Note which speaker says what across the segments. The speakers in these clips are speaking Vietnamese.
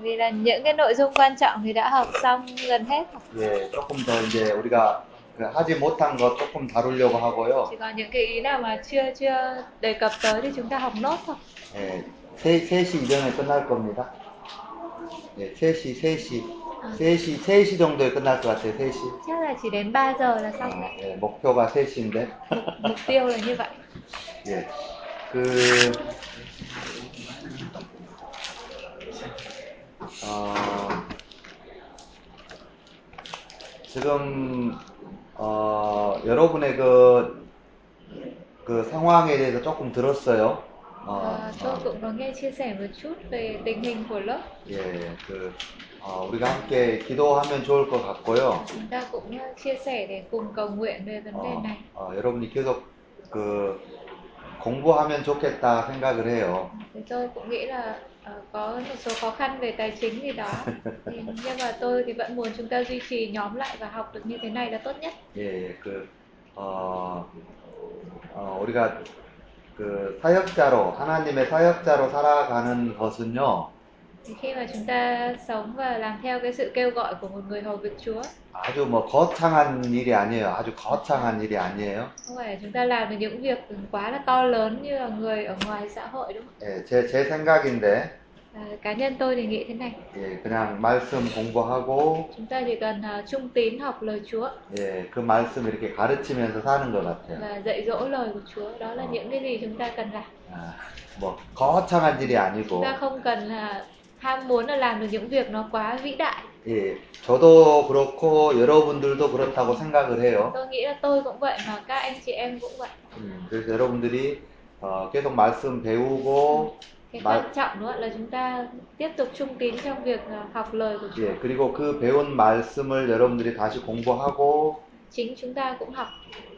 Speaker 1: vì là những cái nội dung quan trọng thì đã học xong gần hết rồi.
Speaker 2: 예, 조금 더 이제 우리가 그 하지 못한 것 조금 다루려고 하고요.
Speaker 1: chỉ còn những cái ý nào mà chưa chưa đề cập tới thì chúng ta học nốt thôi
Speaker 2: 예, 세, 3시 이전에 끝날 겁니다. 예, 3시, 3시. 3시, 3시 정도에 끝날 것 같아요, 3시.
Speaker 1: chắc là chỉ đến 3 giờ là xong đấy
Speaker 2: 예, 목표가 3시인데.
Speaker 1: mục, mục tiêu là như vậy
Speaker 2: 예. 그, 어, 지금, 어, 여러분의 그, 그 상황에 대해서 조금 들었어요. 어,
Speaker 1: à, tôi
Speaker 2: 어,
Speaker 1: cũng có nghe chia sẻ một chút về tình hình của lớp
Speaker 2: 예, 그, 어, 우리가 함께 기도하면 좋을 것 같고요.
Speaker 1: chúng ta cũng ờ, chia sẻ để cùng cầu nguyện về vấn đề
Speaker 2: 어,
Speaker 1: này
Speaker 2: 어, 여러분이 계속 그, 공부하면 좋겠다 생각을 해요.
Speaker 1: thì tôi cũng nghĩ là ờ, có một số khó khăn về tài chính gì đó thì, nhưng mà tôi thì vẫn muốn chúng ta duy trì nhóm lại và học được như thế này là tốt nhất
Speaker 2: 예, 예, 그, 어, 어, 우리가 그 사역자로, 하나님의 사역자로 살아가는 것은요,
Speaker 1: thì khi mà chúng ta sống và làm theo cái sự kêu gọi của một người hầu việc Chúa
Speaker 2: 아주 뭐 거창한 일이 아니에요. 아주 거창한 일이 아니에요.
Speaker 1: không phải là chúng ta làm được những việc quá là to lớn như là người ở ngoài xã hội đúng không?
Speaker 2: 예, 제, 제 생각인데,
Speaker 1: À, cá nhân tôi thì nghĩ thế này
Speaker 2: 예, 그냥 말씀 공부하고,
Speaker 1: chúng ta chỉ cần à, trung tín học lời Chúa
Speaker 2: 예, 그 말씀 이렇게 가르치면서 사는 것 같아요.
Speaker 1: và dạy dỗ lời của Chúא đó là những cái gì chúng ta cần làm
Speaker 2: 아, 뭐, 거창한 일이
Speaker 1: chúng
Speaker 2: 아니고,
Speaker 1: ta không cần là ham muốn là làm được những việc nó quá vĩ đại
Speaker 2: 예, 저도 그렇고, 여러분들도 그렇다고 생각을 해요.
Speaker 1: tôi nghĩ là tôi cũng vậy mà các anh chị em cũng vậy
Speaker 2: 음, 그래서 여러분들이 어, 계속 말씀 배우고
Speaker 1: cái
Speaker 2: Bạn-
Speaker 1: quan trọng đó là chúng ta tiếp tục trung tín trong việc à, học lời của Chúa
Speaker 2: 예, 그리고 그 배운 말씀을 여러분들이 다시 공부하고
Speaker 1: chính chúng ta cũng học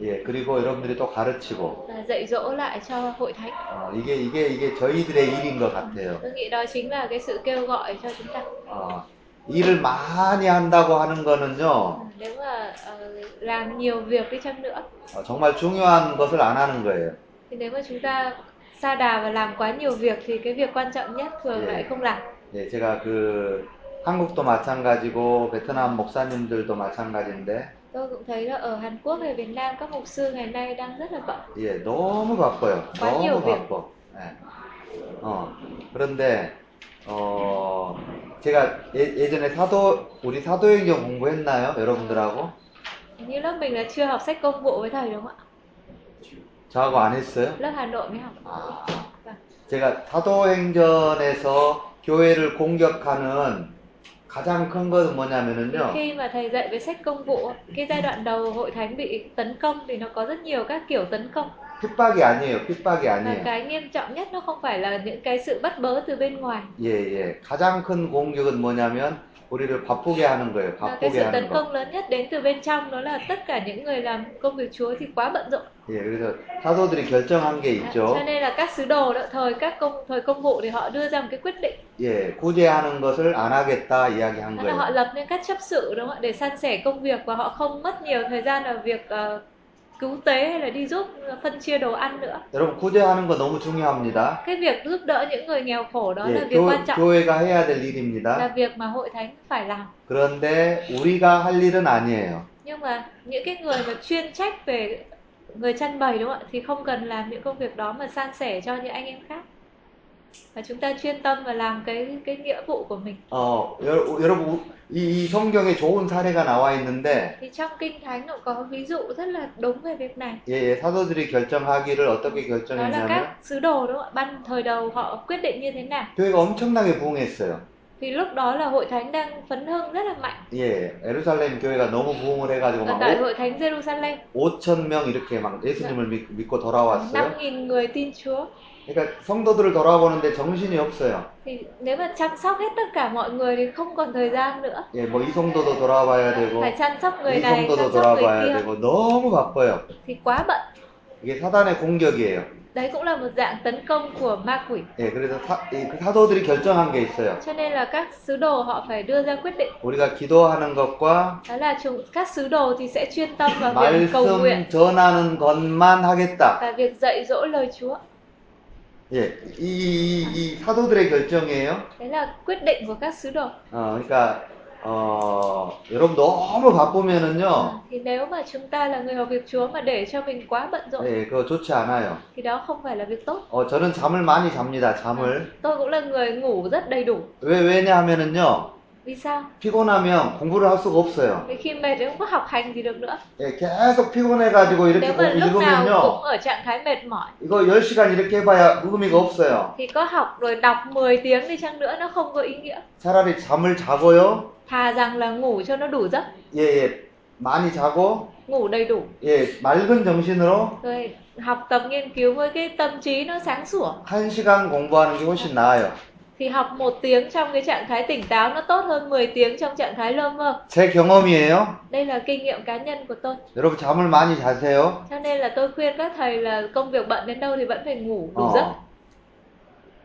Speaker 2: 예, 그리고 여러분들이 또 가르치고
Speaker 1: và dạy dỗ lại cho hội thánh
Speaker 2: 어, 이게 이게 이게 저희들의 일인 것 같아요.
Speaker 1: tôi nghĩ đó chính là cái sự kêu gọi cho chúng ta
Speaker 2: 어, 일을 많이 한다고 하는 거는요
Speaker 1: À,
Speaker 2: 어,
Speaker 1: nếu mà ờ, làm nhiều việc đi chăng nữa
Speaker 2: 정말 중요한 것을 안 하는 거예요.
Speaker 1: thì nếu mà chúng ta sa đà và làm quá nhiều việc thì cái việc quan trọng nhất thường lại không làm
Speaker 2: 예, 제가 그 한국도 마찬가지고 베트남 목사님들도 마찬가지인데
Speaker 1: tôi cũng thấy là ở Hàn Quốc và Việt Nam các mục sư ngày nay đang rất là bận
Speaker 2: 예, 너무 바빠요.
Speaker 1: 많이
Speaker 2: 너무
Speaker 1: 오세요.
Speaker 2: 바빠. 예. 어, 그런데 어, 제가 예, 예전에 사도 우리 사도행전 공부했나요? 여러분들하고?
Speaker 1: Hình như lớp mình là chưa học sách công vụ với thầy đúng không
Speaker 2: 저하고 안 했어요?
Speaker 1: ạ lớp Hà Nội mới học
Speaker 2: 아,
Speaker 1: Vâng.
Speaker 2: 제가 사도행전에서 교회를 공격하는 가장 큰 것은
Speaker 1: Thì
Speaker 2: 뭐냐면은요.
Speaker 1: khi mà thầy dạy về sách công vụ cái giai đoạn đầu hội thánh bị tấn công thì nó có rất nhiều các kiểu tấn công
Speaker 2: 핍박이 아니에요. 핍박이
Speaker 1: và
Speaker 2: 아니에요.
Speaker 1: cái nghiêm trọng nhất nó không phải là những cái sự bất bớ từ bên ngoài
Speaker 2: 예, 예. 가장 큰 공격은 뭐냐면 우리를 바쁘게 하는 거예요.
Speaker 1: Và cái
Speaker 2: 바쁘게
Speaker 1: sự tấn
Speaker 2: 하는 거.
Speaker 1: công lớn nhất đến từ bên trong đó là tất cả những người làm công việc Chúa thì quá bận rộn.
Speaker 2: 예, 그래서 사도들이 결정한 게
Speaker 1: Đấy,
Speaker 2: 있죠.
Speaker 1: Cho nên là các sứ đồ đó, thời các công thời công vụ thì họ đưa ra một cái quyết định
Speaker 2: 예, 구제하는 것을 안 하겠다 이야기한
Speaker 1: đó là họ
Speaker 2: 거예요.
Speaker 1: lập nên các chấp sự đúng không ạ để san sẻ công việc và họ không mất nhiều thời gian vào việc ờ, cứu tế hay là đi giúp ờ, phân chia đồ ăn nữa.
Speaker 2: 여러분, 구제하는 거 너무 중요합니다.
Speaker 1: Cái việc giúp đỡ những người nghèo khổ đó là
Speaker 2: 예,
Speaker 1: việc quan trọng
Speaker 2: 교, 회가 해야 될
Speaker 1: là
Speaker 2: 일입니다.
Speaker 1: việc mà hội thánh phải làm.
Speaker 2: 그런데 우리가 할 일은 아니에요.
Speaker 1: Nhưng mà những cái người mà chuyên trách về người chăn bày đúng không ạ thì không cần làm những công việc đó mà san sẻ cho những anh em khác. Và chúng ta chuyên tâm và làm cái cái nghĩa vụ của mình.
Speaker 2: 어, 여, 러분 이, 이 성경에 좋은 사례가 나와 있는데,
Speaker 1: Thì trong kinh thánh cũng có ví dụ rất là đúng về việc này.
Speaker 2: 예, 예, 사도들이 결정하기를 어떻게
Speaker 1: Đó là
Speaker 2: 결정했냐면,
Speaker 1: các sứ đồ đúng không ạ? Ban thời đầu họ quyết định như thế nào.
Speaker 2: 교회가 엄청나게 부흥했어요.
Speaker 1: Thì lúc đó là hội thánh đang phấn hưng rất là mạnh.
Speaker 2: 예, 에루살렘 교회가 너무 부흥을 해가지고
Speaker 1: Và
Speaker 2: 막
Speaker 1: tại hội thánh Jerusalem
Speaker 2: 5천 명 이렇게 막 예수님을 믿, 믿고 돌아왔어요.
Speaker 1: 5.000 người tin Chúa.
Speaker 2: 그러니까 성도들을 돌아보는데 정신이 없어요.
Speaker 1: Thì nếu mà chăm sóc hết tất cả mọi người thì không còn thời gian nữa.
Speaker 2: 예, 뭐 이성도도 돌아봐야 되고
Speaker 1: Phải chăm sóc người này, chăm
Speaker 2: 이성도도
Speaker 1: sóc người
Speaker 2: 돌아봐야
Speaker 1: kia
Speaker 2: 되고 너무 바빠요.
Speaker 1: thì quá bận.
Speaker 2: 이게 사단의 공격이에요.
Speaker 1: Đấy cũng là một dạng tấn công của ma quỷ.
Speaker 2: 예, 그래서 사, 이그 사도들이 결정한 게 있어요.
Speaker 1: Cho nên là các sứ đồ họ phải đưa ra quyết định.
Speaker 2: 우리가 기도하는 것과
Speaker 1: Đó là chúng các sứ đồ thì sẽ chuyên tâm vào việc cầu nguyện
Speaker 2: 말씀 전하는 것만 하겠다.
Speaker 1: và việc dạy dỗ lời Chúa.
Speaker 2: 예, 이, 이, 이, 이 사도들의 결정이에요.
Speaker 1: đấy là quyết định của các sứ đồ
Speaker 2: 어, 그러니까 어, 여러분 너무
Speaker 1: à,
Speaker 2: 바쁘면은요,
Speaker 1: thì nếu mà chúng ta là người hầu việc Chúa mà để cho mình quá bận rộn
Speaker 2: 예, 그거 좋지 않아요.
Speaker 1: thì đó không phải là việc tốt
Speaker 2: 어, 저는 잠을 많이 잡니다. 잠을
Speaker 1: tôi cũng là người ngủ rất đầy đủ
Speaker 2: 왜 왜냐하면은요,
Speaker 1: vì sao
Speaker 2: 피곤하면 공부를 할 수가 없어요.
Speaker 1: vì khi mệt thì không có học hành gì được nữa
Speaker 2: 예, 계속 피곤해가지고 이렇게
Speaker 1: nếu mà
Speaker 2: 공-
Speaker 1: lúc nào cũng
Speaker 2: 읽으면요,
Speaker 1: ở trạng thái mệt mỏi
Speaker 2: 이거 10시간 이렇게 해봐야 의미가 없어요.
Speaker 1: thì có học rồi đọc 10 tiếng đi chăng nữa nó không có ý nghĩa
Speaker 2: 차라리 잠을 자고요,
Speaker 1: thà rằng là ngủ cho nó đủ giấc
Speaker 2: 예, 예, 많이 자고,
Speaker 1: ngủ đầy đủ
Speaker 2: 예, 맑은 정신으로
Speaker 1: rồi học tập nghiên cứu với cái tâm trí nó sáng sủa
Speaker 2: 1시간 공부하는 게 훨씬 나아요.
Speaker 1: thì học một tiếng trong cái trạng thái tỉnh táo nó tốt hơn 10 tiếng trong trạng thái lơ mơ
Speaker 2: 제 경험이에요.
Speaker 1: đây là kinh nghiệm cá nhân của tôi
Speaker 2: 여러분 잠을 많이 자세요.
Speaker 1: cho nên là tôi khuyên các thầy là công việc bận đến đâu thì vẫn phải ngủ đủ giấc
Speaker 2: 어.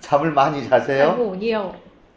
Speaker 2: 잠을 많이
Speaker 1: phải
Speaker 2: 자세요.
Speaker 1: ngủ nhiều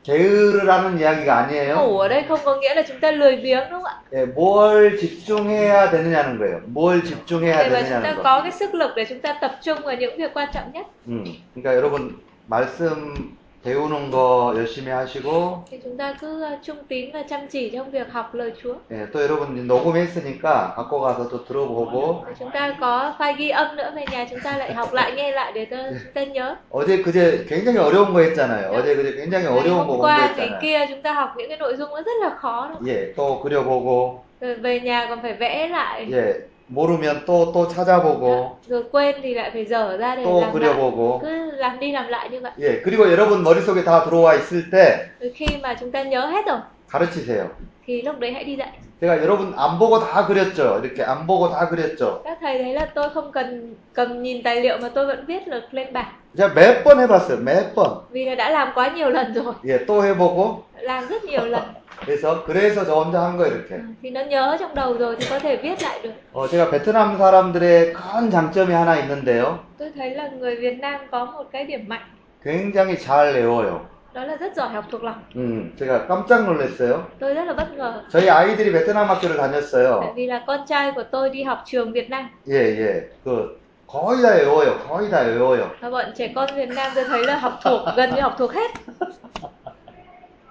Speaker 2: 게으르라는 이야기가 아니에요.
Speaker 1: ngủ ở đây không có nghĩa là chúng ta lười biếng đúng không ạ
Speaker 2: 예, 뭘 집중해야 되느냐는 거예요. 뭘 집중해야
Speaker 1: để mà chúng ta
Speaker 2: 되느냐는 거.
Speaker 1: có cái sức lực để chúng ta tập trung vào những việc quan trọng nhất
Speaker 2: 음. 그러니까 여러분 말씀 배우는 거 열심히 하시고
Speaker 1: thì chúng ta cứ ờ, trung tín và chăm chỉ trong việc học lời Chúa
Speaker 2: 예, 또 여러분 녹음했으니까 갖고 가서 또 들어보고
Speaker 1: Rồi chúng ta có file ghi âm nữa về nhà chúng ta lại học lại nghe lại để ta, chúng ta nhớ
Speaker 2: 어제 그제 굉장히 어려운 거 했잖아요. 어제 그제 굉장히
Speaker 1: ngày
Speaker 2: 어려운 거
Speaker 1: hôm qua ngày
Speaker 2: 공부했잖아요.
Speaker 1: kia chúng ta học những cái nội dung nó rất là khó đó.
Speaker 2: 예, 또 그려보고
Speaker 1: rồi về nhà còn phải vẽ lại
Speaker 2: 예, 모르면 또 또 찾아보고
Speaker 1: rồi quên thì lại phải dở ra để
Speaker 2: 또
Speaker 1: làm lại
Speaker 2: 그려보고
Speaker 1: cứ làm đi làm lại như vậy
Speaker 2: 예, 그리고 여러분 머릿속에 다 들어와 있을 때
Speaker 1: rồi khi mà chúng ta nhớ hết rồi
Speaker 2: 가르치세요.
Speaker 1: thì lúc đấy hãy đi dạy
Speaker 2: 제가 여러분 안 보고 다 그렸죠. 이렇게 안 보고 다 그렸죠.
Speaker 1: các thầy thấy là tôi không cần cầm nhìn tài liệu mà tôi vẫn viết được lên bảng
Speaker 2: 제가 몇 번 해봤어요. 몇 번.
Speaker 1: vì là đã làm quá nhiều lần rồi
Speaker 2: 예, 또 해보고.
Speaker 1: làm rất nhiều lần
Speaker 2: 그래서, 그래서 저 혼자 한 거
Speaker 1: Ừ,
Speaker 2: 이렇게.
Speaker 1: thì nó nhớ trong đầu rồi thì có thể viết lại được
Speaker 2: 어, 제가 베트남 사람들의 큰 장점이 하나 있는데요.
Speaker 1: tôi thấy là người Việt Nam có một cái điểm mạnh
Speaker 2: 굉장히 잘 외워요.
Speaker 1: đó là rất giỏi học thuộc lòng
Speaker 2: 음, 제가 깜짝 놀랐어요.
Speaker 1: tôi rất là bất ngờ
Speaker 2: 저희 아이들이 베트남 학교를
Speaker 1: tại
Speaker 2: 다녔어요.
Speaker 1: vì là con trai của tôi đi học trường Việt Nam
Speaker 2: 예, 예. 그, 거의 다 외워요. 거의 다 외워요.
Speaker 1: và bọn trẻ con Việt Nam tôi thấy là học thuộc gần như học thuộc hết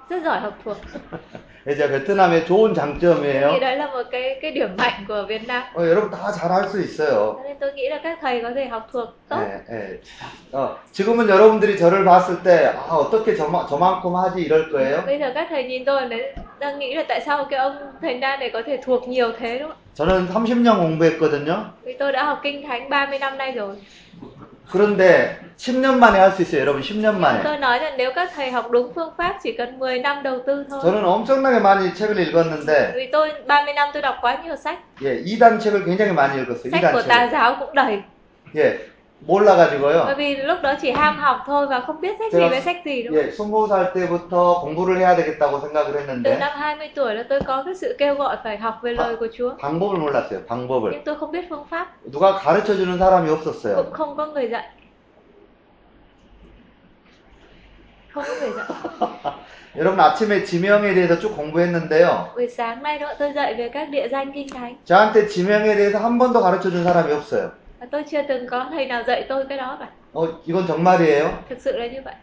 Speaker 1: rất giỏi học thuộc
Speaker 2: 예, 제가 베트남의 좋은
Speaker 1: thì
Speaker 2: 장점이에요.
Speaker 1: đấy là một cái cái điểm mạnh của Việt Nam
Speaker 2: 어, 여러분 다 잘할 수 있어요.
Speaker 1: cho nên tôi nghĩ là các thầy có thể học thuộc tốt
Speaker 2: 예, 예. 어, 지금은 여러분들이 저를 봤을 때, 아, 어떻게 저마, 저만큼 하지 이럴 거예요?
Speaker 1: bây giờ các thầy nhìn tôi đấy đang nghĩ là tại sao cái ông thầy Nam này có thể thuộc nhiều thế đúng không
Speaker 2: 저는 30년 공부했거든요.
Speaker 1: ạ? vì tôi đã học kinh thánh 30 năm nay rồi
Speaker 2: 그런데 10년 만에 할 수 있어요, 여러분. 10년 만에.
Speaker 1: Tôi nói là nếu các thầy học đúng phương pháp chỉ cần 10 năm đầu tư thôi.
Speaker 2: 저는 엄청나게 많이 책을 읽었는데,
Speaker 1: Vì tôi 30 năm tôi đọc quá nhiều sách,
Speaker 2: 예, 2단 책을 굉장히 많이 읽었어요.
Speaker 1: sách của
Speaker 2: 2단
Speaker 1: tà
Speaker 2: 책을.
Speaker 1: giáo cũng đầy.
Speaker 2: 예, 몰라가지고요.
Speaker 1: Bởi vì lúc đó chỉ ham học thôi và không biết sách
Speaker 2: Ờ. Thế
Speaker 1: gì
Speaker 2: là-
Speaker 1: với sách gì đúng không?
Speaker 2: 예, 20살 때부터 공부를 해야 되겠다고 생각을
Speaker 1: Từ
Speaker 2: 했는데,
Speaker 1: năm 20 tuổi là tôi có cái sự kêu gọi phải học về lời của Chúa.
Speaker 2: 방법을 몰랐어요, 방법을.
Speaker 1: Nhưng tôi không biết phương pháp,
Speaker 2: 누가 가르쳐 주는 사람이 없었어요.
Speaker 1: cũng không có người dạy. Không có người dạy.
Speaker 2: 여러분 아침에 지명에 대해서 쭉 공부했는데요.
Speaker 1: Buổi sáng nay đó tôi dạy về các địa danh kinh thánh.
Speaker 2: 저한테 지명에 대해서 한 번도 가르쳐 준 사람이 없어요.
Speaker 1: Và tôi chưa từng có thầy nào dạy tôi cái đó cả.
Speaker 2: 어, 이건 정말이에요.
Speaker 1: Thực sự là như vậy.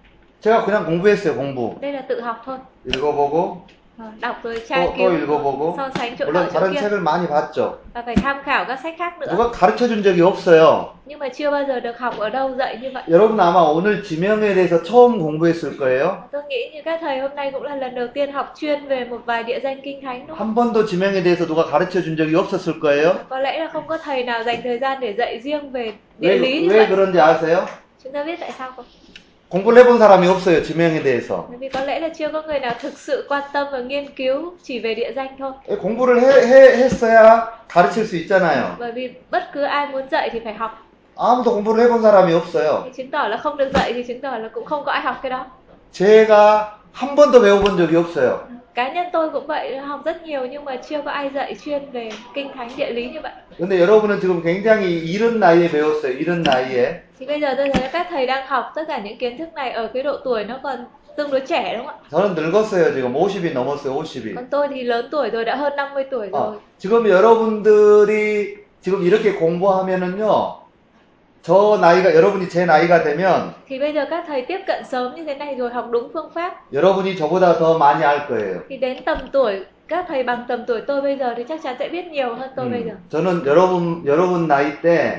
Speaker 2: 제가 그냥 공부했어요, 공부.
Speaker 1: Đây là tự học thôi.
Speaker 2: 읽어보고,
Speaker 1: Ờ, đọc rồi tra
Speaker 2: 또, 또
Speaker 1: cứu
Speaker 2: 읽어보고.
Speaker 1: so sánh chỗ
Speaker 2: 물론
Speaker 1: nọ chỗ
Speaker 2: 다른
Speaker 1: kia
Speaker 2: 책을 많이 봤죠.
Speaker 1: và phải tham khảo các sách khác nữa
Speaker 2: 누가 가르쳐 준 적이 없어요.
Speaker 1: nhưng mà chưa bao giờ được học ở đâu dạy như vậy
Speaker 2: 여러분 아마 오늘 지명에 대해서 처음 공부했을 거예요.
Speaker 1: tôi nghĩ như các thầy hôm nay cũng là lần đầu tiên học chuyên về một vài địa danh kinh thánh đúng không
Speaker 2: 한 번도 지명에 대해서 누가 가르쳐 준 적이 없었을 거예요.
Speaker 1: có lẽ là không có thầy nào dành thời gian để dạy riêng về địa
Speaker 2: 왜,
Speaker 1: lý như
Speaker 2: 왜
Speaker 1: vậy
Speaker 2: 그런지 아세요?
Speaker 1: chúng ta biết tại sao không
Speaker 2: 공부를 해본 사람이 없어요, 지명에 대해서.
Speaker 1: bởi vì có lẽ là chưa có người nào thực sự quan tâm và nghiên cứu chỉ về địa danh thôi
Speaker 2: 예, 공부를 해, 해- 했어야 가르칠 수 있잖아요.
Speaker 1: bởi vì bất cứ ai muốn dạy thì phải học
Speaker 2: 아무도 공부를 해본 사람이 없어요.
Speaker 1: thì chứng tỏ là không được dạy thì chứng tỏ là cũng không có ai học cái đó
Speaker 2: 제가 한 번도 배워본 적이 없어요.
Speaker 1: cá nhân tôi cũng vậy học rất nhiều nhưng mà chưa có ai dạy chuyên về kinh thánh địa lý như vậy
Speaker 2: 근데 여러분은 지금 굉장히 이른 나이에 배웠어요. 이른 나이에.
Speaker 1: thì bây giờ tôi thấy các thầy đang học tất cả những kiến thức này ở cái độ tuổi nó còn tương đối trẻ đúng không
Speaker 2: 저는 늙었어요. 지금 50이 넘었어요.
Speaker 1: ạ
Speaker 2: 50이. 어,
Speaker 1: còn tôi thì lớn tuổi rồi đã hơn 50
Speaker 2: Ờ,
Speaker 1: tuổi rồi
Speaker 2: 지금 여러분들이 지금 이렇게 공부하면은요. 저 나이가 여러분이 제 나이가 되면
Speaker 1: thì bây giờ các thầy tiếp cận sớm như thế này rồi học đúng phương pháp
Speaker 2: 여러분이 저보다 더 많이 알 거예요.
Speaker 1: thì đến tầm tuổi các thầy bằng tầm tuổi tôi bây giờ thì chắc chắn sẽ biết nhiều hơn tôi bây giờ
Speaker 2: 음, 저는 여러분 여러분 나이 때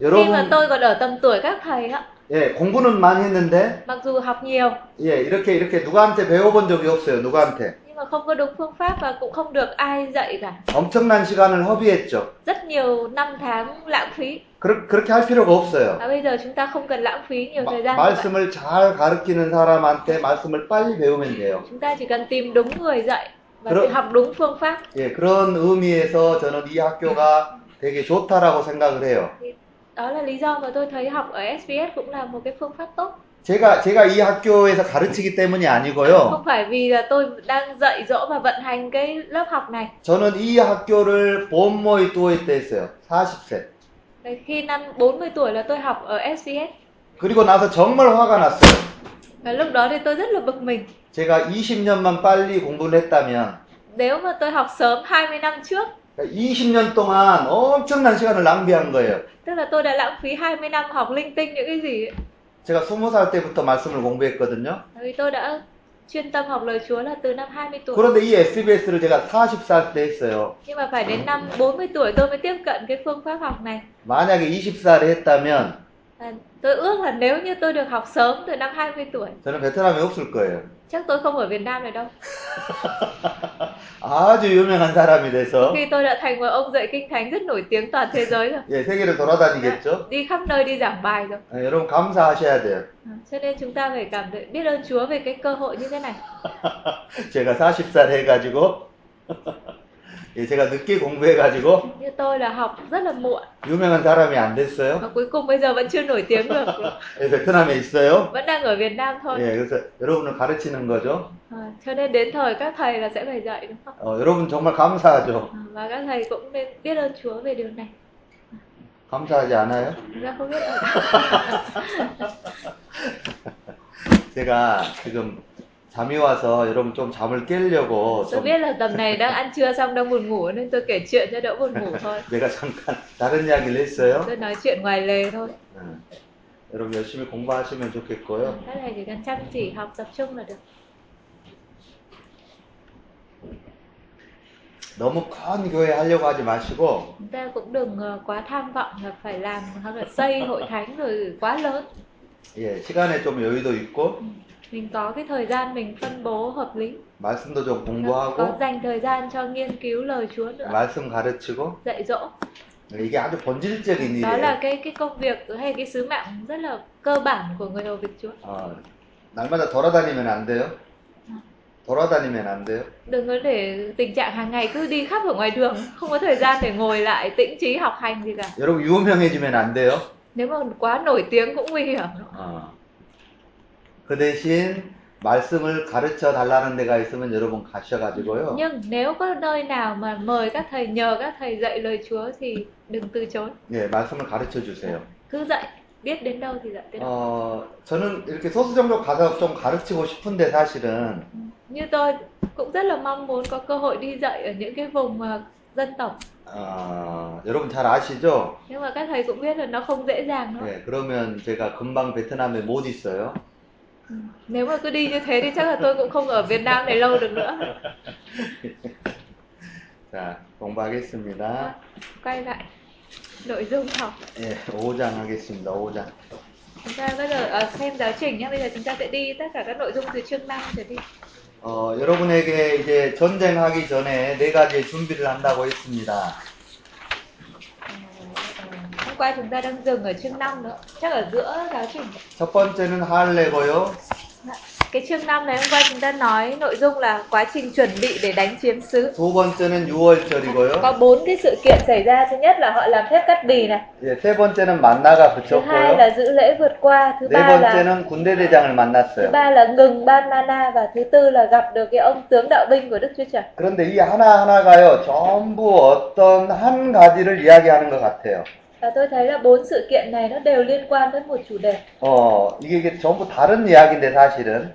Speaker 1: khi mà
Speaker 2: 여러분
Speaker 1: tôi còn ở tầm tuổi các thầy á
Speaker 2: 예 공부는 많이 했는데
Speaker 1: mặc dù học nhiều
Speaker 2: 예 이렇게 이렇게 누구한테 배워본 적이 없어요. 누구한테
Speaker 1: nhưng mà không có đúng phương pháp và cũng không được ai dạy cả
Speaker 2: 엄청난 시간을 허비했죠.
Speaker 1: rất nhiều năm tháng lãng phí
Speaker 2: 그렇, 그렇게 할 필요가 없어요.
Speaker 1: và bây giờ chúng ta không cần lãng phí nhiều
Speaker 2: 마-
Speaker 1: thời gian như vậy
Speaker 2: 말씀을 잘 가르치는 사람한테 말씀을 빨리 배우면 돼요.
Speaker 1: chúng ta chỉ cần tìm đúng người dạy và
Speaker 2: Rồi.
Speaker 1: tự học đúng phương pháp
Speaker 2: 예, 그런 의미에서 저는 이 학교가 되게 좋다라고 생각을 해요.
Speaker 1: đó là lý do mà tôi thấy học ở SBS cũng là một cái phương pháp tốt
Speaker 2: 제가 제가 이 학교에서 가르치기 때문이 아니고요.
Speaker 1: không phải vì là tôi đang dạy dỗ và vận hành cái lớp học này
Speaker 2: 저는 이 학교를 본모이 뚜오이 때 했어요. 40세.
Speaker 1: Đấy, khi năm 40 tuổi là tôi học ở SBS
Speaker 2: 그리고 나서 정말 화가 났어요.
Speaker 1: và lúc đó thì tôi rất là bực mình
Speaker 2: 제가 20년만 빨리 공부를 했다면
Speaker 1: nếu mà tôi học sớm 20 năm trước
Speaker 2: 20년 동안 엄청난 시간을 낭비한 거예요.
Speaker 1: tức là tôi đã lãng phí 20 năm học linh tinh những cái gì ấy.
Speaker 2: 제가 20살 때부터 말씀을 공부했거든요.
Speaker 1: Bởi vì tôi đã chuyên tâm học lời Chúa là từ năm 20 tuổi
Speaker 2: 그런데 이 SBS를 제가 40살 때 했어요.
Speaker 1: nhưng mà phải đến năm 40 tuổi tôi mới tiếp cận cái phương pháp học này
Speaker 2: 만약에 20살에 했다면
Speaker 1: À, tôi ước là nếu như tôi được học sớm từ năm 20 tuổi
Speaker 2: 저는 베트남에 없을 거예요.
Speaker 1: chắc tôi không ở Việt Nam này đâu
Speaker 2: 아주 유명한 사람이 돼서
Speaker 1: khi tôi đã thành một ông dạy kinh thánh rất nổi tiếng toàn thế giới rồi
Speaker 2: 예, 세계를 돌아다니겠죠.
Speaker 1: đi khắp nơi đi giảng bài rồi
Speaker 2: 예, 여러분 감사하셔야 돼요.
Speaker 1: À, cho nên chúng ta phải cảm thấy biết ơn Chúa về cái cơ hội như thế này
Speaker 2: 제가 40살 해가지고 예, 제가 늦게 공부해가지고
Speaker 1: như tôi là học rất là muộn
Speaker 2: 유명한 사람이 안 됐어요.
Speaker 1: và cuối cùng bây giờ vẫn chưa nổi tiếng được
Speaker 2: 예, 베트남에 있어요.
Speaker 1: vẫn đang ở Việt Nam thôi
Speaker 2: 예, 그래서 여러분을 가르치는 거죠.
Speaker 1: À, cho nên đến thời các thầy là sẽ phải dạy đúng không
Speaker 2: 어, 여러분 정말 감사하죠.
Speaker 1: À, và các thầy cũng nên biết ơn Chúa về điều này
Speaker 2: 감사하지 않아요?
Speaker 1: chúng ta không biết
Speaker 2: 제가 지금 잠이 와서 여러분 좀 잠을 깨려고
Speaker 1: tôi
Speaker 2: 좀
Speaker 1: biết là tầm này đang ăn trưa xong đang buồn ngủ nên tôi kể chuyện cho đỡ buồn ngủ thôi
Speaker 2: 내가 잠깐 다른 이야기를 했어요.
Speaker 1: tôi nói chuyện ngoài lề thôi
Speaker 2: 음, 여러분 열심히 공부하시면 좋겠고요.
Speaker 1: các thầy chỉ cần chăm chỉ học tập trung là được
Speaker 2: 너무 큰 교회 하려고 하지 마시고
Speaker 1: chúng ta cũng đừng ờ, quá tham vọng là phải làm hoặc là xây hội thánh rồi quá lớn
Speaker 2: 예, 시간에 좀 여유도 있고
Speaker 1: mình có cái thời gian mình phân bố hợp lý
Speaker 2: 말씀도 좀
Speaker 1: có
Speaker 2: 공부하고
Speaker 1: dành thời gian cho nghiên cứu lời Chúa nữa
Speaker 2: 말씀 가르치고
Speaker 1: dạy dỗ
Speaker 2: 이게 아주
Speaker 1: đó
Speaker 2: 본질적인 일이에요.
Speaker 1: là cái cái công việc hay cái sứ mạng rất là cơ bản của người hầu việc Chúa
Speaker 2: 어, 날마다 돌아다니면 안 돼요. 돌아다니면 안 돼요.
Speaker 1: đừng có để tình trạng hàng ngày cứ đi khắp ở ngoài đường không có thời gian để ngồi lại tĩnh trí học hành gì cả
Speaker 2: 여러분 유명해지면 안 돼요.
Speaker 1: nếu mà quá nổi tiếng cũng nguy hiểm
Speaker 2: 어. 그 대신 말씀을 가르쳐 달라는 데가 있으면 여러분 가셔가지고요.
Speaker 1: nhưng nếu có nơi nào mà mời các thầy nhờ các thầy dạy lời Chúa thì đừng từ chối
Speaker 2: 예, 말씀을 가르쳐 주세요.
Speaker 1: cứ dạy biết đến đâu thì dạy đến đó
Speaker 2: Vâng. 어, 저는 이렇게 소수 정도 가서 좀 가르치고 싶은데 사실은
Speaker 1: như tôi cũng rất là mong muốn có cơ hội đi dạy ở những cái vùng ờ, dân tộc
Speaker 2: 아, 여러분 잘 아시죠?
Speaker 1: nhưng mà các thầy cũng biết là nó không dễ dàng đâu
Speaker 2: 예, 그러면 제가 금방 베트남에 못 있어요.
Speaker 1: Ừ. nếu mà cứ đi như thế thì chắc là tôi cũng không ở Việt Nam này lâu được nữa
Speaker 2: 자, 공부하겠습니다.
Speaker 1: quay lại nội dung học
Speaker 2: 예, 5장 하겠습니다. 5장.
Speaker 1: chúng ta bây giờ ờ, xem giáo trình nhé bây giờ chúng ta sẽ đi tất cả các nội dung từ chương 5 trở đi
Speaker 2: 어, 여러분에게 이제 전쟁하기 전에 네 가지의 준비를 한다고 했습니다.
Speaker 1: hôm qua chúng ta đang dừng ở chương 5 nữa chắc ở giữa giáo trình Dạ.
Speaker 2: 첫 번째는 할례고요.
Speaker 1: cái chương 5 này hôm qua chúng ta nói nội dung là quá trình chuẩn bị để đánh chiếm xứ
Speaker 2: 두 번째는 유월절이고요.
Speaker 1: có bốn cái sự kiện xảy ra thứ nhất là họ làm phép cắt bì này
Speaker 2: 예, 세 번째는 만나가
Speaker 1: thứ hai
Speaker 2: 붙였고요.
Speaker 1: là giữ lễ vượt qua thứ
Speaker 2: 네
Speaker 1: ba là
Speaker 2: 번째는 군대 대장을
Speaker 1: thứ
Speaker 2: 만났어요.
Speaker 1: ba là ngừng ban mana và thứ tư là gặp được cái ông tướng đạo binh của đức chúa trời
Speaker 2: 그런데 이 하나하나가요, 전부 어떤 한 가지를 이야기하는 것 같아요.
Speaker 1: và tôi thấy là bốn sự kiện này nó đều liên quan với một chủ đề
Speaker 2: 어, 이게, 이게 전부 다른 이야기인데 사실은.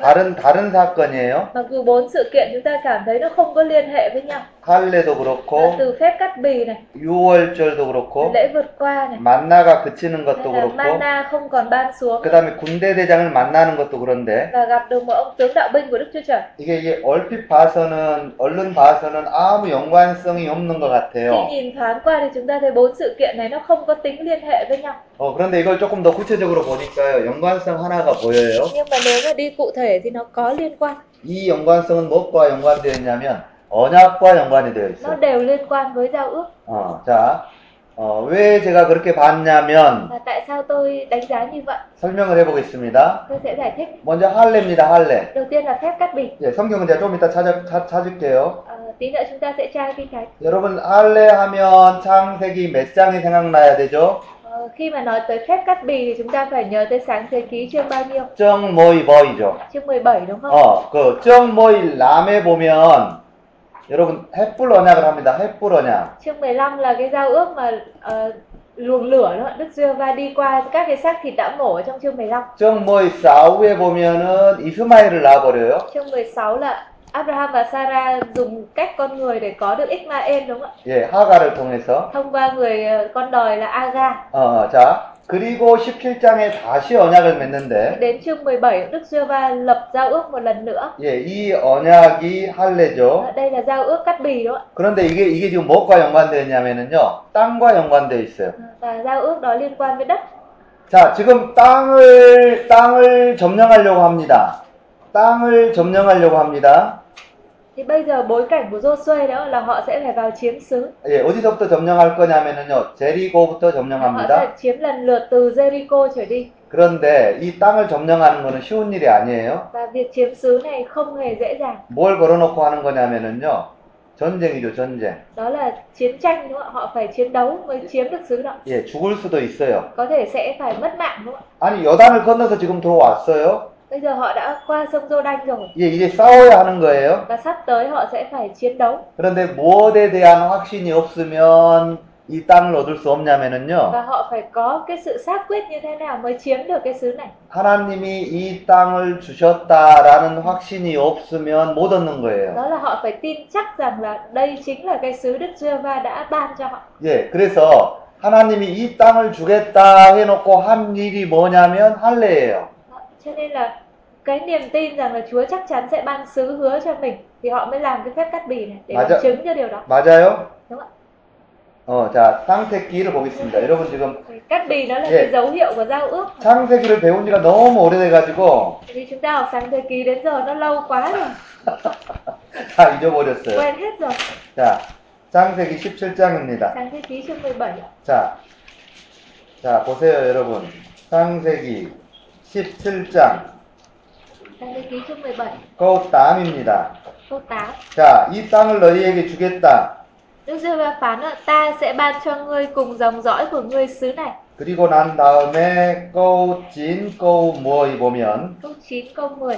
Speaker 2: 다른, 다른 사건이에요.
Speaker 1: mặc dù bốn sự kiện chúng ta cảm thấy nó không có liên hệ với nhau
Speaker 2: 할례도 그렇고
Speaker 1: từ phép cắt bì này
Speaker 2: 유월절도 그렇고
Speaker 1: lễ vượt qua này
Speaker 2: 만나가 그치는 것도
Speaker 1: hay là
Speaker 2: 그렇고
Speaker 1: mana không còn ban xuống
Speaker 2: 그 다음에 군대 대장을 만나는 것도 그런데
Speaker 1: và gặp được một ông tướng đạo binh của Đức Chúa Trời
Speaker 2: 이게, 이게 얼핏 봐서는 얼른 봐서는 아무 연관성이 없는 것 같아요.
Speaker 1: khi nhìn thoáng qua thì chúng ta thấy bốn sự kiện này nó không có tính liên hệ với nhau
Speaker 2: 어, 그런데 이걸 조금 더 구체적으로 보니까요. 연관성 하나가 보여요.
Speaker 1: nhưng mà nếu mà đi cụ thể thì nó có liên quan
Speaker 2: 이 연관성은 무엇과 연관되어 있냐면 언약과 연관이
Speaker 1: nó
Speaker 2: 되어 있어요.
Speaker 1: đều liên quan với giao ước
Speaker 2: 어, 자, 어, 왜 제가 그렇게 봤냐면
Speaker 1: và tại sao tôi đánh giá như vậy
Speaker 2: 설명을 해보겠습니다.
Speaker 1: tôi sẽ giải thích
Speaker 2: 먼저 할례입니다. 할례.
Speaker 1: đầu tiên là phép cắt bì
Speaker 2: 예, 성경은 제가 좀 이따 찾아, 찾, 찾을게요.
Speaker 1: Ờ, tí nữa chúng ta sẽ tra kinh thánh
Speaker 2: 여러분 할례 하면 창세기 몇 장이 생각나야 되죠?
Speaker 1: Ờ, khi mà nói tới phép cắt bì thì chúng ta phải nhớ tới sáng thế ký chương bao nhiêu
Speaker 2: 정모이 버이죠.
Speaker 1: chương 17 đúng không
Speaker 2: 어, 그 정모이 람에 보면 여러분 햇불 언약을 합니다. 햇불 언약.
Speaker 1: chương 15 là cái giao ước mà ờ, luồng lửa đó Đức Giê Va đi qua các cái xác thịt đã mổ ở trong chương 15
Speaker 2: 정모이 사우에 보면은 이스마엘을 낳아버려요.
Speaker 1: chương 16 là Abraham và Sarah dùng cách con người để có được Ismael đúng không ạ
Speaker 2: 예, 하가를 통해서.
Speaker 1: thông qua người ờ, con đòi là Aga
Speaker 2: 어, 자, 그리고 17장에 다시 언약을 맺는데,
Speaker 1: đến chương 17 Đức Giê Va lập giao ước một lần nữa
Speaker 2: 예, 이 언약이 할례죠.
Speaker 1: Ờ, đây là giao ước cắt bì đúng không
Speaker 2: 그런데 이게, 이게 지금 뭐과 연관되어 있냐면요. 땅과 연관되어 있어요.
Speaker 1: ạ và giao ước đó liên quan với đất
Speaker 2: 자, 지금 땅을, 땅을 점령하려고 합니다. 땅을 점령하려고 합니다.
Speaker 1: thì bây giờ bối cảnh của Joshua đó là họ sẽ phải vào chiếm xứ
Speaker 2: 예, 어디서부터 점령할 거냐면요. 제리고부터
Speaker 1: họ
Speaker 2: 점령합니다.
Speaker 1: sẽ chiếm lần lượt từ Jericho trở đi
Speaker 2: 그런데 이 땅을 점령하는 거는 쉬운 일이 아니에요.
Speaker 1: và việc chiếm xứ này không hề dễ dàng
Speaker 2: 뭘 걸어놓고 하는 거냐면은요. 전쟁이죠, 전쟁.
Speaker 1: đó là chiến tranh đúng không ạ họ phải chiến đấu mới chiếm được xứ đó
Speaker 2: 예, 죽을 수도 있어요.
Speaker 1: có thể sẽ phải mất mạng đúng không ạ
Speaker 2: 아니 여단을 건너서 지금 들어왔어요. 예,
Speaker 1: bây giờ họ đã qua sông Giô Đanh rồi
Speaker 2: 이제 이제 싸워야 하는 거예요.
Speaker 1: và sắp tới họ sẽ phải chiến đấu
Speaker 2: 그런데 무엇에 대한 확신이 없으면 이 땅을 얻을 수 없냐면은요.
Speaker 1: và họ phải có cái sự xác quyết như thế nào mới chiếm được cái xứ này
Speaker 2: 하나님이 이 땅을 주셨다라는 확신이 없으면 못 얻는 거예요.
Speaker 1: đó là họ phải tin chắc rằng là đây chính là cái xứ Đức Chúa Va đã ban cho họ
Speaker 2: 예, 그래서 하나님이 이 땅을 주겠다 해놓고 한 일이 뭐냐면 할례예요.
Speaker 1: Đó, cho nên là cái niềm tin rằng là Chúa chắc chắn sẽ ban sứ hứa cho mình thì họ mới làm cái phép cắt bì này để
Speaker 2: Mà
Speaker 1: làm
Speaker 2: chứ-
Speaker 1: chứng cho điều đó
Speaker 2: 맞아요?
Speaker 1: đúng không
Speaker 2: 어, 자 창세기를 보겠습니다. 여러분 지금
Speaker 1: ạ Thì cắt bì nó là
Speaker 2: Yes.
Speaker 1: cái dấu hiệu của giao ước
Speaker 2: 창세기를 배운 지가 너무 오래돼가지고
Speaker 1: Bởi vì chúng ta học sáng thế ký đến giờ nó lâu quá rồi
Speaker 2: 다 잊어버렸어요.
Speaker 1: quen hết rồi
Speaker 2: 자, 창세기 17장입니다.
Speaker 1: sáng thế ký chương 17
Speaker 2: 자, 자, 보세요, 여러분. 창세기 17장,
Speaker 1: sáng thế ký chương 17
Speaker 2: 꼭 다음입니다.
Speaker 1: câu 8
Speaker 2: 자, 이 땅을 너희에게 주겠다.
Speaker 1: Đức Giê Va phán là ta sẽ ban cho ngươi cùng dòng dõi của ngươi xứ này
Speaker 2: 그리고 난 다음에 꼬진 꼬무이 보면
Speaker 1: câu 9 câu 10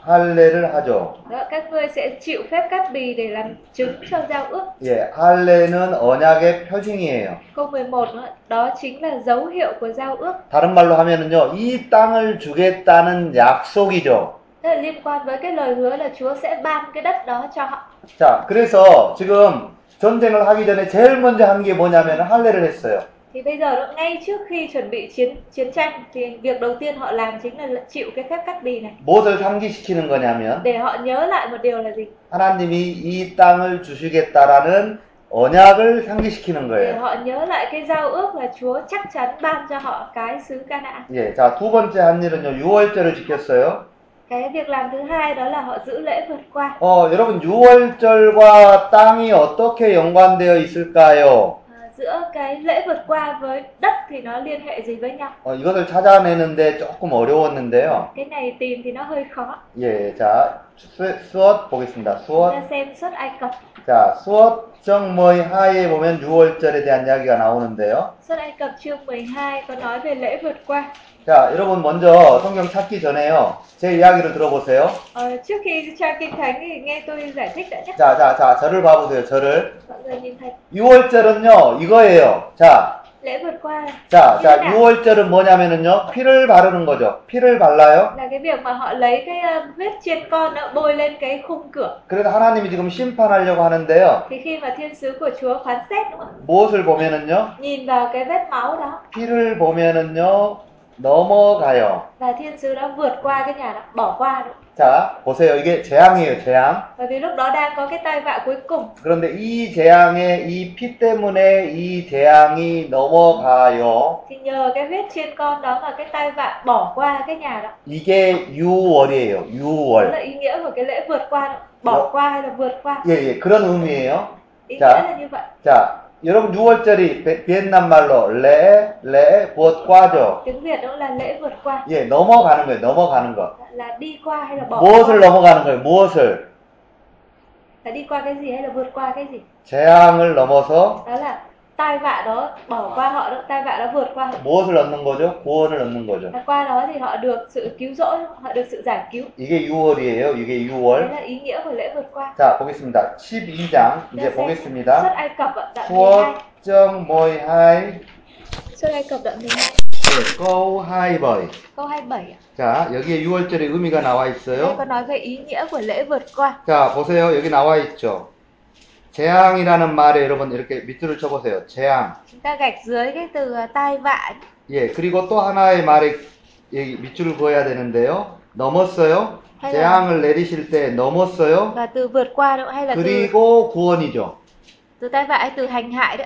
Speaker 2: 할례를 하죠.
Speaker 1: đó các ngươi sẽ chịu phép cắt bì để làm chứng cho giao ước
Speaker 2: 예, 할례는 언약의 표징이에요.
Speaker 1: câu 11 đó, đó chính là dấu hiệu của giao ước
Speaker 2: 다른 말로 하면은요, 이 땅을 주겠다는 약속이죠.
Speaker 1: Thế là liên quan với cái lời hứa là Chúa sẽ ban cái đất đó cho họ.
Speaker 2: 자, 그래서 지금 전쟁을 하기 전에 제일 먼저 한 게 뭐냐면 할례를 했어요.
Speaker 1: Thì bây giờ đó, ngay trước khi chuẩn bị chiến chiến tranh thì việc đầu tiên họ làm chính là chịu cái phép cắt bì này
Speaker 2: 무엇을 상기시키는 거냐면
Speaker 1: để họ nhớ lại một điều là gì?
Speaker 2: 하나님이 이 땅을 주시겠다라는 언약을 상기시키는
Speaker 1: Để
Speaker 2: 거예요.
Speaker 1: họ nhớ lại cái giao ước là Chúa chắc chắn ban cho họ cái xứ Canaan.
Speaker 2: 예, 자, 두 번째 한 일은요. 6월절을 지켰어요.
Speaker 1: Cái việc làm thứ hai đó là họ giữ lễ vượt qua.
Speaker 2: 어, 여러분 6월절과 땅이 어떻게 연관되어 있을까요?
Speaker 1: À, giữa cái lễ vượt qua với đất thì nó liên hệ gì với nhau?
Speaker 2: 어, 이것을 찾아내는데 조금 어려웠는데요.
Speaker 1: Cái này tìm thì nó hơi khó.
Speaker 2: 예, 자, 수, 수엇 보겠습니다.
Speaker 1: Chúng
Speaker 2: 수엇.
Speaker 1: ta xem xuất Ai Cập.
Speaker 2: 자, 수엇 정모의 하에 보면 6월절에 대한 이야기가 나오는데요.
Speaker 1: Xuất Ai Cập chương 12 có nói về lễ vượt qua.
Speaker 2: 자, 여러분 먼저 성경 찾기 전에요. 제 이야기를 들어보세요.
Speaker 1: Ờ, trước khi tra kinh thánh thì nghe tôi giải thích đã nhé
Speaker 2: 자, 자, 자, 저를 봐보세요. 저를.
Speaker 1: mọi người nhìn thấy
Speaker 2: 6월절은요, 이거예요. 자,
Speaker 1: lễ vượt qua này
Speaker 2: 자,
Speaker 1: như thế
Speaker 2: 자,
Speaker 1: nào?
Speaker 2: 6월절은 뭐냐면은요, 피를 바르는 거죠. 피를 발라요.
Speaker 1: là cái việc mà họ lấy cái ờ, vết chiên con đó bôi lên cái khung cửa
Speaker 2: 그래서 하나님이 지금 심판하려고 하는데요.
Speaker 1: thì khi mà thiên sứ của Chúa phán xét đúng không?
Speaker 2: 무엇을 보면은요,
Speaker 1: ạ? nhìn vào cái vết máu đó
Speaker 2: 피를 보면은요, 넘어가요.
Speaker 1: và thiên sứ đã vượt qua cái nhà đó bỏ qua đúng không?
Speaker 2: 자, 보세요. 이게 재앙이에요, 재앙.
Speaker 1: bởi vì lúc đó đang có cái tai vạ cuối cùng
Speaker 2: 그런데 이 재앙에, 이 피 때문에 이 재앙이 넘어가요.
Speaker 1: thì nhờ cái vết chiên con đó mà cái tai vạ bỏ qua cái nhà đó
Speaker 2: 이게 6월이에요,
Speaker 1: đó
Speaker 2: 6월.
Speaker 1: là ý nghĩa của cái lễ vượt qua đó. bỏ qua hay là vượt qua
Speaker 2: 예, 예, 그런 의미예요.
Speaker 1: ý
Speaker 2: Dạ.
Speaker 1: nghĩa là như vậy
Speaker 2: 자, 여러분 6월절이 베- 비엔남 말로 레, 레, 보과죠.
Speaker 1: tiếng Việt đó là lễ vượt qua
Speaker 2: 예, 넘어가는 거예요, 넘어가는 거.
Speaker 1: là đi qua hay là bỏ
Speaker 2: 무엇을
Speaker 1: qua
Speaker 2: 넘어가는 거예요, 무엇을?
Speaker 1: là đi qua cái gì hay là vượt qua cái gì
Speaker 2: 재앙을 넘어서
Speaker 1: đó là tai vạ đó bỏ qua họ đó tai vạ đó vượt qua họ
Speaker 2: 무엇을 얻는 거죠? 구원을 얻는 거죠.
Speaker 1: và qua đó thì họ được sự cứu rỗi họ được sự giải cứu
Speaker 2: 이게 6월이에요, 이게
Speaker 1: đấy
Speaker 2: 6월.
Speaker 1: là ý nghĩa của lễ vượt qua
Speaker 2: 자, 보겠습니다. 12장, 이제
Speaker 1: xuất
Speaker 2: 보겠습니다.
Speaker 1: Ai Cập ạ, đoạn 12
Speaker 2: 수업정 모이하이,
Speaker 1: xuất Ai Cập đoạn 12
Speaker 2: 꼬우하이버이.
Speaker 1: câu 27 ạ.
Speaker 2: 자, 여기에 6월절의 의미가 나와
Speaker 1: đây
Speaker 2: 있어요.
Speaker 1: có nói về ý nghĩa của lễ vượt qua
Speaker 2: 자, 보세요. 여기 나와 있죠. 재앙이라는 말에 여러분 이렇게 밑줄을 쳐보세요. 재앙.
Speaker 1: chúng ta gạch dưới cái từ ờ, tai vạ ấy.
Speaker 2: 예, 그리고 또 하나의 말에 여기 밑줄을 그어야 되는데요. 넘었어요. 재앙을 내리실 때 넘었어요.
Speaker 1: và từ vượt qua đó hay là từ
Speaker 2: 그리고 구원이죠.
Speaker 1: từ tai vạ hay từ hành hại đó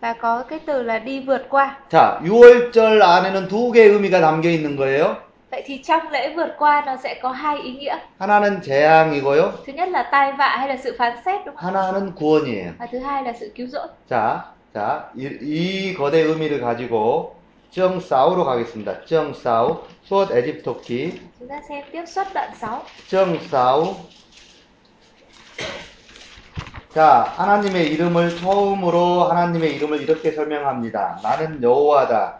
Speaker 1: và có cái từ là đi vượt qua
Speaker 2: 자, 6월절 안에는 두 개의 의미가 담겨 있는 거예요.
Speaker 1: vậy thì trong lễ vượt qua nó sẽ có hai ý nghĩa
Speaker 2: 하나는 재앙이고요.
Speaker 1: thứ nhất là tai vạ hay là sự phán xét đúng không
Speaker 2: 하나는 구원이에요.
Speaker 1: và thứ hai là sự cứu rỗi
Speaker 2: 자, 자, 이, 이 거대 의미를 가지고 정싸우로 가겠습니다. 정싸우, 수엇 에집토키,
Speaker 1: chúng ta xem tiếp xuất đoạn 6
Speaker 2: 정싸우. 자, 하나님의 이름을 처음으로 하나님의 이름을 이렇게 설명합니다. 나는 여호와다.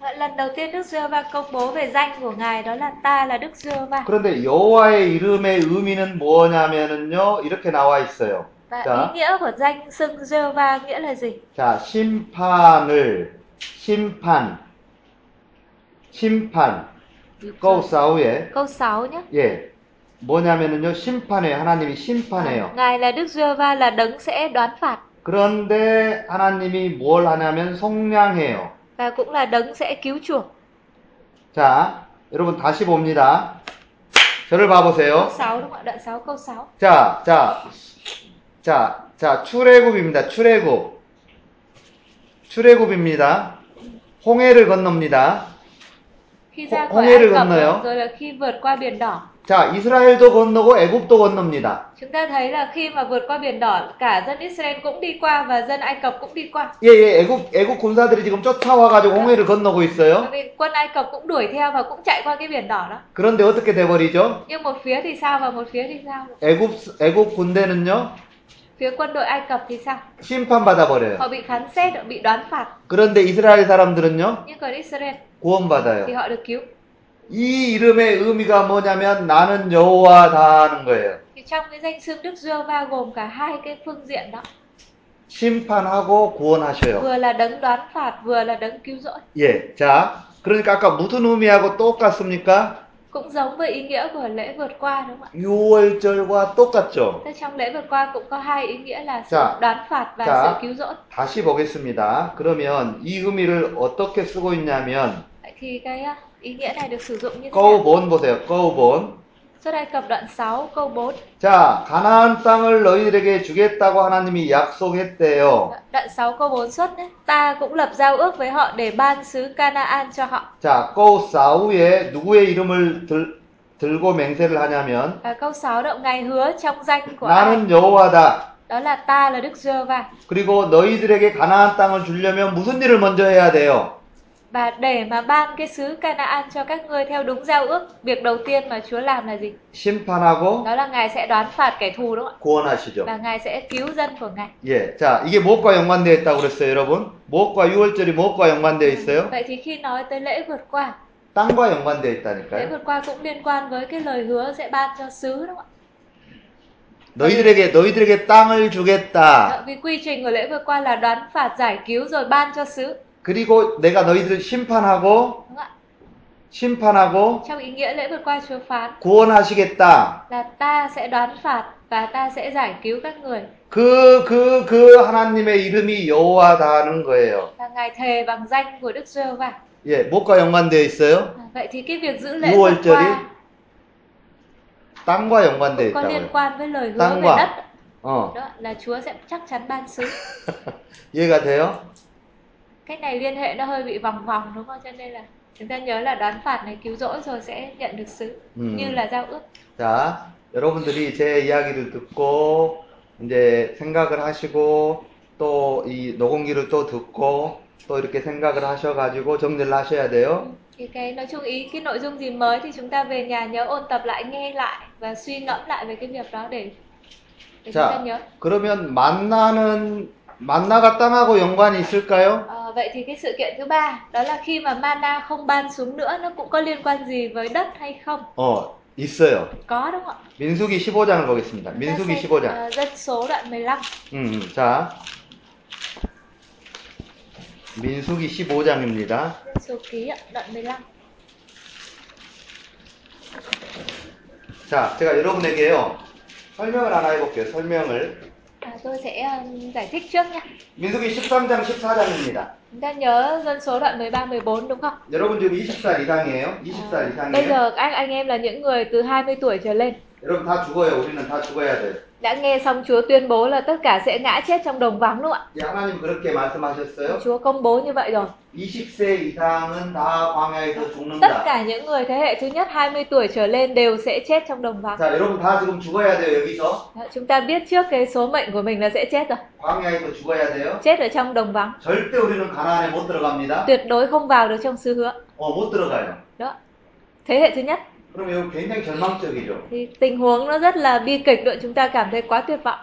Speaker 1: Vậy Dạ, lần đầu tiên Đức giê va công bố về danh của Ngài đó là ta là Đức giê va
Speaker 2: 그런데 여호와의 이름의 의미는 뭐냐면은요, 이렇게 나와 있어요.
Speaker 1: Và
Speaker 2: Dạ.
Speaker 1: ý nghĩa của danh xưng giê va nghĩa là gì?
Speaker 2: 자, 심판을, 심판, 심판,
Speaker 1: Dạ.
Speaker 2: 거우싸우에,
Speaker 1: Câu 6 nhé.
Speaker 2: 예, 뭐냐면은요, 심판해요. 하나님이 심판해요.
Speaker 1: Ngài là Đức giê va là đấng sẽ đoán phạt
Speaker 2: 그런데 하나님이 뭘 하냐면 속량해요.
Speaker 1: và cũng là đấng sẽ cứu chuộc.
Speaker 2: 자, 여러분 다시 봅니다.
Speaker 1: Câu
Speaker 2: 저를 봐보세요.
Speaker 1: 6 đúng không ạ? Đoạn 6 câu 6.
Speaker 2: 자, 자, 자, 자, 출애굽입니다. 출애굽. 출애굽입니다. 홍해를 건넙니다.
Speaker 1: Khi
Speaker 2: Hô-
Speaker 1: ra
Speaker 2: hôn
Speaker 1: khỏi
Speaker 2: nghe
Speaker 1: Ai
Speaker 2: được
Speaker 1: Cập
Speaker 2: gần này không?
Speaker 1: rồi là khi vượt qua biển đỏ.
Speaker 2: 자, 이스라엘도 건너고 애굽도 건넙니다.
Speaker 1: Chúng ta thấy là khi mà vượt qua biển đỏ, cả dân Israel cũng đi qua và dân Ai Cập cũng đi qua.
Speaker 2: 예, 예, 애국, 애국 군사들이 지금 쫓아와가지고 홍해를 건너고
Speaker 1: Bởi
Speaker 2: 있어요.
Speaker 1: vì quân Ai Cập cũng đuổi theo và cũng chạy qua cái biển đỏ đó.
Speaker 2: 그런데 어떻게 돼버리죠?
Speaker 1: Nhưng một phía thì sao và một phía thì sao?
Speaker 2: 애국, 애국 군대는요,
Speaker 1: Phía quân đội Ai Cập thì sao?
Speaker 2: 심판받아버려요.
Speaker 1: Họ bị khán xét, họ bị đoán phạt.
Speaker 2: 그런데 이스라엘 사람들은요,
Speaker 1: Nhưng còn Israel thì
Speaker 2: 구원받아요.
Speaker 1: họ được cứu.
Speaker 2: 이 이름의 의미가 뭐냐면 나는 여호와다 하는 거예요.
Speaker 1: Thì trong cái danh xưng Đức giê va gồm cả hai cái phương diện đó.
Speaker 2: 심판하고 구원하셔요.
Speaker 1: Vừa là đấng đoán phạt, vừa là đấng cứu rỗi.
Speaker 2: 예, 자, 그러니까 아까 무슨 의미하고 똑같습니까?
Speaker 1: Cũng giống với ý nghĩa của lễ vượt qua đúng không ạ?
Speaker 2: 6월절과 똑같죠.
Speaker 1: Thế trong lễ vượt qua cũng có hai ý nghĩa là sự
Speaker 2: Dạ.
Speaker 1: đoán phạt và
Speaker 2: Dạ.
Speaker 1: sự cứu rỗi.
Speaker 2: 다시 보겠습니다. 그러면 이 의미를 어떻게 쓰고 있냐면
Speaker 1: Vậy thì cái à, ý nghĩa này được sử dụng như thế nào?
Speaker 2: 꺼우본 보세요. 꺼우본.
Speaker 1: Xuất Ai Cập đoạn 6 câu 4.
Speaker 2: 자, 가나안 땅을 너희들에게 주겠다고 하나님이 약속했대요.
Speaker 1: Đoạn 6 câu 4 xuất đấy. Ta cũng lập giao ước với họ để ban xứ Canaan cho họ.
Speaker 2: 자, 꺼우사우에 누구의 이름을 들, 들고 맹세를 하냐면
Speaker 1: Và câu 6 động ngài hứa trong danh của ai?
Speaker 2: 나는 여호와다.
Speaker 1: Đó là ta là Đức giê va
Speaker 2: 그리고 너희들에게 가나안 땅을 주려면 무슨 일을 먼저 해야 돼요?
Speaker 1: Và để mà ban cái xứ Canaan cho các ngươi theo đúng giao ước, việc đầu tiên mà Chúa làm là gì?
Speaker 2: 심판하고
Speaker 1: Đó là Ngài sẽ đoán phạt kẻ thù đúng không ạ?
Speaker 2: 구원하시죠.
Speaker 1: Và Ngài sẽ cứu dân của Ngài.
Speaker 2: 예. 자, 이게 무엇과 연관되어 있다고 그랬어요, 여러분? 무엇과 6월절이 무엇과 연관되어 있어요?
Speaker 1: Vậy thì khi nói tới lễ vượt qua,
Speaker 2: 땅과 연관되어
Speaker 1: lễ
Speaker 2: 있다니까요.
Speaker 1: 그렇죠. vượt qua cũng liên quan với cái lời hứa sẽ ban cho xứ đúng không ạ?
Speaker 2: 너희들에게 너희들에게 땅을 주겠다.
Speaker 1: Đó, Vì quy trình của lễ vừa qua là đoán phạt giải cứu rồi ban cho xứ.
Speaker 2: 그리고 내가 너희들을 심판하고
Speaker 1: Đúng không ạ?
Speaker 2: 심판하고
Speaker 1: Trong ý nghĩa lễ vừa qua Chúa phán
Speaker 2: 구원하시겠다.
Speaker 1: là ta sẽ đoán phạt và ta sẽ giải cứu các người.
Speaker 2: 그 그, 그 하나님의 이름이 여호와다 하는 거예요.
Speaker 1: Và Ngài thề bằng danh của Đức giê va
Speaker 2: 예, 뭐가 연관되어 있어요?
Speaker 1: Vậy thì cái việc giữ lễ
Speaker 2: Ngụ
Speaker 1: vừa
Speaker 2: ơn trời
Speaker 1: qua
Speaker 2: 땅과 연관되어
Speaker 1: có liên
Speaker 2: 있다고요.
Speaker 1: quan với lời hứa
Speaker 2: Tăng
Speaker 1: về
Speaker 2: quả.
Speaker 1: đất.
Speaker 2: 어,
Speaker 1: Đó là Chúa sẽ chắc chắn ban xứ.
Speaker 2: 이해가 돼요?
Speaker 1: Cách này liên hệ nó hơi bị vòng vòng đúng không? Cho nên là chúng ta nhớ là đoán phạt này cứu rỗi rồi sẽ nhận được xứ
Speaker 2: 음.
Speaker 1: như là giao ước.
Speaker 2: 자, 여러분들이 제 이야기를 듣고 이제 생각을 하시고 또 이 녹음기를 또 듣고 또 이렇게 생각을 하셔가지고 정리를 하셔야 돼요.
Speaker 1: thì cái nói chung ý cái nội dung gì mới thì chúng ta về nhà nhớ ôn tập lại nghe lại và suy ngẫm lại về cái việc đó để để chúng ta
Speaker 2: 자,
Speaker 1: nhớ
Speaker 2: 그러면 만나는 만나가 땅하고 연관이 있을까요?
Speaker 1: Ờ, vậy thì cái sự kiện thứ ba đó là khi mà mana không ban xuống nữa nó cũng có liên quan gì với đất hay không
Speaker 2: 어, 있어요.
Speaker 1: có đúng không ạ
Speaker 2: 민수기 15장을
Speaker 1: Chúng
Speaker 2: 보겠습니다.
Speaker 1: ta
Speaker 2: 민수기
Speaker 1: xem,
Speaker 2: 15장.
Speaker 1: ờ, dân số đoạn 15
Speaker 2: 음, 음, 자. 민수기 15장입니다.
Speaker 1: dân số ký ạ, đoạn 15
Speaker 2: 자, 제가 여러분에게요. 설명을 하나 해볼게요. 설명을.
Speaker 1: à, tôi sẽ ờ, giải thích trước nha
Speaker 2: 민수기 13장 14장입니다.
Speaker 1: chúng ta nhớ dân số đoạn 13 14 đúng không
Speaker 2: 여러분 지금 20살 이상이에요?
Speaker 1: Ờ,
Speaker 2: 20살
Speaker 1: bây
Speaker 2: 이상이에요?
Speaker 1: giờ các anh em là những người từ 20 tuổi trở lên
Speaker 2: 여러분 다 죽어요. 우리는 다 죽어야 돼요.
Speaker 1: đã nghe xong Chúa tuyên bố là tất cả sẽ ngã chết trong đồng vắng đúng không ạ?
Speaker 2: 예, 하나님 그렇게 말씀하셨어요.
Speaker 1: Chúa công bố như vậy rồi.
Speaker 2: 20세 이상은 다 광야에서
Speaker 1: Tất
Speaker 2: 죽는다.
Speaker 1: cả những người thế hệ thứ nhất 20 tuổi trở lên đều sẽ chết trong đồng vắng.
Speaker 2: 자, 여러분 다 지금 죽어야 돼요. 여기서
Speaker 1: Đó, Dạ, Chúng ta biết trước cái số mệnh của mình là sẽ chết rồi.
Speaker 2: 광야에서 죽어야 돼요.
Speaker 1: Chết ở trong đồng vắng.
Speaker 2: 절대 우리는 가나안에 못 들어갑니다.
Speaker 1: Tuyệt đối không vào được trong xứ hứa.
Speaker 2: 어, 못 들어가요.
Speaker 1: Đó. Thế hệ thứ nhất
Speaker 2: 그럼 이거 굉장히 절망적이죠.
Speaker 1: thì tình huống nó rất là bi kịch đội chúng ta cảm thấy quá tuyệt vọng.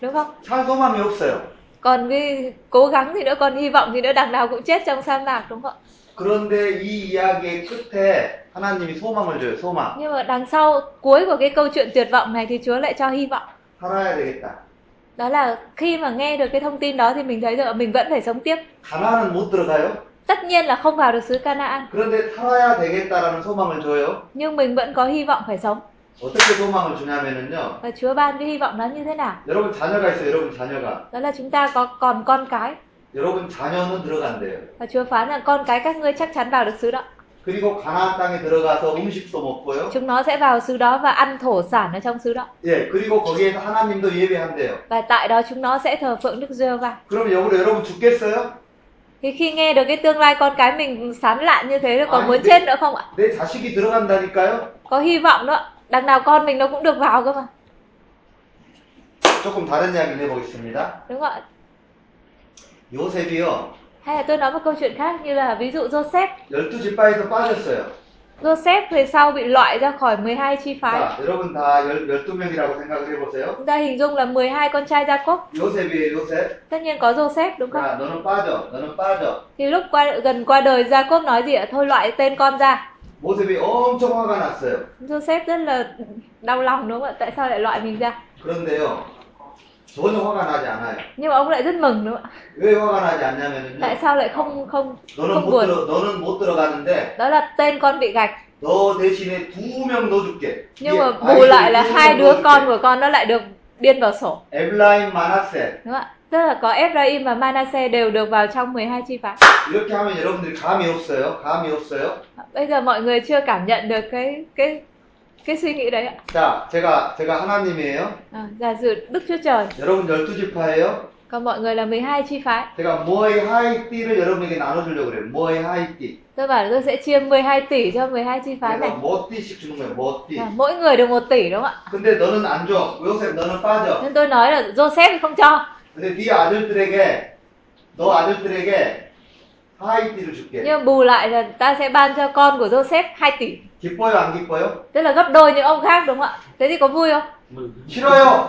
Speaker 1: Đúng không?
Speaker 2: 살 소망이 없어요.
Speaker 1: Còn cái cố gắng thì nữa, còn hy vọng thì nữa, đằng nào cũng chết trong sa mạc đúng không ạ?
Speaker 2: 그런데 이 이야기의 끝에 하나님이 소망을 줘요. 소망.
Speaker 1: Nhưng mà đằng sau cuối của cái câu chuyện tuyệt vọng này thì Chúa lại cho hy vọng.
Speaker 2: 살아야 되겠다.
Speaker 1: Đó là khi mà nghe được cái thông tin đó thì mình thấy được mình vẫn phải sống tiếp.
Speaker 2: 가나안은 못 들어가요.
Speaker 1: Tất nhiên là không vào được xứ Canaan,
Speaker 2: 그런데 살아야 되겠다라는 소망을 줘요.
Speaker 1: nhưng mình vẫn có hy vọng phải sống.
Speaker 2: 어떻게 소망을 주냐면은요.
Speaker 1: Và Chúa ban cái hy vọng đó như thế nào?
Speaker 2: 여러분 자녀가 있어요. 여러분 자녀가.
Speaker 1: Đó là chúng ta có còn con cái
Speaker 2: 여러분 자녀는 들어간대요.
Speaker 1: và Chúa phán rằng con cái các ngươi chắc chắn vào được xứ đó.
Speaker 2: 그리고 가나안 땅에 들어가서 음식도 먹고요.
Speaker 1: Chúng nó sẽ vào xứ đó và ăn thổ sản ở trong xứ đó.
Speaker 2: 예, 그리고 거기에서 하나님도 예배한대요.
Speaker 1: Và tại đó chúng nó sẽ thờ phượng Đức Giê va
Speaker 2: 그럼 여러분 여러분 죽겠어요?
Speaker 1: Thì khi nghe được cái tương lai con cái mình sán lạn như thế thì
Speaker 2: Ai
Speaker 1: còn muốn
Speaker 2: biết.
Speaker 1: chết nữa không ạ?
Speaker 2: 내 자식이 들어간다니까요.
Speaker 1: Có hy vọng đó. ạ. Đằng nào con mình nó cũng được vào cơ mà.
Speaker 2: 조금 다른 이야기를 해보겠습니다.
Speaker 1: Đúng không ạ?
Speaker 2: 요셉이요.
Speaker 1: Hay là tôi nói một câu chuyện khác như là ví dụ Joseph
Speaker 2: 12지파에서 빠졌어요.
Speaker 1: Joseph về sau bị loại ra khỏi 12 chi phái.
Speaker 2: 자, 여러분 다 열, 12명이라고 생각을 해보세요.
Speaker 1: Chúng ta hình dung là 12 con trai Jacob,
Speaker 2: 요셉이에요, 요셉.
Speaker 1: tất nhiên có Joseph đúng không?
Speaker 2: 야, 너는 빠져. 너는 빠져.
Speaker 1: Thì lúc qua, gần qua đời Jacob nói gì ạ? Thôi loại tên con ra.
Speaker 2: 모습이 엄청 화가 났어요.
Speaker 1: Joseph rất là đau lòng đúng không ạ? Tại sao lại loại mình ra?
Speaker 2: 그런데요. 전혀 화가 나지 않아요.
Speaker 1: Nhưng mà ông lại rất mừng đúng không ạ?
Speaker 2: 왜 화가 나지
Speaker 1: Tại
Speaker 2: 않냐면요.
Speaker 1: sao lại không không
Speaker 2: 너는
Speaker 1: không
Speaker 2: 못,
Speaker 1: buồn?
Speaker 2: 들어, 너는 못 들어가는데
Speaker 1: Đó là tên con bị gạch,
Speaker 2: 너 대신에 두 명 넣어줄게.
Speaker 1: nhưng mà bù
Speaker 2: 아이들이
Speaker 1: lại là
Speaker 2: 두
Speaker 1: hai
Speaker 2: 명
Speaker 1: đứa con
Speaker 2: 넣어줄게.
Speaker 1: của con nó lại được điên vào sổ.
Speaker 2: 에블라임 마나세
Speaker 1: Đúng không ạ? Tức là có Ephraim và Manasseh đều được vào trong 12 chi phái.
Speaker 2: 이렇게 하면 여러분들이 감이 없어요. 감이 없어요.
Speaker 1: Bây giờ mọi người chưa cảm nhận được cái cái cái suy nghĩ đấy ạ.
Speaker 2: 자, 제가 제가 하나님이에요.
Speaker 1: À, giả sử Đức Chúa Trời,
Speaker 2: 여러분 열두 지파예요.
Speaker 1: còn mọi người là 12 chi phái.
Speaker 2: 제가 모의 하이띠를 여러분에게 나눠주려고 그래요. 모의 하이띠.
Speaker 1: Tôi bảo là tôi sẽ chia 12 tỷ cho 12 chi phái này.
Speaker 2: 그래서 뭐 띠씩 주는 거예요. 뭐 띠.
Speaker 1: À, mỗi người được 1 tỷ đúng không
Speaker 2: 근데 너는 안 줘. 요셉 너는
Speaker 1: ạ?
Speaker 2: 빠져.
Speaker 1: Nên tôi nói là Joseph thì không cho,
Speaker 2: 근데 네 아들들에게 너 아들들에게 하이띠를 줄게.
Speaker 1: nhưng bù lại là ta sẽ ban cho con của Joseph 2 tỷ.
Speaker 2: 기뻐요 안 기뻐요?
Speaker 1: Tức là gấp đôi những ông khác đúng không ạ? Thế thì có vui không?
Speaker 2: 싫어요.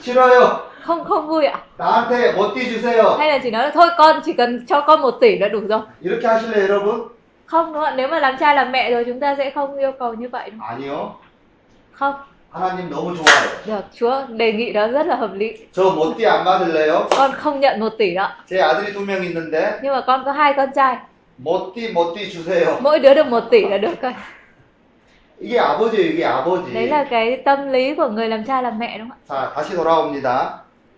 Speaker 2: 싫어요.
Speaker 1: Không không vui ạ.
Speaker 2: 나한테 뭐 띠 주세요.
Speaker 1: Hay là chỉ nói là thôi con chỉ cần cho con 1 tỷ là đủ rồi.
Speaker 2: 이렇게 하실래요 여러분?
Speaker 1: Không đúng không ạ? Nếu mà làm cha làm mẹ rồi chúng ta sẽ không yêu cầu như vậy đúng
Speaker 2: 아니요.
Speaker 1: không?
Speaker 2: 하나님 너무 좋아요.
Speaker 1: Được, Chúa đề nghị đó rất là hợp lý.
Speaker 2: 저 못띠 안 받을래요?
Speaker 1: Con không nhận một tỷ đó,
Speaker 2: 제 아들이 두 명 있는데
Speaker 1: nhưng mà con có hai con trai,
Speaker 2: 못띠 못띠 주세요.
Speaker 1: mỗi đứa được một tỷ là được rồi.
Speaker 2: 이게 아버지예요. 이게 아버지.
Speaker 1: Đấy là cái tâm lý của người làm cha làm mẹ đúng không
Speaker 2: 자 다시 돌아옵니다.
Speaker 1: ạ?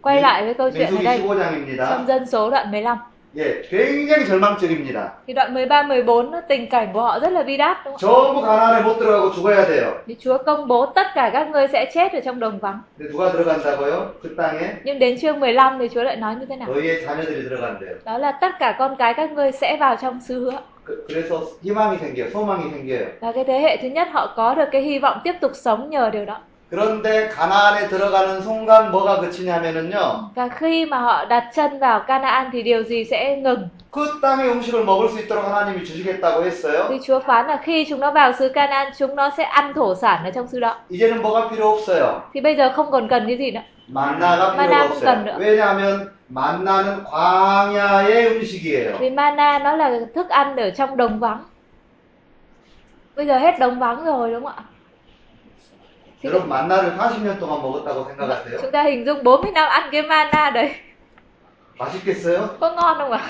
Speaker 1: Quay lại với câu chuyện ở
Speaker 2: 민수기
Speaker 1: đây trong
Speaker 2: 15장입니다.
Speaker 1: dân số đoạn 15.
Speaker 2: 예, 굉장히 절망적입니다.
Speaker 1: Thì đoạn 13 14 nó tình cảnh của họ rất là bi đát đúng không?
Speaker 2: 전부 가나안에 못 들어가고 죽어야 돼요.
Speaker 1: Thì Chúa công bố tất cả các ngươi sẽ chết ở trong đồng vắng.
Speaker 2: 근데 누가 들어간다고요? 그 땅에
Speaker 1: Nhưng đến chương 15 thì Chúa lại nói như thế nào?
Speaker 2: 너희의 자녀들이 들어간대요.
Speaker 1: Đó là tất cả con cái các ngươi sẽ vào trong sứ hứa.
Speaker 2: 그, 래서 희망이 생겨요. 소망이 생겨요.
Speaker 1: Và cái thế hệ thứ nhất họ có được cái hy vọng tiếp tục sống nhờ điều đó.
Speaker 2: 그런데 가나안에 들어가는 순간 뭐가 그치냐면은요.
Speaker 1: Và khi mà họ đặt chân vào Canaan thì điều gì sẽ ngừng?
Speaker 2: 그 땅의 음식을 먹을 수 있도록 하나님이 주시겠다고
Speaker 1: Thì
Speaker 2: 했어요.
Speaker 1: Chúa phán là khi chúng nó vào xứ Canaan chúng nó sẽ ăn thổ sản ở trong xứ đó.
Speaker 2: 이제는 뭐가 필요 없어요.
Speaker 1: Thì bây giờ không còn cần cái gì nữa.
Speaker 2: 만나가 필요가
Speaker 1: 만나는 건
Speaker 2: 없어요.
Speaker 1: 없어요.
Speaker 2: 왜냐하면 만나는 광야의 음식이에요.
Speaker 1: Vì mana nó là thức ăn ở trong đồng vắng. Bây giờ hết đồng vắng rồi đúng không ạ? Thì
Speaker 2: 여러분 만나를 40년 동안 먹었다고 생각하세요?
Speaker 1: chúng ta hình dung 40 năm ăn cái mana đấy
Speaker 2: 맛있겠어요?
Speaker 1: có ngon không ạ?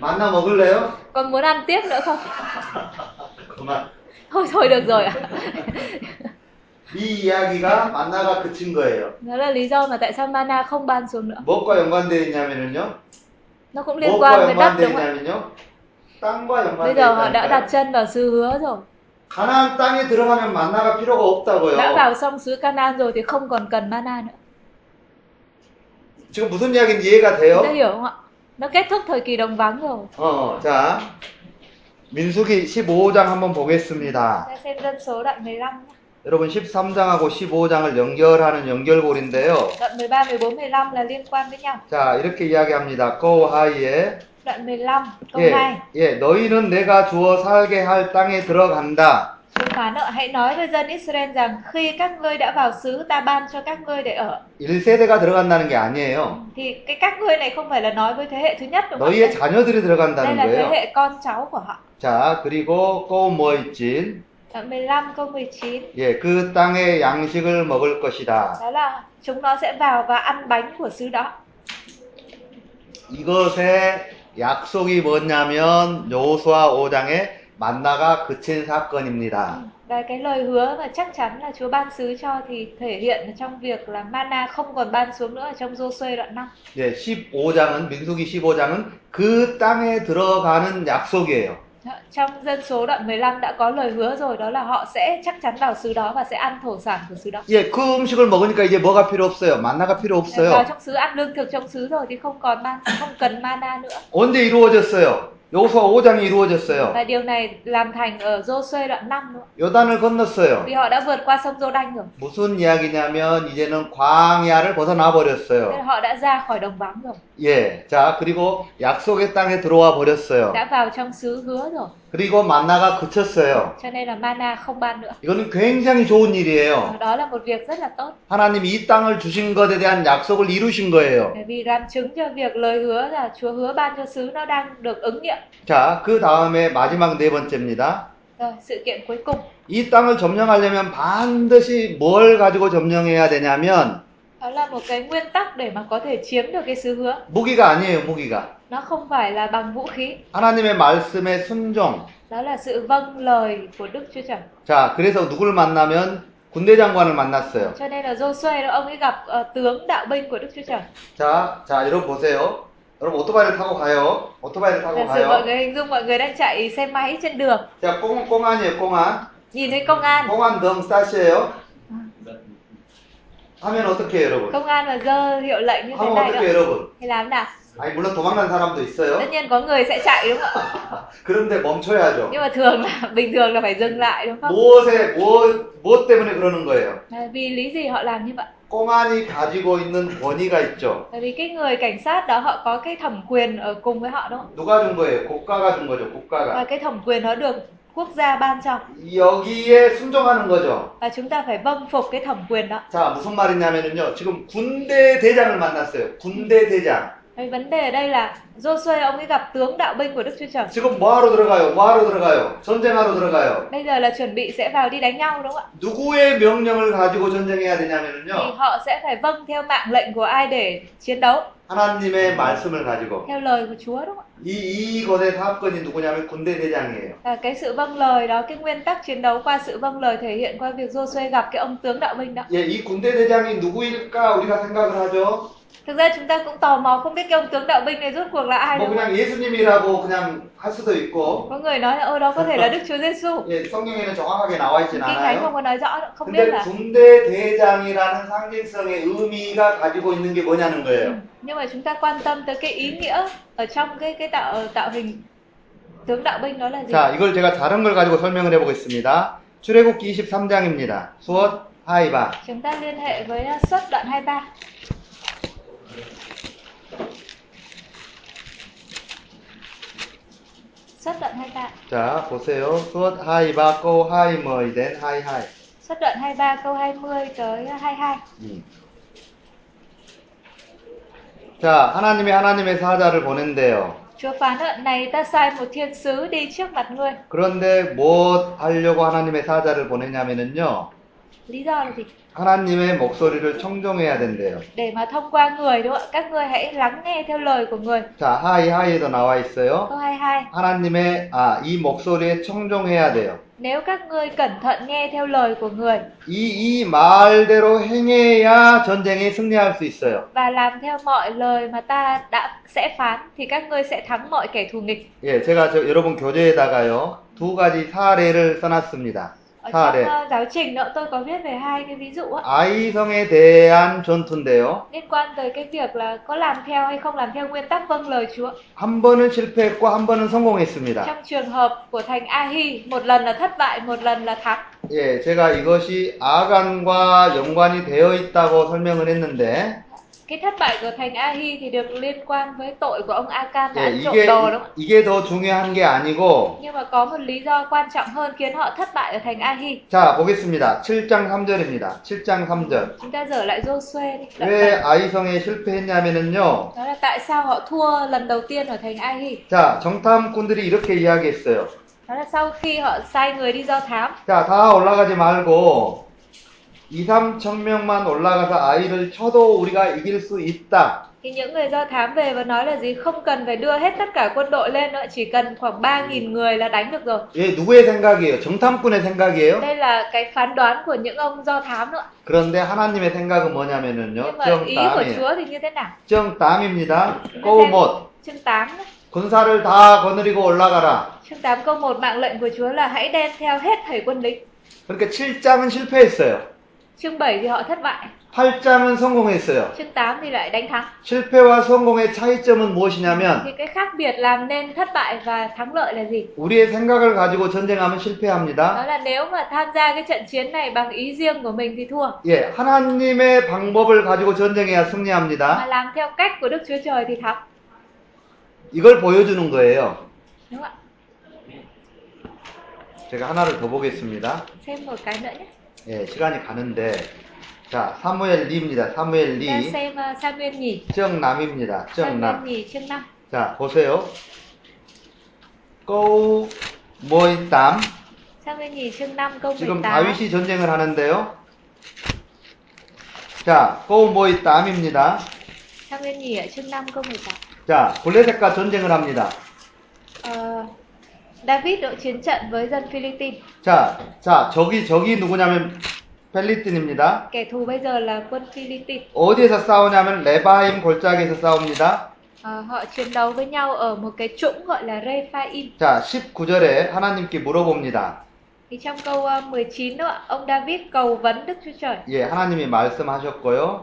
Speaker 2: 만나 먹을래요?
Speaker 1: Còn muốn ăn tiếp nữa không?
Speaker 2: 그만.
Speaker 1: Thôi thôi được rồi ạ.
Speaker 2: 이 이야기가 만나가 그친 거예요.
Speaker 1: Đó là lý do mà tại sao mana không ban xuống nữa.
Speaker 2: 무엇과 연관되어 있냐면요.
Speaker 1: Nó cũng liên
Speaker 2: 무엇과
Speaker 1: quan với đất
Speaker 2: 연관되어
Speaker 1: đúng không ạ?
Speaker 2: 있냐면요. 땅과
Speaker 1: Bây
Speaker 2: 연관되어
Speaker 1: giờ họ đã đặt
Speaker 2: 있다니까요.
Speaker 1: chân vào xứ hứa rồi.
Speaker 2: 가나안 땅에 들어가면 만나가 필요가
Speaker 1: Đã
Speaker 2: 없다고요.
Speaker 1: vào xong xứ Canaan rồi thì không còn cần mana nữa.
Speaker 2: 지금 무슨 이야기인지 이해가 돼요?
Speaker 1: Chúng ta hiểu không ạ? Nó kết thúc thời kỳ đồng vắng rồi.
Speaker 2: 어, 자. 민수기 15장 한번 보겠습니다.
Speaker 1: Ta xem dân số đoạn 15 nhé.
Speaker 2: 여러분 13장하고 15장을 연결하는 연결고리인데요.
Speaker 1: Đoạn 13, 14, 15 là liên quan với nhau.
Speaker 2: 자, 이렇게 이야기합니다. 거하이에
Speaker 1: Đoạn 15 câu
Speaker 2: 예,
Speaker 1: 2
Speaker 2: 예, 너희는 내가 주어 살게 할 땅에 들어간다.
Speaker 1: Chúa phán nợ hãy nói với dân Israel rằng khi các ngươi đã vào xứ ta ban cho các ngươi để ở
Speaker 2: 1세대가 들어간다는 게 아니에요.
Speaker 1: thì cái các ngươi này không phải là nói với thế hệ thứ nhất đúng không?
Speaker 2: 너희의 자녀들이
Speaker 1: Đây
Speaker 2: 들어간다는
Speaker 1: là thế
Speaker 2: 거예요.
Speaker 1: hệ con cháu của họ.
Speaker 2: 자, 그리고 꼬모이진
Speaker 1: Đoạn 15 câu 19
Speaker 2: 예, 그 땅의 양식을 먹을 것이다.
Speaker 1: đó là chúng nó sẽ vào và ăn bánh của xứ đó.
Speaker 2: 이것의 약속이 뭐냐면 여호수아 5장의 만나가 그친
Speaker 1: À.
Speaker 2: 사건입니다.
Speaker 1: Và cái lời hứa mà chắc chắn là Chúa ban xứ cho thì thể hiện ở trong việc là mana không còn ban xuống nữa ở trong Joshua đoạn 5.
Speaker 2: 예, 15장은 민수기 15장은 그 땅에 들어가는 약속이에요.
Speaker 1: Đó, Ờ, Trong dân số đoạn 15 đã có lời hứa rồi đó là họ sẽ chắc chắn vào xứ đó và sẽ ăn thổ sản của xứ đó.
Speaker 2: 예, 그 음식을 먹으니까 이제 뭐가 필요 없어요. 만나가 필요
Speaker 1: Vào
Speaker 2: 없어요.
Speaker 1: trong xứ ăn lương thực trong xứ rồi thì không còn man không cần mana nữa.
Speaker 2: 언제 이루어졌어요? 여호수아 5장이 이루어졌어요.
Speaker 1: Và điều này làm thành ở Joshua đoạn 5 nữa.
Speaker 2: 요단을 건넜어요.
Speaker 1: Vì họ đã vượt qua sông Giô Đanh rồi.
Speaker 2: 무슨 이야기냐면 이제는 광야를 벗어나
Speaker 1: Nên là
Speaker 2: 버렸어요.
Speaker 1: họ đã ra khỏi đồng vắng rồi,
Speaker 2: 예. 자, 그리고 약속의 땅에 들어와 버렸어요.
Speaker 1: đã vào trong xứ hứa rồi.
Speaker 2: 그리고 만나가 그쳤어요.
Speaker 1: Cho nên là mana không ban nữa.
Speaker 2: 이거는 굉장히 좋은 일이에요.
Speaker 1: Đó là một việc rất là tốt.
Speaker 2: 하나님이 이 땅을 주신 것에 대한 약속을 이루신 거예요.
Speaker 1: Bởi vì làm chứng cho việc lời hứa là Chúa hứa ban cho xứ nó đang được ứng nghiệm.
Speaker 2: 자, 그 다음에 마지막 네 번째입니다.
Speaker 1: Rồi, sự kiện cuối cùng.
Speaker 2: 이 땅을 점령하려면 반드시 뭘 가지고 점령해야 되냐면
Speaker 1: Đó là một cái nguyên tắc để mà có thể chiếm được cái xứ hứa.
Speaker 2: 무기가 아니에요, 무기가.
Speaker 1: Nó không phải là bằng vũ khí.
Speaker 2: 하나님의 말씀에 순종.
Speaker 1: Đó là sự vâng lời của Đức Chúa Trời.
Speaker 2: 자, 그래서 누굴 만나면 군대 장관을 만났어요.
Speaker 1: Cho nên là Joshua đó, ông ấy gặp ờ, tướng đạo binh của Đức Chúa Trời.
Speaker 2: 자, 자, 여러분 보세요. 여러분 오토바이를 타고 가요. 오토바이를 타고
Speaker 1: Giả sử mọi
Speaker 2: 가요.
Speaker 1: người hình dung mọi người đang chạy xe máy trên đường.
Speaker 2: 자, 꽁, 꽁안이에요, 꽁안.
Speaker 1: Nhìn thấy công an.
Speaker 2: 꽁안 덩 스타시에요. 하면 어떻게 해요, 여러분?
Speaker 1: Công an mà dơ hiệu lệnh như thế
Speaker 2: 하면
Speaker 1: này
Speaker 2: 어떻게
Speaker 1: đó.
Speaker 2: 해요, 여러분?
Speaker 1: Thì làm nào?
Speaker 2: 아니, 물론 도망간 사람도
Speaker 1: Tất
Speaker 2: 있어요.
Speaker 1: nhiên có người sẽ chạy đúng không ạ?
Speaker 2: 그런데 멈춰야죠.
Speaker 1: Nhưng mà thường là bình thường là phải dừng lại đúng không?
Speaker 2: 무엇에, 무엇, 무엇 때문에 그러는 거예요?
Speaker 1: Là vì lý gì họ làm như vậy?
Speaker 2: 꽁안이 가지고 있는 권위가 있죠.
Speaker 1: Bởi vì cái người cảnh sát đó họ có cái thẩm quyền ở cùng với họ đúng không?
Speaker 2: 누가 준 거예요? 국가가 준 거죠,
Speaker 1: Và
Speaker 2: 국가가.
Speaker 1: cái thẩm quyền nó được quốc gia ban cho
Speaker 2: 여기에 순종하는 거죠.
Speaker 1: và chúng ta phải vâng phục cái thẩm quyền đó.
Speaker 2: 자, 무슨 말이냐면요. 지금 군대 대장을 만났어요. 군대 대장.
Speaker 1: Cái vấn đề ở đây là Joshua ông ấy gặp tướng đạo binh của Đức Chúa Trời.
Speaker 2: 지금 뭐하러 들어가요? 뭐하러 들어가요? 전쟁하러 들어가요.
Speaker 1: Bây giờ là chuẩn bị sẽ vào đi đánh nhau đúng không ạ?
Speaker 2: 누구의 명령을 가지고 전쟁해야
Speaker 1: Thì
Speaker 2: 되냐면요.
Speaker 1: họ sẽ phải vâng theo mạng lệnh của ai để chiến đấu?
Speaker 2: 하나님의 말씀을 가지고.
Speaker 1: Theo lời của Chúa đúng không ạ?
Speaker 2: 이, 이것의 사건이 누구냐면 군대 대장이에요.
Speaker 1: Và cái sự vâng lời đó, cái nguyên tắc chiến đấu qua sự vâng lời thể hiện qua việc Joshua gặp cái ông tướng đạo binh đó.
Speaker 2: 예, 이 군대 대장이 누구일까 우리가 생각을 하죠.
Speaker 1: Thực ra chúng ta cũng tò mò không biết cái ông tướng đạo binh này rốt cuộc là ai
Speaker 2: 뭐
Speaker 1: đúng không?
Speaker 2: 그냥 예수님이라고 그냥 할 수도 있고,
Speaker 1: Có người nói là ơ đó có thể là Đức Chúa Giêsu.
Speaker 2: 예, 성경에는 정확하게 나와 있진
Speaker 1: Kinh Thánh không
Speaker 2: 않아요.
Speaker 1: có nói rõ, đâu, không biết
Speaker 2: 근데
Speaker 1: là.
Speaker 2: 군대 대장이라는 상징성의 의미가 가지고 있는 게 뭐냐는 거예요.
Speaker 1: Ừ, Nhưng mà chúng ta quan tâm tới cái ý nghĩa ở trong cái cái tạo tạo hình tướng đạo binh đó là gì?
Speaker 2: 자, 이걸 제가 다른 걸 가지고 설명을 해보겠습니다. 출애굽기 23장입니다. 수엇 하이바.
Speaker 1: Chúng ta liên hệ với à, xuất đoạn 23. Xuất đoạn 23.
Speaker 2: 자, 보세요. 수엇 하이바 꼬 하이 머이덴 하이 하이.
Speaker 1: Xuất đoạn 23 câu 20 tới 22.
Speaker 2: 음. 자, 하나님이 하나님의 사자를 보낸대요.
Speaker 1: Chúa phán đoạn này ta sai một thiên sứ đi trước mặt ngươi.
Speaker 2: 그런데 뭐 하려고 하나님의 사자를 보내냐면은요.
Speaker 1: Lý do là gì?
Speaker 2: 하나님의 목소리를 청종해야 된대요.
Speaker 1: Để mà thông qua người đúng không ạ? Các ngươi hãy lắng nghe theo lời của người.
Speaker 2: 자, 하이 하이에도 나와 있어요.
Speaker 1: Câu 22.
Speaker 2: 하나님의 아, 이 목소리에 청종해야 돼요.
Speaker 1: Nếu các ngươi cẩn thận nghe theo lời của người
Speaker 2: 이, 이 말대로 행해야 전쟁에 승리할 수 있어요.
Speaker 1: và làm theo mọi lời mà ta đã sẽ phán thì các ngươi sẽ thắng mọi kẻ thù nghịch.
Speaker 2: 예, 제가 저, 여러분 교재에다가요, 두 가지 사례를 써놨습니다.
Speaker 1: Ở trong
Speaker 2: 사례.
Speaker 1: ờ, giáo trình đó tôi có viết về hai cái ví dụ ạ.
Speaker 2: 아이성에 대한 전투인데요.
Speaker 1: liên quan tới cái việc là có làm theo hay không làm theo nguyên tắc vâng lời Chúa.
Speaker 2: 한 번은 실패했고, 한 번은 성공했습니다.
Speaker 1: Trong trường hợp của thành Ahi, một lần là thất bại, một lần là thắng.
Speaker 2: 예, 제가 이것이 아간과 연관이 되어 있다고 설명을 했는데,
Speaker 1: Cái thất bại của thành Ahi thì được liên quan với tội của ông Akan đã
Speaker 2: 예,
Speaker 1: ăn trộm
Speaker 2: 이게,
Speaker 1: đồ đúng không? ạ?
Speaker 2: 이게 더 중요한 게 아니고,
Speaker 1: Nhưng mà có một lý do quan trọng hơn khiến họ thất bại ở thành Ahi.
Speaker 2: 자, 보겠습니다. 7장 3절입니다. 7장 3절.
Speaker 1: Chúng ta dở lại Joshua đi. đoạn
Speaker 2: 왜
Speaker 1: bảy.
Speaker 2: 아이성에 실패했냐면은요,
Speaker 1: Đó là tại sao họ thua lần đầu tiên ở thành Ahi.
Speaker 2: 자, 정탐꾼들이 이렇게 이야기했어요.
Speaker 1: Đó là sau khi họ sai người đi do thám.
Speaker 2: 자, 다 올라가지 말고 2, 3천 명만 올라가서 아이를 쳐도 우리가 이길 수 있다.
Speaker 1: Thì những người do thám về và nói là gì? Không cần phải đưa hết tất cả quân đội lên nữa. Chỉ cần khoảng 3.000 người là đánh được rồi.
Speaker 2: 예, 누구의 생각이에요? 정탐꾼의 생각이에요?
Speaker 1: Đây là cái phán đoán của những ông do thám nữa.
Speaker 2: 그런데 하나님의 생각은 뭐냐면은요.
Speaker 1: Nhưng mà ý của
Speaker 2: 정땀이에요.
Speaker 1: Chúa thì như thế nào?
Speaker 2: 정땀입니다.
Speaker 1: Chúng ta xem
Speaker 2: 꼬못.
Speaker 1: Chương 8, nhé.
Speaker 2: 군사를 다 거느리고 올라가라.
Speaker 1: chương 8 câu 1 mạng lệnh của Chúa là hãy đem theo hết thầy quân lính.
Speaker 2: 그렇게 7장은 실패했어요.
Speaker 1: Chương 7 thì họ thất bại,
Speaker 2: 8장은 성공했어요.
Speaker 1: chương 8 thì lại đánh thắng.
Speaker 2: 실패와 성공의 차이점은
Speaker 1: Thì
Speaker 2: 무엇이냐면
Speaker 1: cái khác biệt làm nên thất bại và thắng lợi là gì?
Speaker 2: 우리의 생각을 가지고 전쟁하면 실패합니다.
Speaker 1: Đó là nếu mà tham gia cái trận chiến này bằng ý riêng của mình thì thua.
Speaker 2: 예, 하나님의 방법을 가지고 전쟁해야
Speaker 1: Mà
Speaker 2: 승리합니다.
Speaker 1: làm theo cách của Đức Chúa Trời thì thắng.
Speaker 2: 이걸 보여주는 거예요.
Speaker 1: Đúng không
Speaker 2: 제가 하나를 더 보겠습니다.
Speaker 1: ạ? Xem một cái nữa nhé.
Speaker 2: 예, 시간이 가는데. 자, 사무엘 리입니다. 사무엘 리.
Speaker 1: Ta xem uh, Samuel nhỉ?
Speaker 2: 정남입니다.
Speaker 1: Samuel
Speaker 2: 정남.
Speaker 1: nhỉ chương 5.
Speaker 2: 자, 보세요. 꼬우 모인땀.
Speaker 1: Samuel nhỉ chương à, 5 câu
Speaker 2: 지금
Speaker 1: 18.
Speaker 2: 다윗이 전쟁을 하는데요. 자, 꼬우 모인땀입니다.
Speaker 1: Samuel nhỉ ở chương 5 câu 18.
Speaker 2: 자, 블레셋과 전쟁을 합니다.
Speaker 1: Ờ, David đội chiến trận với dân Philippines.
Speaker 2: 자, 자, 저기, 저기 누구냐면 펠리틴입니다.
Speaker 1: Kẻ thù bây giờ là quân Philippines.
Speaker 2: 어디에서 싸우냐면 레바임 골짜기에서 싸웁니다.
Speaker 1: Ờ, họ chiến đấu với nhau ở một cái trũng gọi là Rephaim.
Speaker 2: 자, 19절에 하나님께 물어봅니다.
Speaker 1: Thì trong câu ờ, 19 đó, ạ, ông David cầu vấn Đức Chúa Trời.
Speaker 2: 예, 하나님이 말씀하셨고요.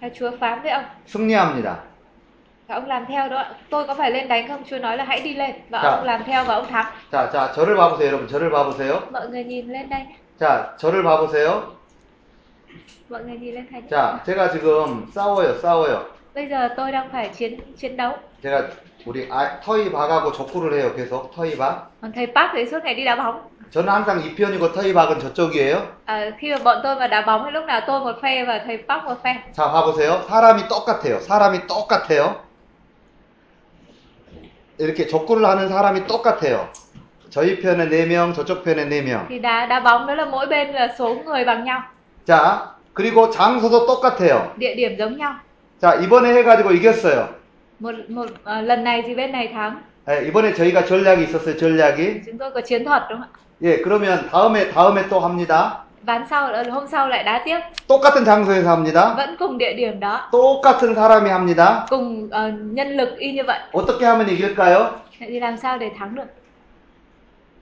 Speaker 1: Và Chúa phán với ông.
Speaker 2: 승리합니다.
Speaker 1: Và ông làm theo đó. ạ. Tôi có phải lên đánh không? Chúa nói là hãy đi lên. Và
Speaker 2: Dạ.
Speaker 1: ông làm theo và ông thắng.
Speaker 2: 자, 자, 저를 봐보세요, 여러분. 저를 봐보세요.
Speaker 1: Mọi người nhìn lên đây. nhé.
Speaker 2: 자, 저를 봐보세요.
Speaker 1: Mọi người nhìn lên thầy. nhé.
Speaker 2: 자, 제가 지금 싸워요, 싸워요.
Speaker 1: Bây giờ tôi đang phải chiến chiến đấu.
Speaker 2: 제가 우리 아, 터이박하고 족구를 해요, 계속. 터이박.
Speaker 1: Còn thầy Park thì suốt ngày đi đá bóng.
Speaker 2: 저는 항상 이 편이고 터이박은 저쪽이에요.
Speaker 1: Ờ, khi mà bọn tôi mà đá bóng thì lúc nào tôi một phe và thầy Park một phe.
Speaker 2: 자, 봐보세요. 사람이 똑같아요. 사람이 똑같아요. 이렇게 족구를 하는 사람이 똑같아요. 저희 편에 4명, 저쪽 편에 4명.
Speaker 1: Thì đá đá bóng đó là mỗi bên là số người bằng nhau,
Speaker 2: 자, 그리고 장소도 똑같아요.
Speaker 1: địa điểm giống nhau.
Speaker 2: 자, 이번에 해가지고 이겼어요.
Speaker 1: Một một ờ, lần này thì bên này thắng.
Speaker 2: 예, 이번에 저희가 전략이 있었어요, 전략이.
Speaker 1: Chúng tôi có chiến thuật đúng không ạ?
Speaker 2: 예, 그러면 다음에, 다음에 또 합니다.
Speaker 1: Ván sau ờ, hôm sau lại đá tiếp,
Speaker 2: 똑같은 장소에서 합니다.
Speaker 1: vẫn cùng địa điểm đó,
Speaker 2: 똑같은 사람이 합니다.
Speaker 1: cùng ờ, nhân lực y như vậy.
Speaker 2: 어떻게 하면 이길까요?
Speaker 1: Vậy thì làm sao để thắng được?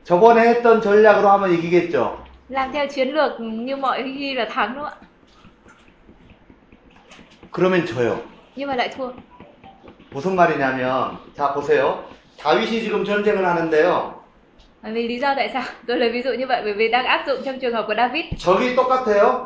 Speaker 2: 저번에 했던 전략으로 하면 이기겠죠.
Speaker 1: Làm theo chiến lược như mọi khi là thắng đúng không
Speaker 2: 그러면 져요.
Speaker 1: ạ? Nhưng mà lại thua.
Speaker 2: 무슨 말이냐면 자 보세요. 다윗이 지금 전쟁을 하는데요.
Speaker 1: Bởi vì lý do tại sao? Tôi lấy ví dụ như vậy bởi vì đang áp dụng trong trường hợp của David.
Speaker 2: 적이 똑같아요.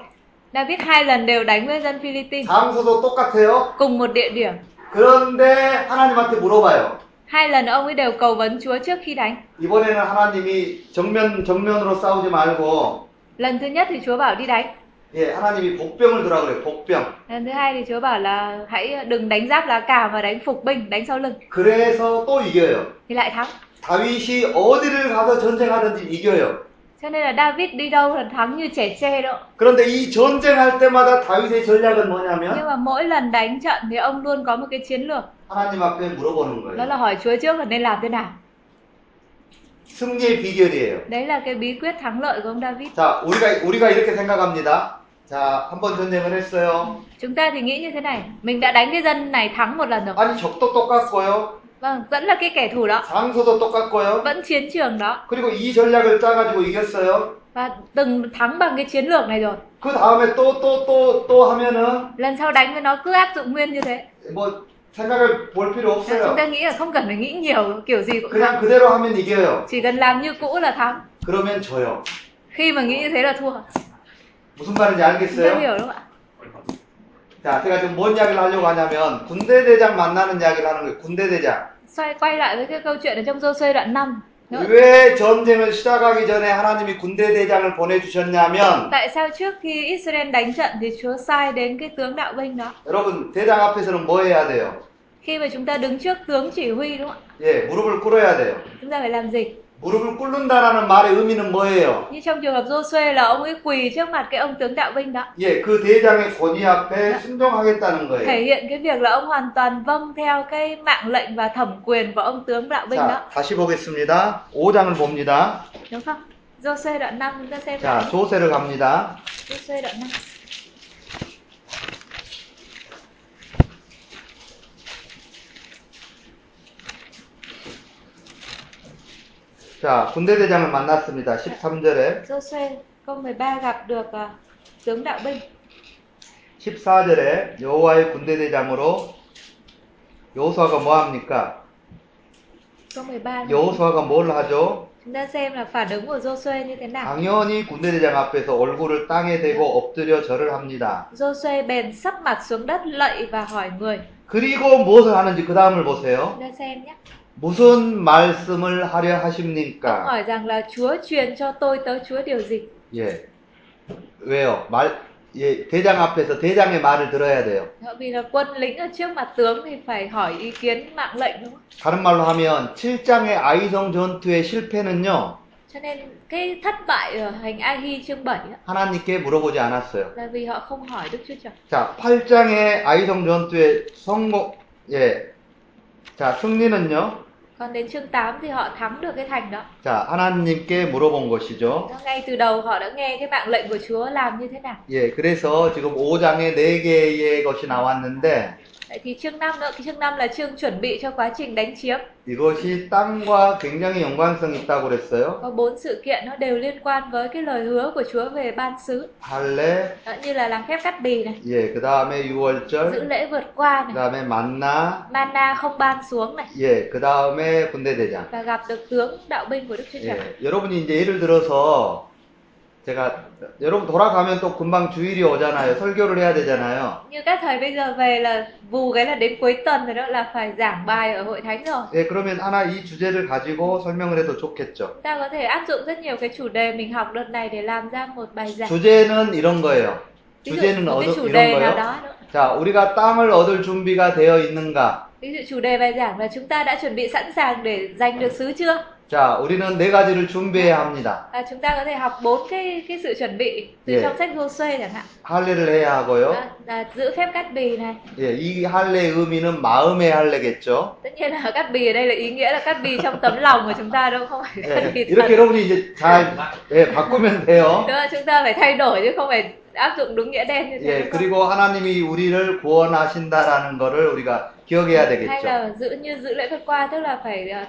Speaker 1: David hai lần đều đánh với dân Philippines
Speaker 2: 장소도 똑같아요.
Speaker 1: cùng một địa điểm.
Speaker 2: 그런데 하나님한테 물어봐요.
Speaker 1: Hai lần ông ấy đều cầu vấn Chúa trước khi đánh.
Speaker 2: 이번에는 하나님이 정면 정면으로 싸우지 말고
Speaker 1: Lần thứ nhất thì Chúa bảo đi đánh.
Speaker 2: 예 하나님이 복병을 들어라 그래요. 복병.
Speaker 1: Lần thứ hai thì Chúa bảo là hãy đừng đánh giáp lá cà mà đánh phục binh, đánh sau lưng
Speaker 2: 그래서 또 이겨요.
Speaker 1: thì lại thắng.
Speaker 2: 다윗이 어디를 가서 전쟁하든지 이겨요.
Speaker 1: Cho nên là David đi đâu là thắng như trẻ tre đó.
Speaker 2: 그런데 이 전쟁할 때마다 다윗의 전략은 뭐냐면
Speaker 1: Nhưng mà mỗi lần đánh trận thì ông luôn có một cái chiến lược
Speaker 2: 하나님 앞에 물어보는
Speaker 1: đó
Speaker 2: 거예요.
Speaker 1: là hỏi Chúa trước là nên làm thế nào.
Speaker 2: 승리의 비결이에요.
Speaker 1: Đấy là cái bí quyết thắng lợi của ông David.
Speaker 2: 자, 우리가 우리가 이렇게 생각합니다. 자, 한 번 전쟁을 했어요.
Speaker 1: Chúng ta thì nghĩ như thế này, mình đã đánh cái dân này thắng một lần rồi.
Speaker 2: 아니 적도 똑같고요,
Speaker 1: Vâng, vẫn là cái kẻ thù đó,
Speaker 2: 장소도 똑같고요.
Speaker 1: vẫn chiến trường đó
Speaker 2: 그리고 이 전략을 짜가지고 이겼어요.
Speaker 1: và từng thắng bằng cái chiến lược này rồi.
Speaker 2: 그 다음에 또 또 또 또 하면은
Speaker 1: Lần sau đánh với nó cứ áp dụng nguyên như thế. Dạ,
Speaker 2: 뭐 생각을 볼 필요
Speaker 1: Chúng
Speaker 2: 없어요.
Speaker 1: ta nghĩ là không cần phải nghĩ nhiều, kiểu gì cũng
Speaker 2: 아, 그냥
Speaker 1: thắng.
Speaker 2: 그대로 하면 이겨요.
Speaker 1: Chỉ cần làm như cũ là thắng.
Speaker 2: 그러면 져요.
Speaker 1: Khi mà nghĩ như thế là thua.
Speaker 2: 무슨 말인지
Speaker 1: Chúng ta
Speaker 2: 알겠어요?
Speaker 1: hiểu đúng không ạ?
Speaker 2: 자, 제가 지금 뭔 이야기를 하려고 하냐면 군대 대장 만나는 이야기를 하는 거예요. 군대 대장.
Speaker 1: Xoay quay lại với cái câu chuyện ở trong Joshua đoạn 5.
Speaker 2: 어?
Speaker 1: Đúng không ạ?
Speaker 2: 왜 전쟁을 시작하기 전에 하나님이 군대 대장을 보내주셨냐면
Speaker 1: Tại sao trước khi Israel đánh trận thì Chúa sai đến cái tướng đạo binh đó?
Speaker 2: 여러분 대장 앞에서는 뭐 해야 돼요?
Speaker 1: Khi mà chúng ta đứng trước tướng chỉ huy đúng không ạ?
Speaker 2: 예, 무릎을 꿇어야 돼요.
Speaker 1: Chúng ta phải làm gì?
Speaker 2: 무릎을 꿇는다라는 말의 의미는 뭐예요?
Speaker 1: Như trong trường hợp Joshua là ông ấy quỳ trước mặt cái ông tướng đạo binh đó.
Speaker 2: 예, 그 대장의 권위 앞에
Speaker 1: thể
Speaker 2: 순종하겠다는 거예요.
Speaker 1: hiện cái việc là ông hoàn toàn vâng theo cái mạng lệnh và thẩm quyền của ông tướng đạo binh
Speaker 2: 자,
Speaker 1: đó
Speaker 2: 다시 보겠습니다. 5장을 봅니다.
Speaker 1: đúng không Joshua đoạn 5 chúng ta xem
Speaker 2: 자,
Speaker 1: lại
Speaker 2: 조세를 갑니다.
Speaker 1: Joshua đoạn 5
Speaker 2: 자, 군대 대장을 만났습니다. 13절에,
Speaker 1: Joshua câu 13 gặp được à, tướng đạo binh
Speaker 2: 14절에 여호와의 군대 대장으로 여호수아가 뭐 합니까?
Speaker 1: câu 13
Speaker 2: 여호수아가 뭘 하죠?
Speaker 1: chúng ta xem là phản ứng của Joshua như thế
Speaker 2: À.
Speaker 1: nào
Speaker 2: 당연히 군대 대장 앞에서 얼굴을 땅에 대고 엎드려 절을 합니다.
Speaker 1: Joshua bèn sắp mặt xuống đất lạy và hỏi người
Speaker 2: 그리고 무엇을 하는지 그 다음을 보세요.
Speaker 1: chúng ta xem nhé
Speaker 2: 무슨 말씀을 하려
Speaker 1: ông
Speaker 2: 하십니까?
Speaker 1: hỏi rằng là Chúa truyền cho tôi tớ Chúa điều gì
Speaker 2: 예. 왜요? 말, 예, 대장 앞에서 대장의 말을 들어야 돼요.
Speaker 1: Đó, vì là quân lính ở trước mặt tướng thì phải hỏi ý kiến mạng lệnh đúng không
Speaker 2: 다른 말로 하면 7장의 아이성 전투의 실패는요,
Speaker 1: cho nên cái thất bại ở hành Ahi chương 7 á,
Speaker 2: 하나님께 물어보지 않았어요.
Speaker 1: là vì họ không hỏi Đức Chúa Trời.
Speaker 2: 자, 8장의 아이성 전투의 성공, 예. 자, 승리는요,
Speaker 1: Còn đến chương 8 thì họ thắng được cái thành đó.
Speaker 2: 자, 하나님께 물어본 것이죠.
Speaker 1: Đó, Ngay từ đầu họ đã nghe cái mạng lệnh của Chúa làm như thế nào.
Speaker 2: 예, 그래서 지금 5장에 4개의 것이 나왔는데,
Speaker 1: Vậy thì chương 5 nữa, cái chương 5 là chương chuẩn bị cho quá trình đánh chiếm.
Speaker 2: 이것이 땅과 굉장히 연관성 있다고 그랬어요.
Speaker 1: Có bốn sự kiện nó đều liên quan với cái lời hứa của Chúa về ban xứ.
Speaker 2: 할례,
Speaker 1: Đó, như là làm phép cắt bì này,
Speaker 2: 예, 그 다음에
Speaker 1: giữ
Speaker 2: 유월절,
Speaker 1: lễ vượt qua này,
Speaker 2: 그 다음에 만나,
Speaker 1: mana không ban xuống này
Speaker 2: 예, 그 다음에 군대 대장. 그렇죠.
Speaker 1: và gặp được tướng đạo binh của Đức Chúa Trời.
Speaker 2: 예, 여러분이 이제 예를 들어서 제가 여러분 돌아가면 또 금방 주일이 오잖아요. 설교를 해야 되잖아요.
Speaker 1: như các thầy bây giờ về là vù cái là đến cuối tuần rồi đó là phải giảng bài ở hội thánh rồi
Speaker 2: 예, 그러면 하나 이 주제를 가지고 설명을 해도 좋겠죠.
Speaker 1: ta có thể áp dụng rất nhiều cái chủ đề mình học đợt này để làm ra một bài giảng
Speaker 2: 주제는 네. 이런 거예요.
Speaker 1: ví dụ
Speaker 2: 주제는
Speaker 1: một cái
Speaker 2: 얻어
Speaker 1: chủ
Speaker 2: 이런
Speaker 1: đề nào
Speaker 2: 거예요.
Speaker 1: đó nữa.
Speaker 2: 자, 우리가 땅을 얻을 준비가 되어 있는가?
Speaker 1: ví dụ chủ đề bài giảng là chúng ta đã chuẩn bị sẵn sàng để giành được xứ chưa
Speaker 2: 자, 우리는 네 가지를 준비해야 합니다.
Speaker 1: à, chúng ta có thể học bốn cái cái sự chuẩn bị từ
Speaker 2: Dạ.
Speaker 1: trong sách Joshua chẳng hạn
Speaker 2: 할례를 해야 하고요.
Speaker 1: à, là giữ phép cắt bì này
Speaker 2: 예, 이 할례의 의미는 마음의 할례겠죠.
Speaker 1: tất nhiên là cắt bì ở đây là ý nghĩa là cắt bì trong tấm lòng của chúng ta đâu không phải cắt
Speaker 2: 예,
Speaker 1: bì thật
Speaker 2: 이렇게 여러분이 이제 잘 예, 바꾸면 돼요.
Speaker 1: Đúng là chúng ta phải thay đổi chứ không phải áp dụng đúng nghĩa đen như thế
Speaker 2: 예,
Speaker 1: đúng không?
Speaker 2: 그리고 하나님이 우리를 구원하신다라는 거를 우리가 기억해야
Speaker 1: hay
Speaker 2: 되겠죠.
Speaker 1: là giữ như giữ lễ Phật qua tức là phải ờ,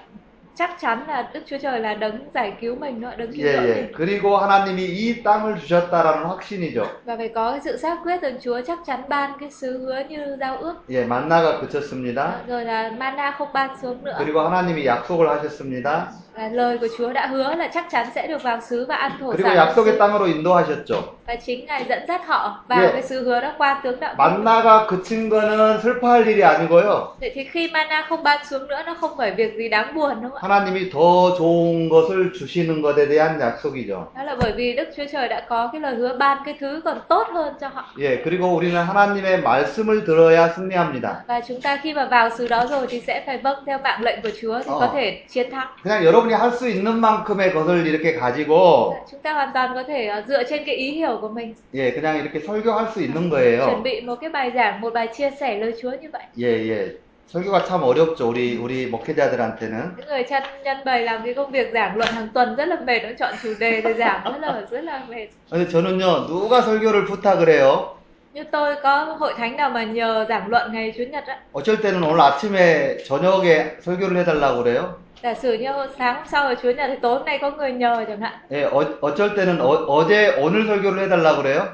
Speaker 1: chắc chắn là Đức Chúa Trời là đấng giải cứu mình đó, đấng cứu
Speaker 2: 예,
Speaker 1: rỗi
Speaker 2: 예.
Speaker 1: mình
Speaker 2: 그리고 하나님이 이 땅을 주셨다라는 확신이죠.
Speaker 1: và phải có cái sự xác quyết rằng Chúa chắc chắn ban cái sứ hứa như giao ước
Speaker 2: 예, 만나가 그쳤습니다.
Speaker 1: Ờ, rồi là mana không ban xuống nữa
Speaker 2: 그리고 하나님이 약속을 하셨습니다.
Speaker 1: là lời của Chúa đã hứa là chắc chắn sẽ được vào sứ và ăn thổ
Speaker 2: 그리고
Speaker 1: sản ở
Speaker 2: 약속의
Speaker 1: xứ.
Speaker 2: 땅으로 인도하셨죠.
Speaker 1: và chính ngài dẫn dắt họ vào
Speaker 2: Dạ.
Speaker 1: cái sứ hứa đó qua tướng đạo Đức.
Speaker 2: 만나가 그친 거는 슬퍼할 일이 아니고요.
Speaker 1: vậy thì khi mana không ban xuống nữa nó không phải việc gì đáng buồn đúng không ạ
Speaker 2: 하나님이 더 좋은 것을 주시는 것에 대한 약속이죠.
Speaker 1: đó là bởi vì Đức Chúa Trời đã có cái lời hứa ban cái thứ còn tốt hơn cho họ
Speaker 2: 예, 그리고 우리는 하나님의 말씀을 들어야 승리합니다.
Speaker 1: và chúng ta khi mà vào xứ đó rồi thì sẽ phải vâng theo mạng lệnh của Chúa thì
Speaker 2: Ờ.
Speaker 1: có thể chiến thắng
Speaker 2: 그냥 여러분이 할 수 있는 만큼의 것을 이렇게 가지고
Speaker 1: chúng ta hoàn toàn có thể ờ, dựa trên cái ý hiểu của mình
Speaker 2: 예, 그냥 이렇게 설교할 수 있는
Speaker 1: chuẩn
Speaker 2: 거예요.
Speaker 1: bị một cái bài giảng một bài chia sẻ lời Chúa như vậy
Speaker 2: 예, 예. 설교가 참 어렵죠. 우리 우리 목회자들한테는.
Speaker 1: những người chăn nhân bày làm cái công việc giảng luận hàng tuần rất là mệt nó chọn chủ đề rồi giảng rất là rất là mệt
Speaker 2: 근데 저는요. 누가 설교를 부탁을 해요?
Speaker 1: như tôi có hội thánh nào mà nhờ giảng luận ngày chủ nhật á
Speaker 2: 어쩔 때는 오늘 아침에 저녁에 설교를 해 달라고 그래요.
Speaker 1: giả sử như sáng hôm sau là chủ nhật thì tối hôm nay có người nhờ chẳng hạn
Speaker 2: 예, 어, 어쩔 때는 어, 제 오늘 설교를 해 달라고 그래요.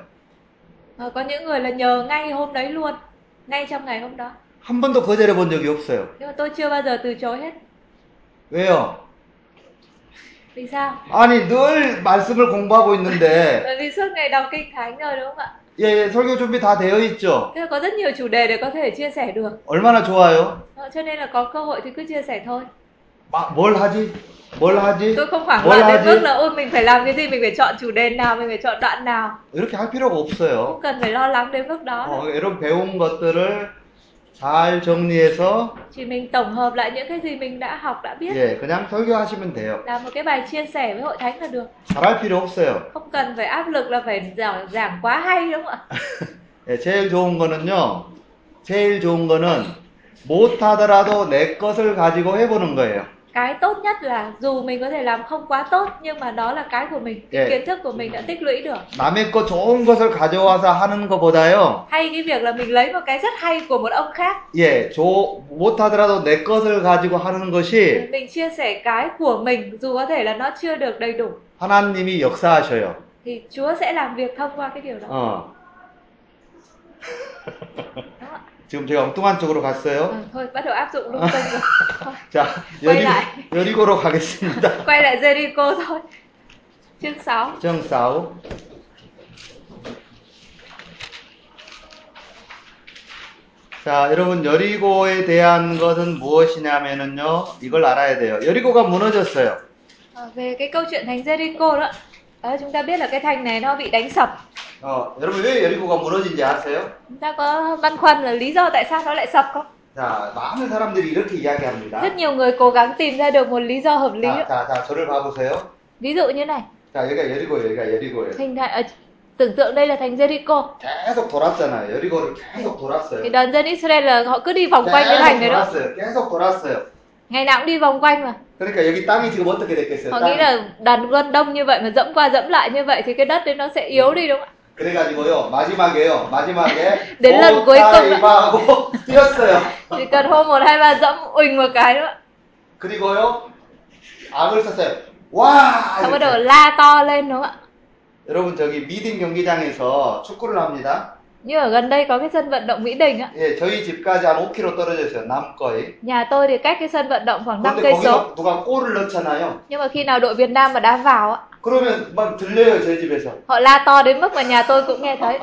Speaker 1: Ờ, có những người là nhờ ngay hôm đấy luôn ngay trong ngày hôm đó
Speaker 2: 한 번도 거절해 본 적이 없어요.
Speaker 1: nhưng mà tôi chưa bao giờ từ chối hết
Speaker 2: 왜요?
Speaker 1: vì sao
Speaker 2: 아니, 늘 말씀을 공부하고 있는데
Speaker 1: bởi vì suốt ngày đọc kinh thánh rồi đúng không ạ
Speaker 2: 예, 예, 설교 준비 다 되어 있죠.
Speaker 1: thế là có rất nhiều chủ đề để có thể chia sẻ được
Speaker 2: 얼마나 좋아요?
Speaker 1: Ờ, cho nên là có cơ hội thì cứ chia sẻ thôi
Speaker 2: 마- 뭘 하지? 뭘 하지?
Speaker 1: tôi không hoảng
Speaker 2: 뭘
Speaker 1: loạn đến mức
Speaker 2: 하지?
Speaker 1: là ôi mình phải làm cái gì mình phải chọn chủ đề nào mình phải chọn đoạn nào
Speaker 2: 이렇게 할 필요가 없어요.
Speaker 1: không cần phải lo lắng đến mức đó đâu.
Speaker 2: 어, 이런 배운 것들을 잘 정리해서
Speaker 1: chỉ mình tổng hợp lại những cái gì mình đã học đã biết
Speaker 2: 예 그냥 설교하시면 돼요.
Speaker 1: làm một cái bài chia sẻ với hội thánh là được
Speaker 2: 잘할 필요 없어요.
Speaker 1: không cần phải áp lực là phải giảng, giảng quá hay đúng không ạ
Speaker 2: 예, 제일 좋은 거는요. 제일 좋은 거는 못하더라도 내 것을 가지고 해보는 거예요.
Speaker 1: cái tốt nhất là dù mình có thể làm không quá tốt nhưng mà đó là cái của mình cái
Speaker 2: Yeah.
Speaker 1: kiến thức của mình đã tích lũy được
Speaker 2: 남의 것 좋은 것을 가져와서 하는 것보다요.
Speaker 1: hay cái việc là mình lấy một cái rất hay của một ông khác
Speaker 2: 예, 조- 못하더라도 내 것을 가지고 하는 것이
Speaker 1: mình chia sẻ cái của mình dù có thể là nó chưa được đầy đủ
Speaker 2: 하나님이 역사하셔요.
Speaker 1: thì Chúa sẽ làm việc thông qua cái điều đó
Speaker 2: 어. 지금 제가 엉뚱한 쪽으로 갔어요.
Speaker 1: à, thôi bắt đầu áp dụng lung tung rồi thôi,
Speaker 2: 자,
Speaker 1: 빨리
Speaker 2: 여리고, 여리고로 가겠습니다.
Speaker 1: quay lại Jericho thôi chương 6
Speaker 2: chương 6 자, 여러분 여리고에 대한 것은 무엇이냐면은요. 이걸 알아야 돼요. 여리고가 무너졌어요.
Speaker 1: à, về cái câu chuyện thành Jericho đó Ờ, chúng ta biết là cái thành này nó bị đánh sập
Speaker 2: 어, 여러분 왜 여리고가 무너진지 아세요?
Speaker 1: chúng ta có băn khoăn là lý do tại sao nó lại sập không
Speaker 2: 자, 많은 사람들이 이렇게 이야기합니다.
Speaker 1: rất nhiều người cố gắng tìm ra được một lý do hợp lý
Speaker 2: 자,
Speaker 1: đó.
Speaker 2: 자, 자, 저를 봐 보세요.
Speaker 1: ví dụ như này
Speaker 2: 자, 여기가 여리고예요. 여기가 여리고예요.
Speaker 1: hình thành ở, tưởng tượng đây là thành Jericho
Speaker 2: 계속 돌았잖아요. 여리고를
Speaker 1: thì
Speaker 2: 계속 돌았어요.
Speaker 1: đoàn dân Israel là họ cứ đi
Speaker 2: 아,
Speaker 1: vòng
Speaker 2: Dạ,
Speaker 1: quanh cái thành
Speaker 2: 계속
Speaker 1: đấy đó
Speaker 2: 돌았어요. 계속 돌았어요.
Speaker 1: ngày nào cũng đi vòng quanh mà
Speaker 2: 그러니까 여기 땅이 지금 어떻게 됐겠어요?
Speaker 1: họ nghĩ
Speaker 2: 땅이.
Speaker 1: là đàn quân đông như vậy mà dẫm qua dẫm lại như vậy thì cái đất đấy nó sẽ yếu đi đúng không ạ
Speaker 2: 그래가지고요 마지막에요 마지막에
Speaker 1: 내 랩 고액권
Speaker 2: 하고 뛰었어요
Speaker 1: chỉ cần hôm một hai ba dẫm uỳnh một cái đúng không ạ
Speaker 2: 그리고요 악을 썼어요 와
Speaker 1: xong bắt đầu
Speaker 2: 이렇게.
Speaker 1: la to lên đúng không ạ
Speaker 2: 여러분 저기 미딩 경기장에서 축구를 합니다
Speaker 1: như ở gần đây có cái sân vận động Mỹ Đình á
Speaker 2: 예 저희 집까지 한 5km 떨어져 있어요 남거의
Speaker 1: nhà tôi thì cách cái sân vận động khoảng 5
Speaker 2: 근데
Speaker 1: cây số
Speaker 2: 거기서 누가 골을 넣잖아요
Speaker 1: nhưng mà khi nào đội Việt Nam mà đá vào á
Speaker 2: 그러면 막 들려요 제 집에서.
Speaker 1: Họ la to đến mức mà nhà tôi cũng nghe thấy.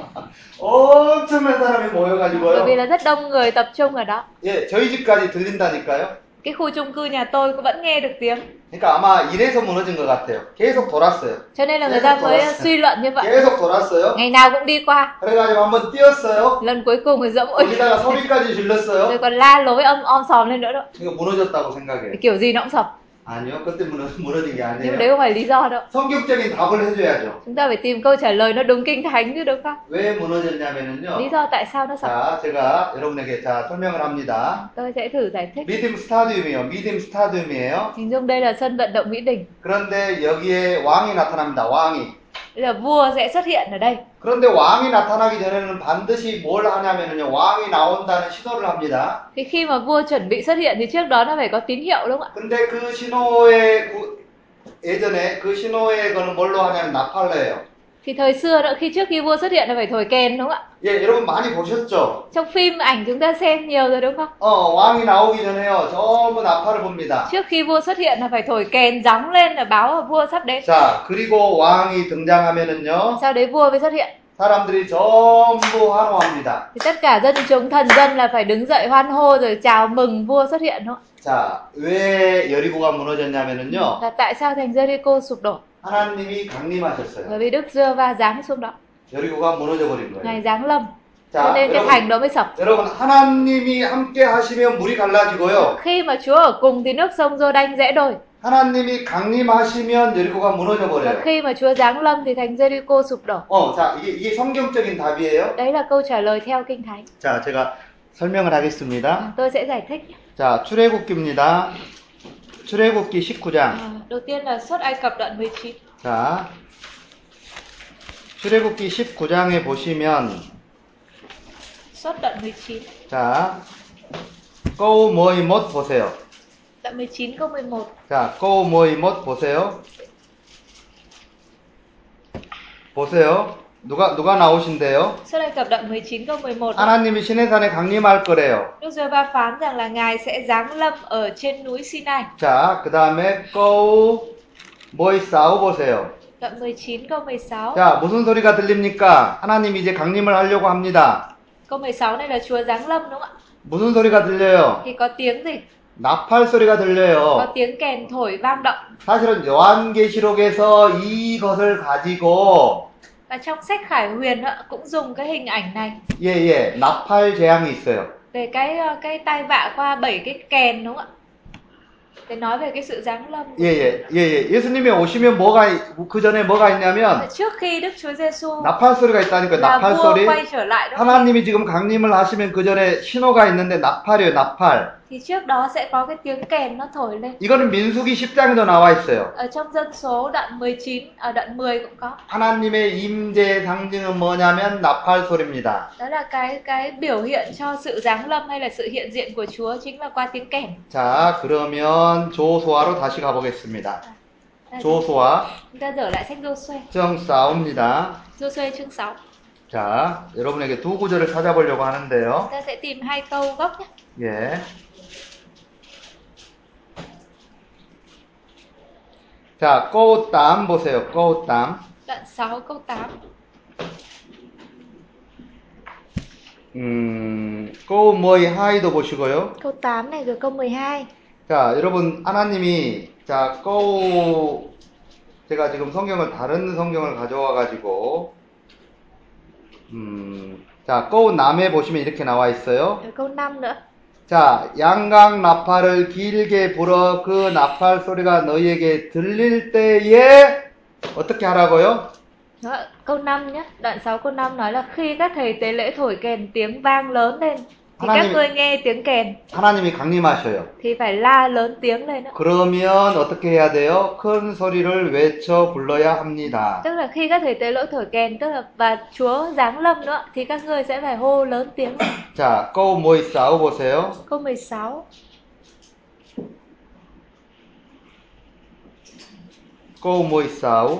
Speaker 2: 엄청난 사람이
Speaker 1: Bởi vì
Speaker 2: 모여가지고요.
Speaker 1: là rất đông người tập trung ở đó.
Speaker 2: 예, 저희 집까지 들린다니까요.
Speaker 1: Cái khu chung cư nhà tôi cũng vẫn nghe được tiếng.
Speaker 2: 그러니까 아마 이래서 무너진 것 같아요. 계속 돌았어요.
Speaker 1: Cho nên là người ta mới suy luận như vậy.
Speaker 2: 계속 돌았어요.
Speaker 1: Ngày nào cũng đi qua.
Speaker 2: 그래가지고 한번 뛰었어요.
Speaker 1: Lần cuối cùng thì dẫm ôi.
Speaker 2: 거기다가 소리까지 질렀어요.
Speaker 1: Rồi còn la lối ông om sòm lên nữa đó.
Speaker 2: 이거 무너졌다고 생각해요.
Speaker 1: Thì kiểu gì nó cũng sập.
Speaker 2: 아니요, 그때 무너, 무너진 게
Speaker 1: Nhưng mà
Speaker 2: 아니에요.
Speaker 1: đấy không phải lý do đâu.
Speaker 2: 성격적인 답을 해줘야죠.
Speaker 1: Chúng ta phải tìm câu trả lời nó đúng kinh thánh chứ đúng không?
Speaker 2: 왜 무너졌냐면요.
Speaker 1: Lý do tại sao nó sập?
Speaker 2: 자, 제가 여러분에게 자 설명을 합니다.
Speaker 1: Tôi sẽ thử giải thích.
Speaker 2: 미딤 스타디움이에요. 미딤 스타디움이에요.
Speaker 1: Hình dung đây là sân vận động Mỹ Đình.
Speaker 2: 그런데 여기에 왕이 나타납니다. 왕이.
Speaker 1: Bây giờ vua sẽ xuất hiện ở đây.
Speaker 2: 그런데 왕이 나타나기 전에는 반드시 뭘 하냐면요. 왕이 나온다는 신호를 합니다.
Speaker 1: Thì khi mà vua chuẩn bị xuất hiện thì trước đó nó phải có tín hiệu đúng không ạ?
Speaker 2: 근데 그 신호의 구- 예전에 그 신호의 거는 뭘로 하냐면 나팔레예요.
Speaker 1: Thì thời xưa đó khi trước khi vua xuất hiện là phải thổi kèn đúng không ạ?
Speaker 2: 예, 여러분 많이 보셨죠?
Speaker 1: Trong phim ảnh chúng ta xem nhiều rồi đúng không?
Speaker 2: 어, 왕이 나오기 전에요. 전부 나팔을 봅니다.
Speaker 1: Trước khi vua xuất hiện là phải thổi kèn gióng lên là báo là vua sắp đến.
Speaker 2: 자, 그리고 왕이 등장하면은요.
Speaker 1: Sau đấy vua mới xuất hiện.
Speaker 2: 사람들이 전부 환호합니다.
Speaker 1: Thì tất cả dân chúng thần dân là phải đứng dậy hoan hô rồi chào mừng vua xuất hiện đúng không?
Speaker 2: 자, 왜 여리고가
Speaker 1: ạ?
Speaker 2: 무너졌냐면은요.
Speaker 1: Là tại sao thành Jericho sụp đổ?
Speaker 2: 하나님이 강림하셨어요.
Speaker 1: Bởi vì Đức Giơ va giáng xuống đó,
Speaker 2: 여리고가 무너져 버린 거예요.
Speaker 1: ngài giáng lâm. Cho
Speaker 2: 자,
Speaker 1: nên cái
Speaker 2: 여러분,
Speaker 1: thành đó mới sập.
Speaker 2: 여러분 하나님이 함께 하시면 물이 갈라지고요.
Speaker 1: Khi mà Chúa ở cùng thì nước sông Giô Đanh rẽ đôi.
Speaker 2: 하나님이 강림하시면 여리고가 무너져
Speaker 1: Và
Speaker 2: 버려요.
Speaker 1: khi mà Chúa giáng lâm thì thành Jericho sụp đổ.
Speaker 2: 어, 자, 이게, 이게 성경적인 답이에요.
Speaker 1: Đấy là câu trả lời theo Kinh Thánh. Ừ,
Speaker 2: 자, 제가 설명을 하겠습니다.
Speaker 1: Tôi sẽ giải thích. nhé.
Speaker 2: 자, 출애굽기입니다. 출애굽기 19장.
Speaker 1: À, đầu tiên là xuất Ai Cập đoạn 19.
Speaker 2: 자, 출애굽기 19장에 보시면
Speaker 1: Xuất đoạn 19.
Speaker 2: 자, 꼬우 모이 못 보세요.
Speaker 1: Đoạn 19 câu 11.
Speaker 2: 자, 꼬우 모이 못 보세요. 보세요. 누가 누가 나오신대요?
Speaker 1: Xuất Ai Cập đoạn 19 câu 11.
Speaker 2: 하나님이 신해산에 강림할 거래요.
Speaker 1: Đức Giê-va phán rằng là Ngài sẽ giáng lâm ở trên núi Sinai.
Speaker 2: 자, 그 다음에 꼬우 모이 싸우 보세요.
Speaker 1: Đoạn 19 câu 16.
Speaker 2: 자, 무슨 소리가 들립니까? 하나님이 이제 강림을 하려고 합니다.
Speaker 1: Câu 16 này là Chúa giáng lâm đúng không
Speaker 2: 무슨 소리가 들려요?
Speaker 1: ạ? Thì có tiếng gì?
Speaker 2: 나팔 소리가
Speaker 1: Có
Speaker 2: 들려요.
Speaker 1: tiếng kèn thổi vang động.
Speaker 2: 사실은 요한계시록에서 이것을 가지고
Speaker 1: Và trong sách Khải Huyền ạ, cũng dùng cái hình ảnh này
Speaker 2: 예예 나팔 재앙이 있어요.
Speaker 1: về cái ờ, cái tai vạ qua bảy cái kèn đúng không ạ? Để nói về cái sự giáng lâm. của Chúa.
Speaker 2: 예예 예예 예수님이 오시면 뭐가 그 전에 뭐가 있냐면
Speaker 1: Trước khi Đức Chúa Giêsu
Speaker 2: 나팔 소리가 있다니까
Speaker 1: là
Speaker 2: 나팔
Speaker 1: vua
Speaker 2: 소리.
Speaker 1: quay trở lại đó
Speaker 2: 하나님이 지금 강림을 하시면 그 전에 신호가 있는데 나팔이에요 나팔.
Speaker 1: thì trước đó sẽ có cái tiếng kèn nó thổi lên.
Speaker 2: 이거는 민수기 10장에도 나와 있어요.
Speaker 1: Ở trong dân số đoạn 19 ở đoạn 10 cũng có.
Speaker 2: 하나님의 임재의 상징은 뭐냐면 나팔 소리입니다.
Speaker 1: Đó là cái cái biểu hiện cho sự giáng lâm hay là sự hiện diện của Chúa chính là qua tiếng kèn.
Speaker 2: 자 그러면 조소아로 다시 가보겠습니다. 조소아
Speaker 1: Chúng ta dở lại sách Joshua,
Speaker 2: 정 싸웁니다.
Speaker 1: Joshua chương 6.
Speaker 2: 자, 여러분에게 두 구절을 찾아보려고
Speaker 1: Chúng
Speaker 2: 하는데요.
Speaker 1: ta sẽ tìm hai câu gốc nhé.
Speaker 2: 예. 자, 꼬우땀 보세요. 꼬우땀.
Speaker 1: Đoạn 6 câu 8.
Speaker 2: 음, 꼬우머이 하이도 보시고요.
Speaker 1: Câu 8 này rồi câu 12.
Speaker 2: 자, 여러분, 하나님이, 자, 꼬우, 제가 지금 성경을, 다른 성경을 가져와가지고, 음, 자, 꼬우 남에 보시면 이렇게 나와 있어요.
Speaker 1: Rồi câu 5 nữa.
Speaker 2: 자, 양강 나팔을 길게 불어 그 나팔 소리가 너희에게 들릴 때에 어떻게 하라고요?
Speaker 1: Đó, câu 5 nhé. Đoạn 6 câu 5 nói là khi các thầy tế lễ thổi kèn tiếng vang lớn lên thì
Speaker 2: Nó
Speaker 1: các
Speaker 2: như-
Speaker 1: ngươi nghe tiếng kèn
Speaker 2: 하나님이 강림하셔요.
Speaker 1: thì phải la lớn tiếng lên đó.
Speaker 2: 그러면 어떻게 해야 돼요? 큰 소리를 외쳐 불러야 합니다.
Speaker 1: Tức là khi các thầy tế lễ thổi kèn tức là và Chúa giáng lâm nữa thì các ngươi sẽ phải hô lớn tiếng. lên.
Speaker 2: 자, 꼬우 모이 싸우 보세요.
Speaker 1: Câu 16.
Speaker 2: 꼬우 모이 싸우.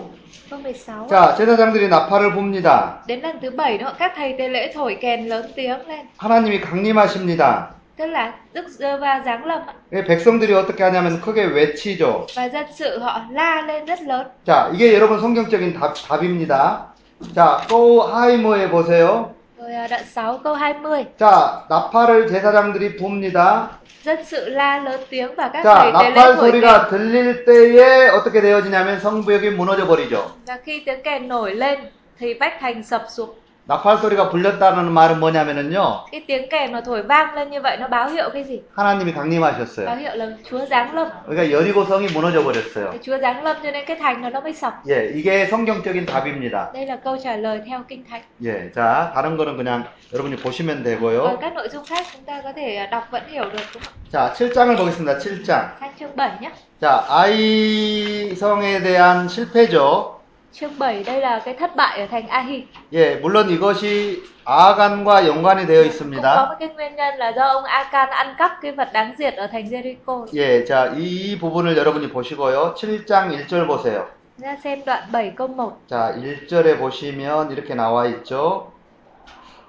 Speaker 1: Câu 16. ạ.
Speaker 2: 자, 제사장들이 나팔을 봅니다.
Speaker 1: Đến lần thứ 7 đó các thầy tế lễ thổi kèn lớn tiếng lên
Speaker 2: 하나님이 강림하십니다.
Speaker 1: tức là Đức Giê-va giáng lâm ạ.
Speaker 2: 이게 백성들이 어떻게 하냐면 크게 외치죠.
Speaker 1: và dân sự họ la lên rất lớn
Speaker 2: 자, 이게 여러분 성경적인 답, 답입니다. 자, 또 하이모에 보세요.
Speaker 1: rồi à, đoạn 6 câu 20
Speaker 2: 자, 나팔을 제사장들이 붑니다.
Speaker 1: dân sự la lớn tiếng và các
Speaker 2: 자,
Speaker 1: thầy tế lễ
Speaker 2: 나팔
Speaker 1: thổi kèn
Speaker 2: 소리가 들릴 때에 어떻게 되어지냐면 성벽이 무너져 버리죠.
Speaker 1: và khi tiếng kèn nổi lên thì vách thành sập xuống
Speaker 2: 나팔 소리가 불렸다는 말은 뭐냐면은요.
Speaker 1: cái tiếng kèn mà thổi vang lên như vậy nó báo hiệu cái gì
Speaker 2: 하나님이
Speaker 1: báo
Speaker 2: 강림하셨어요.
Speaker 1: hiệu là Chúa giáng lâm
Speaker 2: 그러니까 여리고 성이 무너져 버렸어요.
Speaker 1: Thì Chúa giáng lâm cho nên cái thành nó nó mới sập
Speaker 2: 예, 이게 성경적인 답입니다.
Speaker 1: đây là câu trả lời theo kinh thánh
Speaker 2: 예, 자, 다른 거는 그냥 여러분이
Speaker 1: còn
Speaker 2: 보시면 되고요.
Speaker 1: Ờ, các nội dung khác chúng ta có thể ờ, đọc vẫn hiểu được đúng không?
Speaker 2: 자, 7장을 보겠습니다. 7장.
Speaker 1: sang chương 7 nhé
Speaker 2: 자, 아이 성에 대한 실패죠.
Speaker 1: chương 7 đây là cái thất bại ở thành Ahi
Speaker 2: 예, 물론 이것이 아간과 연관이
Speaker 1: cũng
Speaker 2: 되어
Speaker 1: có
Speaker 2: 있습니다.
Speaker 1: một cái nguyên nhân là do ông Akan ăn cắp cái vật đáng diệt ở thành Jericho
Speaker 2: 예, 자, 이, 이 부분을 여러분이 보시고요. 7장 1절 보세요.
Speaker 1: ra xem đoạn 7 câu 1
Speaker 2: 자, 1절에 보시면 이렇게 나와 있죠.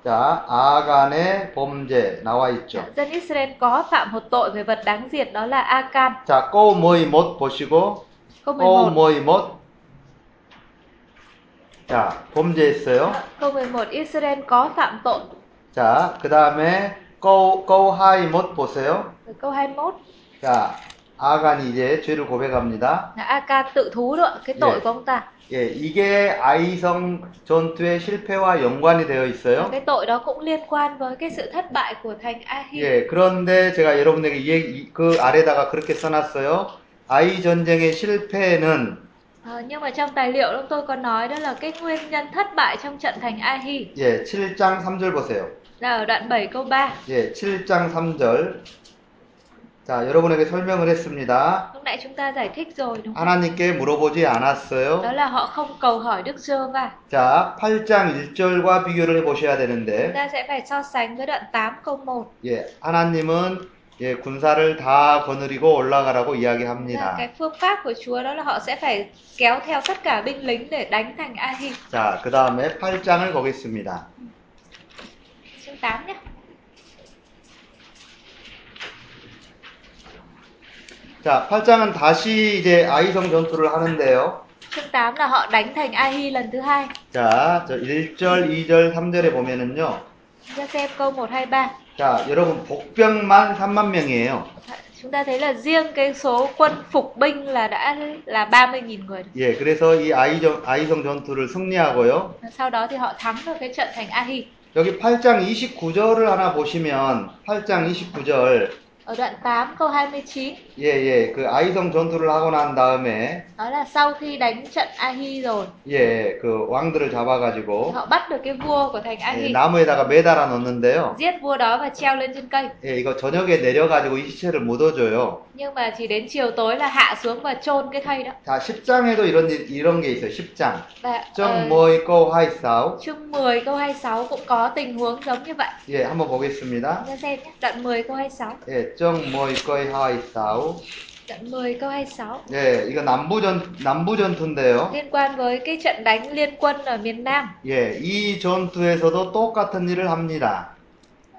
Speaker 2: 자, 아간의 범죄 나와 있죠.
Speaker 1: dân Israel có phạm một tội về vật đáng diệt đó là Akan
Speaker 2: 자, 꼬모이 못 보시고,
Speaker 1: câu 11
Speaker 2: 꼬모이 못. 자, 범죄했어요.
Speaker 1: câu 11 Israel có phạm tội
Speaker 2: 자, 그 다음에 꼬, 꼬하이 못 보세요.
Speaker 1: Rồi câu 21
Speaker 2: 자, 아간이 이제 죄를 고백합니다.
Speaker 1: là Akan tự thú nữa cái tội
Speaker 2: Yes.
Speaker 1: của ông ta
Speaker 2: 예, 이게 아이성 전투의 실패와 연관이 되어
Speaker 1: Và
Speaker 2: 있어요.
Speaker 1: cái tội đó cũng liên quan với cái sự thất bại của thành Ahi
Speaker 2: 예, 그런데 제가 여러분에게 이 얘기- 이- 그 아래다가 그렇게 써놨어요. 아이 전쟁의 실패는
Speaker 1: Ờ, nhưng mà trong tài liệu chúng tôi có nói đó là cái nguyên nhân thất bại trong trận thành Ahi
Speaker 2: 예, 7장 3절 보세요.
Speaker 1: là ở đoạn 7 câu 3
Speaker 2: 예, 7장 3절. 자, 여러분에게 설명을 했습니다.
Speaker 1: lúc nãy chúng ta giải thích rồi đúng không?
Speaker 2: 하나님께 물어보지
Speaker 1: đó
Speaker 2: 않았어요.
Speaker 1: là họ không cầu hỏi Đức Giêsu và
Speaker 2: 자, 8장 1절과 비교를 해보셔야
Speaker 1: chúng
Speaker 2: 되는데,
Speaker 1: ta sẽ phải so sánh với đoạn 8 câu 1
Speaker 2: 예, 하나님은 예, 군사를 다 거느리고 올라가라고
Speaker 1: là
Speaker 2: 이야기합니다.
Speaker 1: cái phương pháp của Chúa đó là họ sẽ phải kéo theo tất cả binh lính để đánh thành Ahi
Speaker 2: 자, 그 다음에 8장을 보겠습니다.
Speaker 1: chương 8 nhé
Speaker 2: 자, 8장은 다시 이제 아이성 전투를 하는데요.
Speaker 1: chương 8 là họ đánh thành Ahi lần thứ hai
Speaker 2: 자, 저 1절, 2절, 3절에 보면은요.
Speaker 1: chúng ta xem câu 1 2 3
Speaker 2: 자, 여러분, 복병만 3만 명이에요.
Speaker 1: chúng ta thấy là riêng cái số quân phục binh là đã là 30.000 người
Speaker 2: 예, 그래서 이 아이정, 아이성 전투를 승리하고요.
Speaker 1: sau đó thì họ thắng được cái trận thành Ahi
Speaker 2: 여기 8장 29절을 하나 보시면, 8장 29절,
Speaker 1: ở đoạn 8 câu 29
Speaker 2: 예, 예, 그 아이성 전투를 하고 난 다음에,
Speaker 1: đó là sau khi đánh trận Ahi rồi
Speaker 2: 예, 그 왕들을
Speaker 1: thì
Speaker 2: 잡아가지고,
Speaker 1: họ bắt được cái vua của thành
Speaker 2: 예,
Speaker 1: Ahi
Speaker 2: 나무에다가 매달아 놓는데요.
Speaker 1: giết vua đó và treo lên trên cây
Speaker 2: 예, 이거 저녁에 내려가지고 이 시체를 묻어줘요.
Speaker 1: nhưng mà chỉ đến chiều tối là hạ xuống và chôn cái thây đó
Speaker 2: 자, 10장에도 이런, 일- 이런 게 있어요, 10장.
Speaker 1: và
Speaker 2: 좀
Speaker 1: ờ,
Speaker 2: 뭐 있고 하이사우.
Speaker 1: chương 10 câu 26 cũng có tình huống giống như vậy
Speaker 2: 예, 한번
Speaker 1: chúng
Speaker 2: 보겠습니다.
Speaker 1: ta xem nhé đoạn 10 câu 26
Speaker 2: 예, 정뭐 있고 하이사우.
Speaker 1: đoạn 10 câu 26
Speaker 2: 예, 이거 남부전 남부 전투인데요.
Speaker 1: liên quan với cái trận đánh liên quân ở miền Nam
Speaker 2: 예, 이 전투에서도 똑같은 일을 합니다.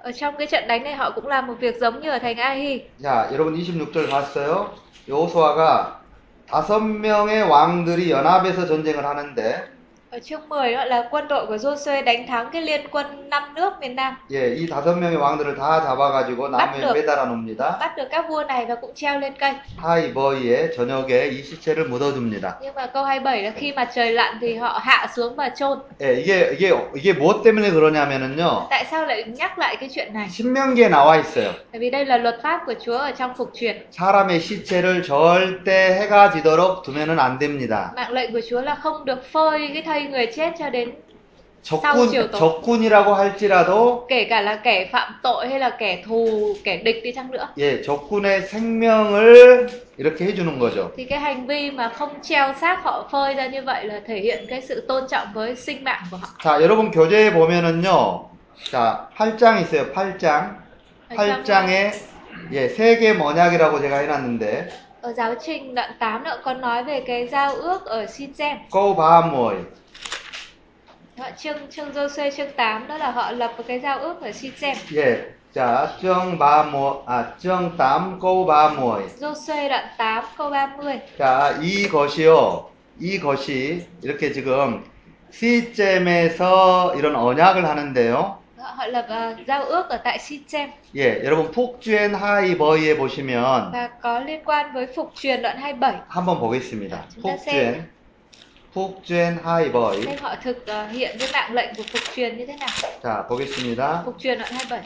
Speaker 1: ở trong cái trận đánh này họ cũng làm một việc giống như ở thành Ahi
Speaker 2: 자, 여러분 26절 봤어요? 여호수아가 다섯 명의 왕들이 연합해서 전쟁을 하는데,
Speaker 1: ở chương 10 đó là quân đội của Joshua đánh thắng cái liên quân năm nước miền Nam
Speaker 2: 예, 이 다섯 명의 왕들을 다 잡아가지고 나무에
Speaker 1: 맞죠.
Speaker 2: 매달아 놓습니다.
Speaker 1: bắt được các vua này và cũng treo lên cây
Speaker 2: 하이버이의 저녁에 이 시체를 묻어줍니다.
Speaker 1: nhưng mà câu 27 là khi mặt trời lặn thì họ hạ xuống và chôn
Speaker 2: 예, 이게 이게 이게 무엇 때문에 그러냐면은요.
Speaker 1: tại sao lại nhắc lại cái chuyện này
Speaker 2: 신명기에 나와 있어요.
Speaker 1: bởi vì đây là luật pháp của Chúa ở trong phục truyền
Speaker 2: 사람의 시체를 절대 해가 지도록 두면은 안 됩니다.
Speaker 1: mạng lệnh của Chúa là không được phơi cái thây người chết cho đến
Speaker 2: 적군,
Speaker 1: 싸우지요, 또.
Speaker 2: 적군이라고 할지라도
Speaker 1: kể cả là kẻ phạm tội hay là kẻ thù kẻ địch đi chăng nữa
Speaker 2: 예, 적군의 생명을 이렇게 해주는 거죠.
Speaker 1: thì cái hành vi mà không treo xác họ phơi ra như vậy là thể hiện cái sự tôn trọng với sinh mạng của họ
Speaker 2: 자, 여러분 교재에 보면은요. 자, 8장 있어요. 8장.
Speaker 1: Ở trong-
Speaker 2: 8장에 예, 세계 언약이라고 제가 해놨는데
Speaker 1: ở giáo trình đoạn 8 nó có nói về cái giao ước ở Shinchem
Speaker 2: 꼬바모이
Speaker 1: Họ chương chương Giô-suê chương 8 đó là họ lập một cái giao ước ở Sichem.
Speaker 2: 예. 자, 정 바모 아, 정 담고 바모이.
Speaker 1: Giô-suê đoạn 8 câu 30.
Speaker 2: 자, 이것이요. 이것이 이렇게 지금 시잼에서 이런 언약을 하는데요.
Speaker 1: Họ, họ lập ờ, giao ước ở tại Sichem
Speaker 2: 예, 여러분 폭주엔 하이버이에 보시면
Speaker 1: và có liên quan với phục truyền đoạn 27.
Speaker 2: 한번 보겠습니다.
Speaker 1: 자, 진짜
Speaker 2: 폭주엔 폭주엔 하이버이.
Speaker 1: Xem họ thực ờ, hiện cái mạng lệnh của phục truyền như thế nào.
Speaker 2: 자, 보겠습니다.
Speaker 1: Phục truyền đoạn 27.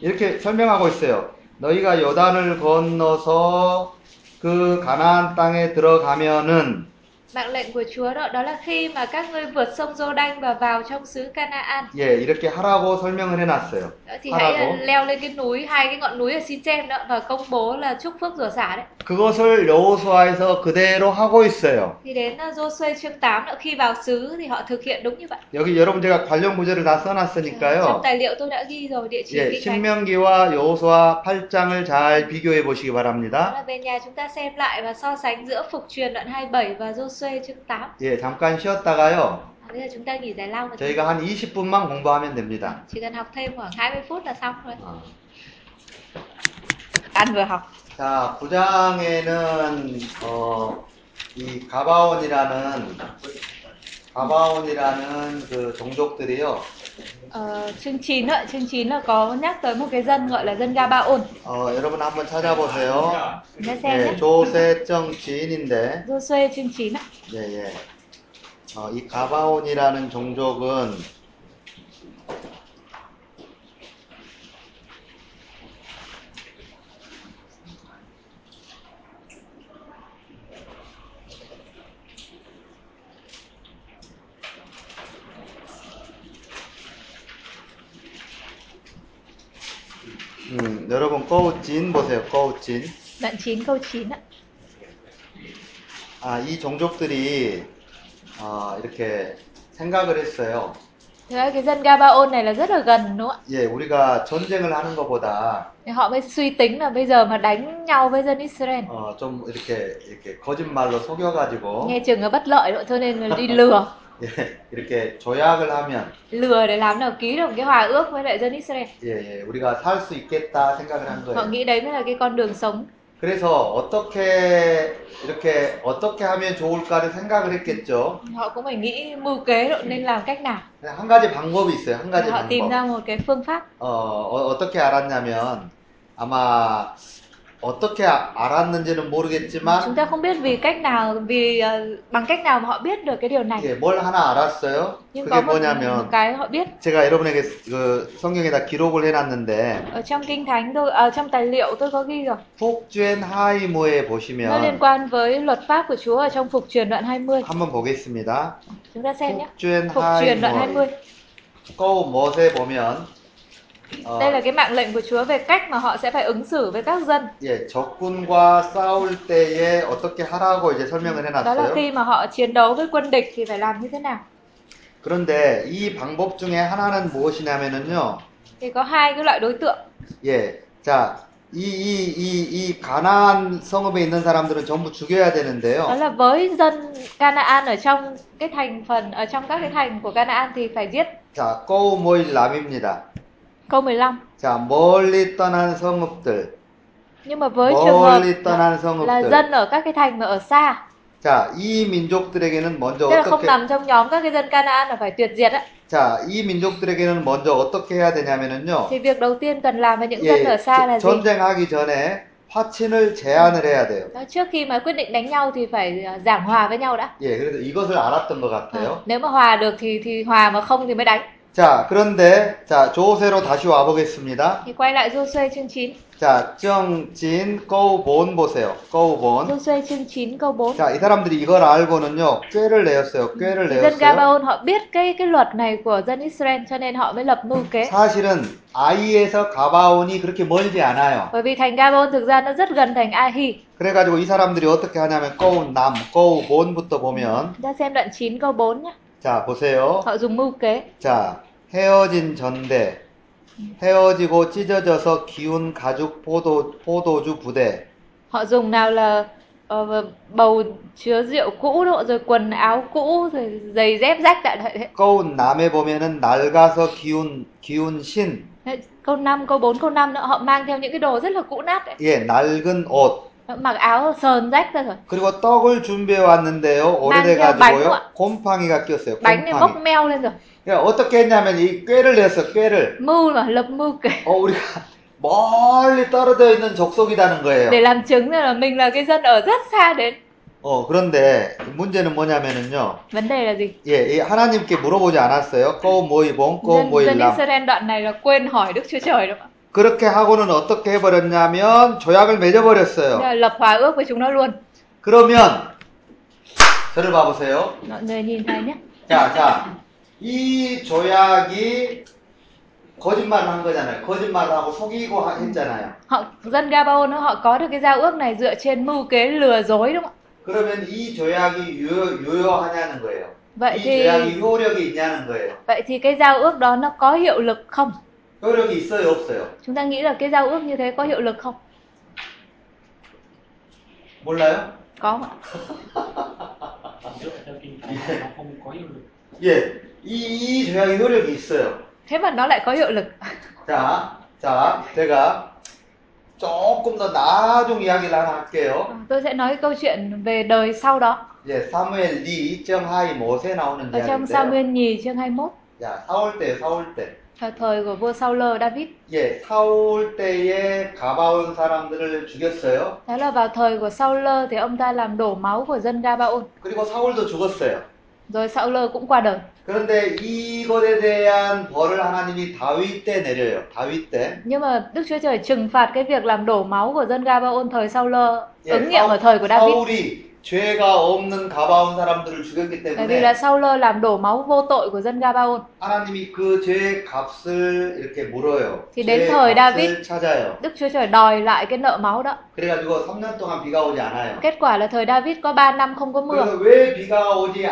Speaker 2: 이렇게 설명하고 있어요. 너희가 요단을 건너서 그 가나안 땅에 들어가면은
Speaker 1: Mạng lệnh của Chúa đó đó là khi mà các ngươi vượt sông Giô-đanh và vào trong xứ Canaan
Speaker 2: 예, 이렇게 하라고 설명을 해놨어요.
Speaker 1: Đó, thì hãy ờ,
Speaker 2: 하라고.
Speaker 1: leo lên cái núi hai cái ngọn núi ở Sichem đó và công bố là chúc phước rửa xả đấy
Speaker 2: 그것을 여호수아에서 그대로 하고 있어요.
Speaker 1: thì đến uh, Joshua chương 8 đó, khi vào xứ thì họ thực hiện đúng như vậy
Speaker 2: 여기 여러분 제가 관련 구절을 다
Speaker 1: trong
Speaker 2: 써놨으니까요.
Speaker 1: tài liệu tôi đã ghi rồi địa chỉ
Speaker 2: 음, 예,
Speaker 1: kinh thánh
Speaker 2: 신명기와 여호수아 8장을 잘 비교해 보시기
Speaker 1: đó
Speaker 2: 바랍니다.
Speaker 1: là về nhà chúng ta xem lại và so sánh giữa phục truyền đoạn 27 và Joshua chương 8
Speaker 2: 예, 잠깐 쉬었다가요.
Speaker 1: à, bây giờ chúng ta nghỉ giải lao một tí
Speaker 2: 저희가 한 20분만 공부하면 됩니다.
Speaker 1: chỉ cần học thêm khoảng 20 phút là xong rồi
Speaker 2: 아.
Speaker 1: ăn vừa học
Speaker 2: 자, 9장에는 어, 이 가바온이라는 가바온이라는 그 종족들이요.
Speaker 1: ờ, chương 9 ạ chương 9 là có nhắc tới một cái dân gọi là dân Gabaon
Speaker 2: 어, 여러분 한번 찾아보세요.
Speaker 1: chúng ta xem
Speaker 2: 예,
Speaker 1: nhé
Speaker 2: 조세정 지인인데,
Speaker 1: Joshua chương 9 ạ
Speaker 2: 예, 예. 어, 이 가바온이라는 종족은 음, 여러분 거우진 보세요. 거우진.
Speaker 1: đoạn 9 câu 9 ạ
Speaker 2: 아, 이 종족들이 어, 이렇게 생각을 했어요.
Speaker 1: Thế ra cái dân Gabaon này là rất là gần đúng không
Speaker 2: 예, 우리가 전쟁을 하는 것보다
Speaker 1: ạ? Họ mới suy tính là bây giờ mà đánh nhau với dân Israel
Speaker 2: 어, 좀 이렇게 이렇게 거짓말로 속여가지고
Speaker 1: Nghe chừng nó bất lợi rồi, thôi nên là đi lừa
Speaker 2: 예, 이렇게 조약을 하면
Speaker 1: Lừa để làm nào ký được cái hòa ước với lại dân Israel
Speaker 2: 예, 예, 우리가 살 수 있겠다 생각을 한
Speaker 1: Họ
Speaker 2: 거예요.
Speaker 1: nghĩ đấy mới là cái con đường sống
Speaker 2: 그래서 어떻게 이렇게 어떻게 하면 좋을까를 생각을 했겠죠.
Speaker 1: Họ cũng phải nghĩ mưu kế rồi, nên làm cách nào
Speaker 2: 근데 한 가지 방법이 아, 있어요. 한 가지
Speaker 1: Họ tìm
Speaker 2: 방법.
Speaker 1: ra một cái phương pháp
Speaker 2: 어, 어, 어떻게 알았냐면 아마 어떻게 아- 알았는지는 모르겠지만
Speaker 1: Chúng ta không biết vì cách nào, vì ờ, bằng cách nào mà họ biết được cái điều này
Speaker 2: 예, 뭘 하나 알았어요.
Speaker 1: Nhưng
Speaker 2: 그게
Speaker 1: có một, một
Speaker 2: 뭐냐면
Speaker 1: cái họ biết
Speaker 2: 제가 여러분에게 그 성경에다 기록을 해놨는데
Speaker 1: ở trong kinh thánh tôi ở trong tài liệu tôi có ghi rồi
Speaker 2: 폭주엔 하이모에
Speaker 1: nó liên
Speaker 2: 보시면
Speaker 1: quan với luật pháp của Chúa ở trong phục truyền đoạn 20
Speaker 2: 한번 보겠습니다.
Speaker 1: chúng ta xem nhé
Speaker 2: 폭주엔
Speaker 1: phục truyền đoạn
Speaker 2: 하이모에
Speaker 1: 20
Speaker 2: 꺼우 멋에 보면 어,
Speaker 1: Đây là cái mạng lệnh của Chúa về cách mà họ sẽ phải ứng xử với các dân.
Speaker 2: 예, 적군과 싸울 때에 어떻게 하라고 이제 설명을
Speaker 1: Đó là
Speaker 2: 해놨어요.
Speaker 1: khi mà họ chiến đấu với quân địch thì phải làm như thế nào.
Speaker 2: 그런데 이 방법 중에 하나는 무엇이냐면은요.
Speaker 1: Thì có hai cái loại đối tượng.
Speaker 2: 예, 자, 이, 이, 이, 이 가나안 성읍에 있는 사람들은 전부 죽여야
Speaker 1: Đó
Speaker 2: 되는데요.
Speaker 1: là với dân Canaan ở trong cái thành phần ở trong các cái thành của Canaan thì phải giết.
Speaker 2: 자, 꺼우모일 남입니다.
Speaker 1: Câu 15.
Speaker 2: 자, 멀리 떠난 성읍들,
Speaker 1: Nhưng mà với trường hợp
Speaker 2: 멀리 떠난
Speaker 1: là
Speaker 2: 성읍들.
Speaker 1: dân ở các cái thành mà ở xa,
Speaker 2: 자, 이 민족들에게는 먼저
Speaker 1: tức là không
Speaker 2: 어떻게,
Speaker 1: nằm trong nhóm các cái dân Canaan là phải tuyệt diệt á.
Speaker 2: 자, 이 민족들에게는 먼저 어떻게 해야 되냐면은요.
Speaker 1: Thì việc đầu tiên cần làm với những dân
Speaker 2: 예,
Speaker 1: ở xa là
Speaker 2: 저-
Speaker 1: gì?
Speaker 2: 전쟁하기 전에 화친을 제한을 해야 돼요.
Speaker 1: Đó, trước khi mà quyết định đánh nhau thì phải à, giảng hòa với nhau đã. Ờ,
Speaker 2: 예, 그래서 이것을 알았던 것 같아요.
Speaker 1: Nếu mà hòa được thì thì hòa mà không thì mới đánh.
Speaker 2: 자, 그런데 자 조세로 다시 와보겠습니다.
Speaker 1: Thì quay lại Joshua chương 9.
Speaker 2: 자, 정진 거우본 보세요. 거우본.
Speaker 1: Joshua chương 9 câu 4.
Speaker 2: 자, 이 사람들이 이걸 알고는요, 꾀를 내었어요. 꾀를
Speaker 1: Thì dân
Speaker 2: 내었어요.
Speaker 1: Gabaon họ biết cái cái luật này của dân Israel cho nên họ mới lập mưu kế.
Speaker 2: 사실은 아이에서 가바온이 그렇게 멀지 않아요.
Speaker 1: Bởi vì thành Gabaon thực ra nó rất gần thành Ahi.
Speaker 2: 그래가지고 이 사람들이 어떻게 하냐면 거우남, 거우본부터 보면
Speaker 1: Chúng ta xem đoạn 9 câu 4 nhé.
Speaker 2: 자 보세요.
Speaker 1: Họ dùng mưu kế.
Speaker 2: 자, 헤어진 전대, 헤어지고 찢어져서 기운 가죽 포도, 포도주 부대,
Speaker 1: Họ dùng nào là ờ, bầu chứa rượu cũ đó rồi quần áo cũ rồi giày dép rách đại loại thế
Speaker 2: câu 남에 보면은 낡아서 기운 기운 신.
Speaker 1: Thế, câu 5, câu 4, câu 5 nữa họ mang theo những cái đồ rất là cũ nát đấy
Speaker 2: 예, 낡은 옷.
Speaker 1: Họ mặc áo sờn rách ra rồi
Speaker 2: 그리고 떡을 준비해 왔는데요. 오래돼 가지고요.
Speaker 1: 만져봐요.
Speaker 2: 곰팡이가 꼈어요.
Speaker 1: bánh này mốc
Speaker 2: 곰팡이.
Speaker 1: meo lên rồi
Speaker 2: 그러니까 어떻게 했냐면 이 꾀를 냈어. 꾀를.
Speaker 1: mưu mà lập mưu kể
Speaker 2: 어, 우리가 멀리 떨어져 있는 족속이라는 거예요.
Speaker 1: để làm chứng rằng là mình là cái dân ở rất xa đến
Speaker 2: 어, 그런데 문제는 뭐냐면은요.
Speaker 1: vấn đề là gì
Speaker 2: 예, 이 하나님께 물어보지 않았어요. 꼬 모이봉, 꼬
Speaker 1: dân, dân
Speaker 2: 모일람.
Speaker 1: Israel đoạn này là quên hỏi Đức Chúa Trời đúng không
Speaker 2: 그렇게 하고는 어떻게 해버렸냐면 조약을
Speaker 1: ạ
Speaker 2: 맺어버렸어요.
Speaker 1: Là lập hòa ước với chúng nó luôn
Speaker 2: 그러면 저를 봐보세요.
Speaker 1: mọi người nhìn thấy nhé
Speaker 2: 자, 자, 이 조약이 거짓말을 한 거잖아요. 거짓말을 하고 속이고 하- 했잖아요.
Speaker 1: họ dân Gabon họ có được cái giao ước này dựa trên mưu kế lừa dối đúng không ạ
Speaker 2: 그러면 이 조약이 유효, 유효하냐는 거예요.
Speaker 1: vậy
Speaker 2: 이
Speaker 1: thì
Speaker 2: 조약이 효력이 있냐는 거예요.
Speaker 1: vậy thì cái giao ước đó nó có hiệu lực không
Speaker 2: 효력이 있어요, 없어요?
Speaker 1: chúng ta nghĩ là cái giao ước như thế có hiệu lực không
Speaker 2: 몰라요?
Speaker 1: có không ạ
Speaker 3: dựa theo kinh thánh nó không có hiệu lực
Speaker 2: 예, 이, 이 조약이 효력이 있어요.
Speaker 1: thế mà nó lại có hiệu lực
Speaker 2: 자, 자, 제가 조금 더 나중 이야기를 하나 할게요.
Speaker 1: À, tôi sẽ nói cái câu chuyện về đời sau đó
Speaker 2: 예, 사무엘 리 2.2 모세 나오는
Speaker 1: ở trong
Speaker 2: 이야기인데요.
Speaker 1: Samuel nhì chương 21
Speaker 2: 자, 사울 때, 사울 때.
Speaker 1: vào thời của vua Saul David
Speaker 2: 예, 사울 때에 가바온 사람들을 죽였어요.
Speaker 1: đó là vào thời của Saul thì ông ta làm đổ máu của dân Gabaon
Speaker 2: 그리고 사울도 죽었어요.
Speaker 1: rồi Saul cũng qua đời
Speaker 2: 그런데 이것에 대한 벌을 하나님이 다윗 때 내려요. 다윗 때.
Speaker 1: nhưng mà Đức Chúa Trời trừng phạt cái việc làm đổ máu của dân Gabaon thời Saul
Speaker 2: 예,
Speaker 1: ứng nghiệm
Speaker 2: 사울-
Speaker 1: ở thời của David
Speaker 2: 사울이 죄가 없는 가바온 사람들을 죽였기
Speaker 1: bởi vì là
Speaker 2: 때문에
Speaker 1: Saul làm đổ máu vô tội của dân Gabaon
Speaker 2: 하나님이 그 죄의 값을 이렇게 물어요.
Speaker 1: 그 낸
Speaker 2: 죄의
Speaker 1: 터의
Speaker 2: 값을 찾아요.
Speaker 1: Đức Chúa Trời đòi lại cái nợ máu đó
Speaker 2: 그래가지고 3년 동안 비가 오지 않아요.
Speaker 1: kết quả là thời David có 3 năm không có mưa
Speaker 2: 그래서 왜 비가 오지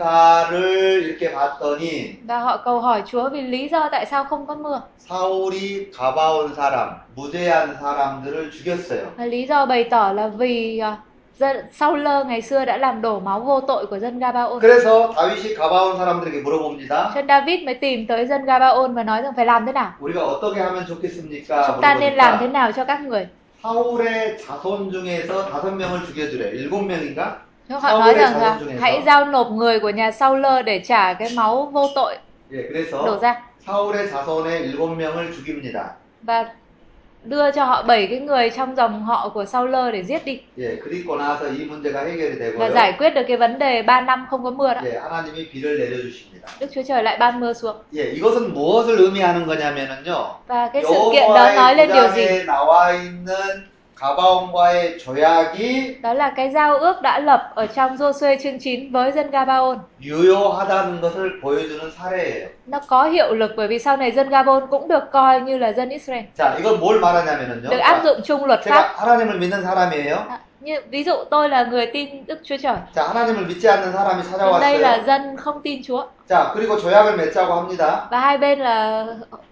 Speaker 2: 않는가를 이렇게 봤더니
Speaker 1: và họ cầu hỏi Chúa vì lý do tại sao không có mưa
Speaker 2: 사울이 가바온 사람, 무죄한 사람들을 죽였어요.
Speaker 1: và lý do bày tỏ là vì à, dân Saul ngày xưa đã làm đổ máu vô tội của dân Gabaon
Speaker 2: 그래서 다윗이 가바온 사람들에게 물어봅니다.
Speaker 1: cho nên David mới tìm tới dân Gabaon và nói rằng phải làm thế nào
Speaker 2: 우리가 어떻게 하면 좋겠습니까?
Speaker 1: chúng ta nên làm thế
Speaker 2: 물어보니까
Speaker 1: nào cho các người
Speaker 2: 사울의 자손 중에서 다섯 명을 죽여주래요. 일곱 명인가?
Speaker 1: Thế họ
Speaker 2: Saul
Speaker 1: nói
Speaker 2: để
Speaker 1: rằng
Speaker 2: Saul
Speaker 1: là
Speaker 2: cho người
Speaker 1: hãy
Speaker 2: đó.
Speaker 1: giao nộp người của nhà Saul để trả cái máu vô tội
Speaker 2: 예,
Speaker 1: đổ
Speaker 2: 그래서
Speaker 1: ra
Speaker 2: 사울의 자손의 일곱 명을 죽입니다.
Speaker 1: và đưa cho họ bảy cái người trong dòng họ của Saul để giết đi
Speaker 2: 예, 그리고 나서 이 문제가 해결이
Speaker 1: và
Speaker 2: 되고요.
Speaker 1: giải quyết được cái vấn đề 3 năm không có mưa đó.
Speaker 2: 예, 하나님이 비를 내려주십니다.
Speaker 1: Đức Chúa Trời lại ban mưa xuống.
Speaker 2: 예, 이것은 무엇을 의미하는 거냐면은요.
Speaker 1: Và cái sự kiện đó nói
Speaker 2: 여호와의
Speaker 1: lên điều gì?
Speaker 2: 구장에 나와 있는 가바온과의 조약이
Speaker 1: Đó là cái giao ước đã lập ở trong Joshua chương 9 với dân Gabaon.
Speaker 2: 유효하다는 것을 보여주는 사례예요.
Speaker 1: Nó có hiệu lực bởi vì sau này dân Gabon cũng được coi như là dân Israel.
Speaker 2: 자, 이건 뭘 말하냐면은요.
Speaker 1: Được áp dụng chung luật
Speaker 2: 자,
Speaker 1: pháp.
Speaker 2: 제가 하나님을 믿는 사람이에요.
Speaker 1: À, Như ví dụ tôi là người tin Đức Chúa Trời.
Speaker 2: 자, 하나님을 믿지 않는 사람이
Speaker 1: Còn đây là
Speaker 2: 찾아왔어요.
Speaker 1: dân không tin Chúa.
Speaker 2: 자, 그리고 조약을 맺자고 합니다.
Speaker 1: Và hai bên là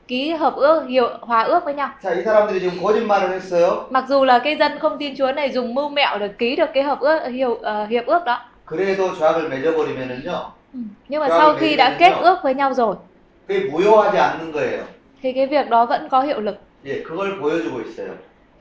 Speaker 1: ký hợp ước, hiệu hòa ước với nhau.
Speaker 2: 자, 이 사람들이 지금 거짓말을 했어요.
Speaker 1: Mặc dù là cái dân không tin Chúa này dùng mưu mẹo để ký được cái hợp ước hiệu ờ, hiệp ước đó.
Speaker 2: 그래도 조약을 맺어버리면은요.
Speaker 1: Ừ. Nhưng mà
Speaker 2: Cho
Speaker 1: sau
Speaker 2: nên
Speaker 1: khi
Speaker 2: cái
Speaker 1: đã
Speaker 2: lý
Speaker 1: kết
Speaker 2: do.
Speaker 1: ước với nhau rồi
Speaker 2: 그게 무효하지 않는 거예요.
Speaker 1: thì cái việc đó vẫn có hiệu lực.
Speaker 2: 예, 그걸 보여주고 있어요.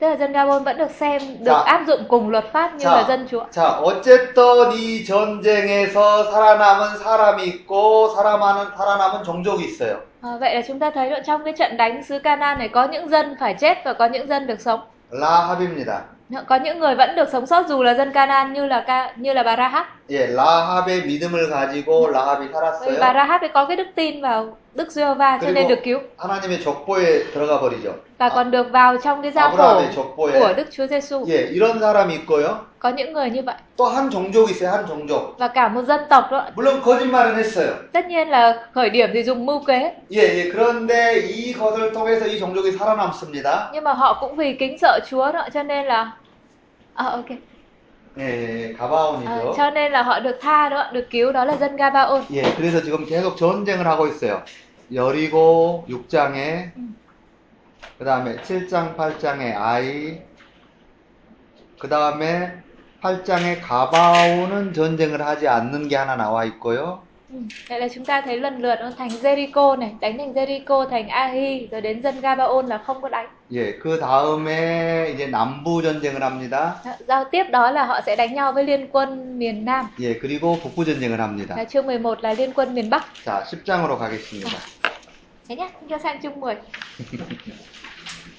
Speaker 1: Tức là dân Gabon vẫn được xem được
Speaker 2: Dạ.
Speaker 1: áp dụng cùng luật pháp như
Speaker 2: Dạ.
Speaker 1: là dân Chúa.
Speaker 2: 자, 어쨌든 이 전쟁에서 살아남은 사람이 있고 살아남은 살아남은 종족이 있어요.
Speaker 1: À, vậy là chúng ta thấy là trong cái trận đánh xứ Canaan này có những dân phải chết và có những dân được sống.
Speaker 2: 라합입니다.
Speaker 1: Có những người vẫn được sống sót dù là dân Canaan như là ca, như là bà Rahab.
Speaker 2: 예, 라합의 믿음을 가지고 라합이
Speaker 1: Bởi vì bà
Speaker 2: 살았어요.
Speaker 1: Rahab ấy có cái đức tin vào Đức Giê-hô-va cho
Speaker 2: Cái
Speaker 1: nên
Speaker 2: Dạ. bộ-
Speaker 1: được cứu
Speaker 2: 하나님의 족보에 들어가 버리죠.
Speaker 1: và còn được Ờ. vào trong cái gia phổ
Speaker 2: 아브라함의
Speaker 1: của
Speaker 2: 족보에
Speaker 1: Đức Chúa Giêsu.
Speaker 2: 예, 이런 사람이 있고요.
Speaker 1: Có những người như vậy
Speaker 2: 또 한 종족이 있어요. 한 종족.
Speaker 1: và cả một dân tộc đó.
Speaker 2: 물론 거짓말은 했어요.
Speaker 1: Tất nhiên là khởi điểm thì dùng mưu kế
Speaker 2: 예, 예. 그런데 이것을 통해서 이 종족이 살아남습니다.
Speaker 1: nhưng mà họ cũng vì kính sợ Chúa đó cho nên là Ờ, ok.
Speaker 2: 예, 예,
Speaker 1: Ờ,
Speaker 2: 가바온이죠.
Speaker 1: cho nên là họ được tha đó, được cứu đó là dân Gabaon.
Speaker 2: 예, 그래서 지금 계속 전쟁을 하고 있어요. 여리고 6장에
Speaker 1: 음.
Speaker 2: 그다음에 7장 8장에 아이 그다음에 8장에 가바오는 전쟁을 하지 않는 게 하나 나와 있고요.
Speaker 1: Ừ, Vậy là chúng ta thấy lần lượt nó thành Jericho này, đánh thành Jericho, thành Ahi, rồi đến dân Gabaon là không có đánh.
Speaker 2: 예, 그 다음에 이제 남부 전쟁을 합니다.
Speaker 1: Đó, Dạ, Giao tiếp đó là họ sẽ đánh nhau với liên quân miền Nam.
Speaker 2: 예, 그리고 북부 전쟁을 합니다.
Speaker 1: Là chương 11 là liên quân miền Bắc.
Speaker 2: 자, 10장으로 가겠습니다.
Speaker 1: Thế nhá, chúng ta sang chương 10.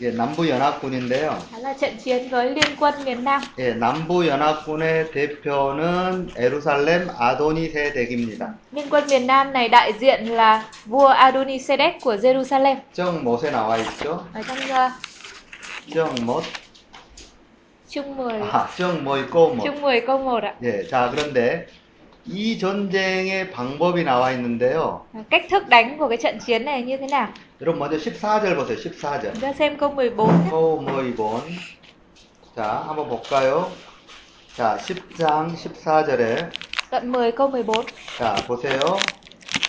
Speaker 2: 예, 남부 연합군인데요.
Speaker 1: Đó là trận chiến với liên quân miền Nam.
Speaker 2: 예, 남부 연합군의 대표는 에루살렘 아도니 세덱입니다.
Speaker 1: Liên quân miền Nam này đại diện là vua Adonisedek của Jerusalem.
Speaker 2: 정못에 나와 있죠.
Speaker 1: Ở trong ờ,
Speaker 2: 정못.
Speaker 1: chương 10,
Speaker 2: 아, 정뭐 있고 뭐.
Speaker 1: chương 10 câu 1 ạ.
Speaker 2: 예, 자, 그런데 이 전쟁의 방법이 나와 있는데요.
Speaker 1: Và Ờ, Cách thức đánh của cái trận chiến này như thế nào?
Speaker 2: 여러분 먼저 14절 보세요.
Speaker 1: Chúng
Speaker 2: 14절.
Speaker 1: ta xem câu 14 nhé.
Speaker 2: 어우, 뭐 이건. 자, 한번 볼까요? 자, 10장 14절에
Speaker 1: Đoạn 10 câu 14.
Speaker 2: 자, 보세요.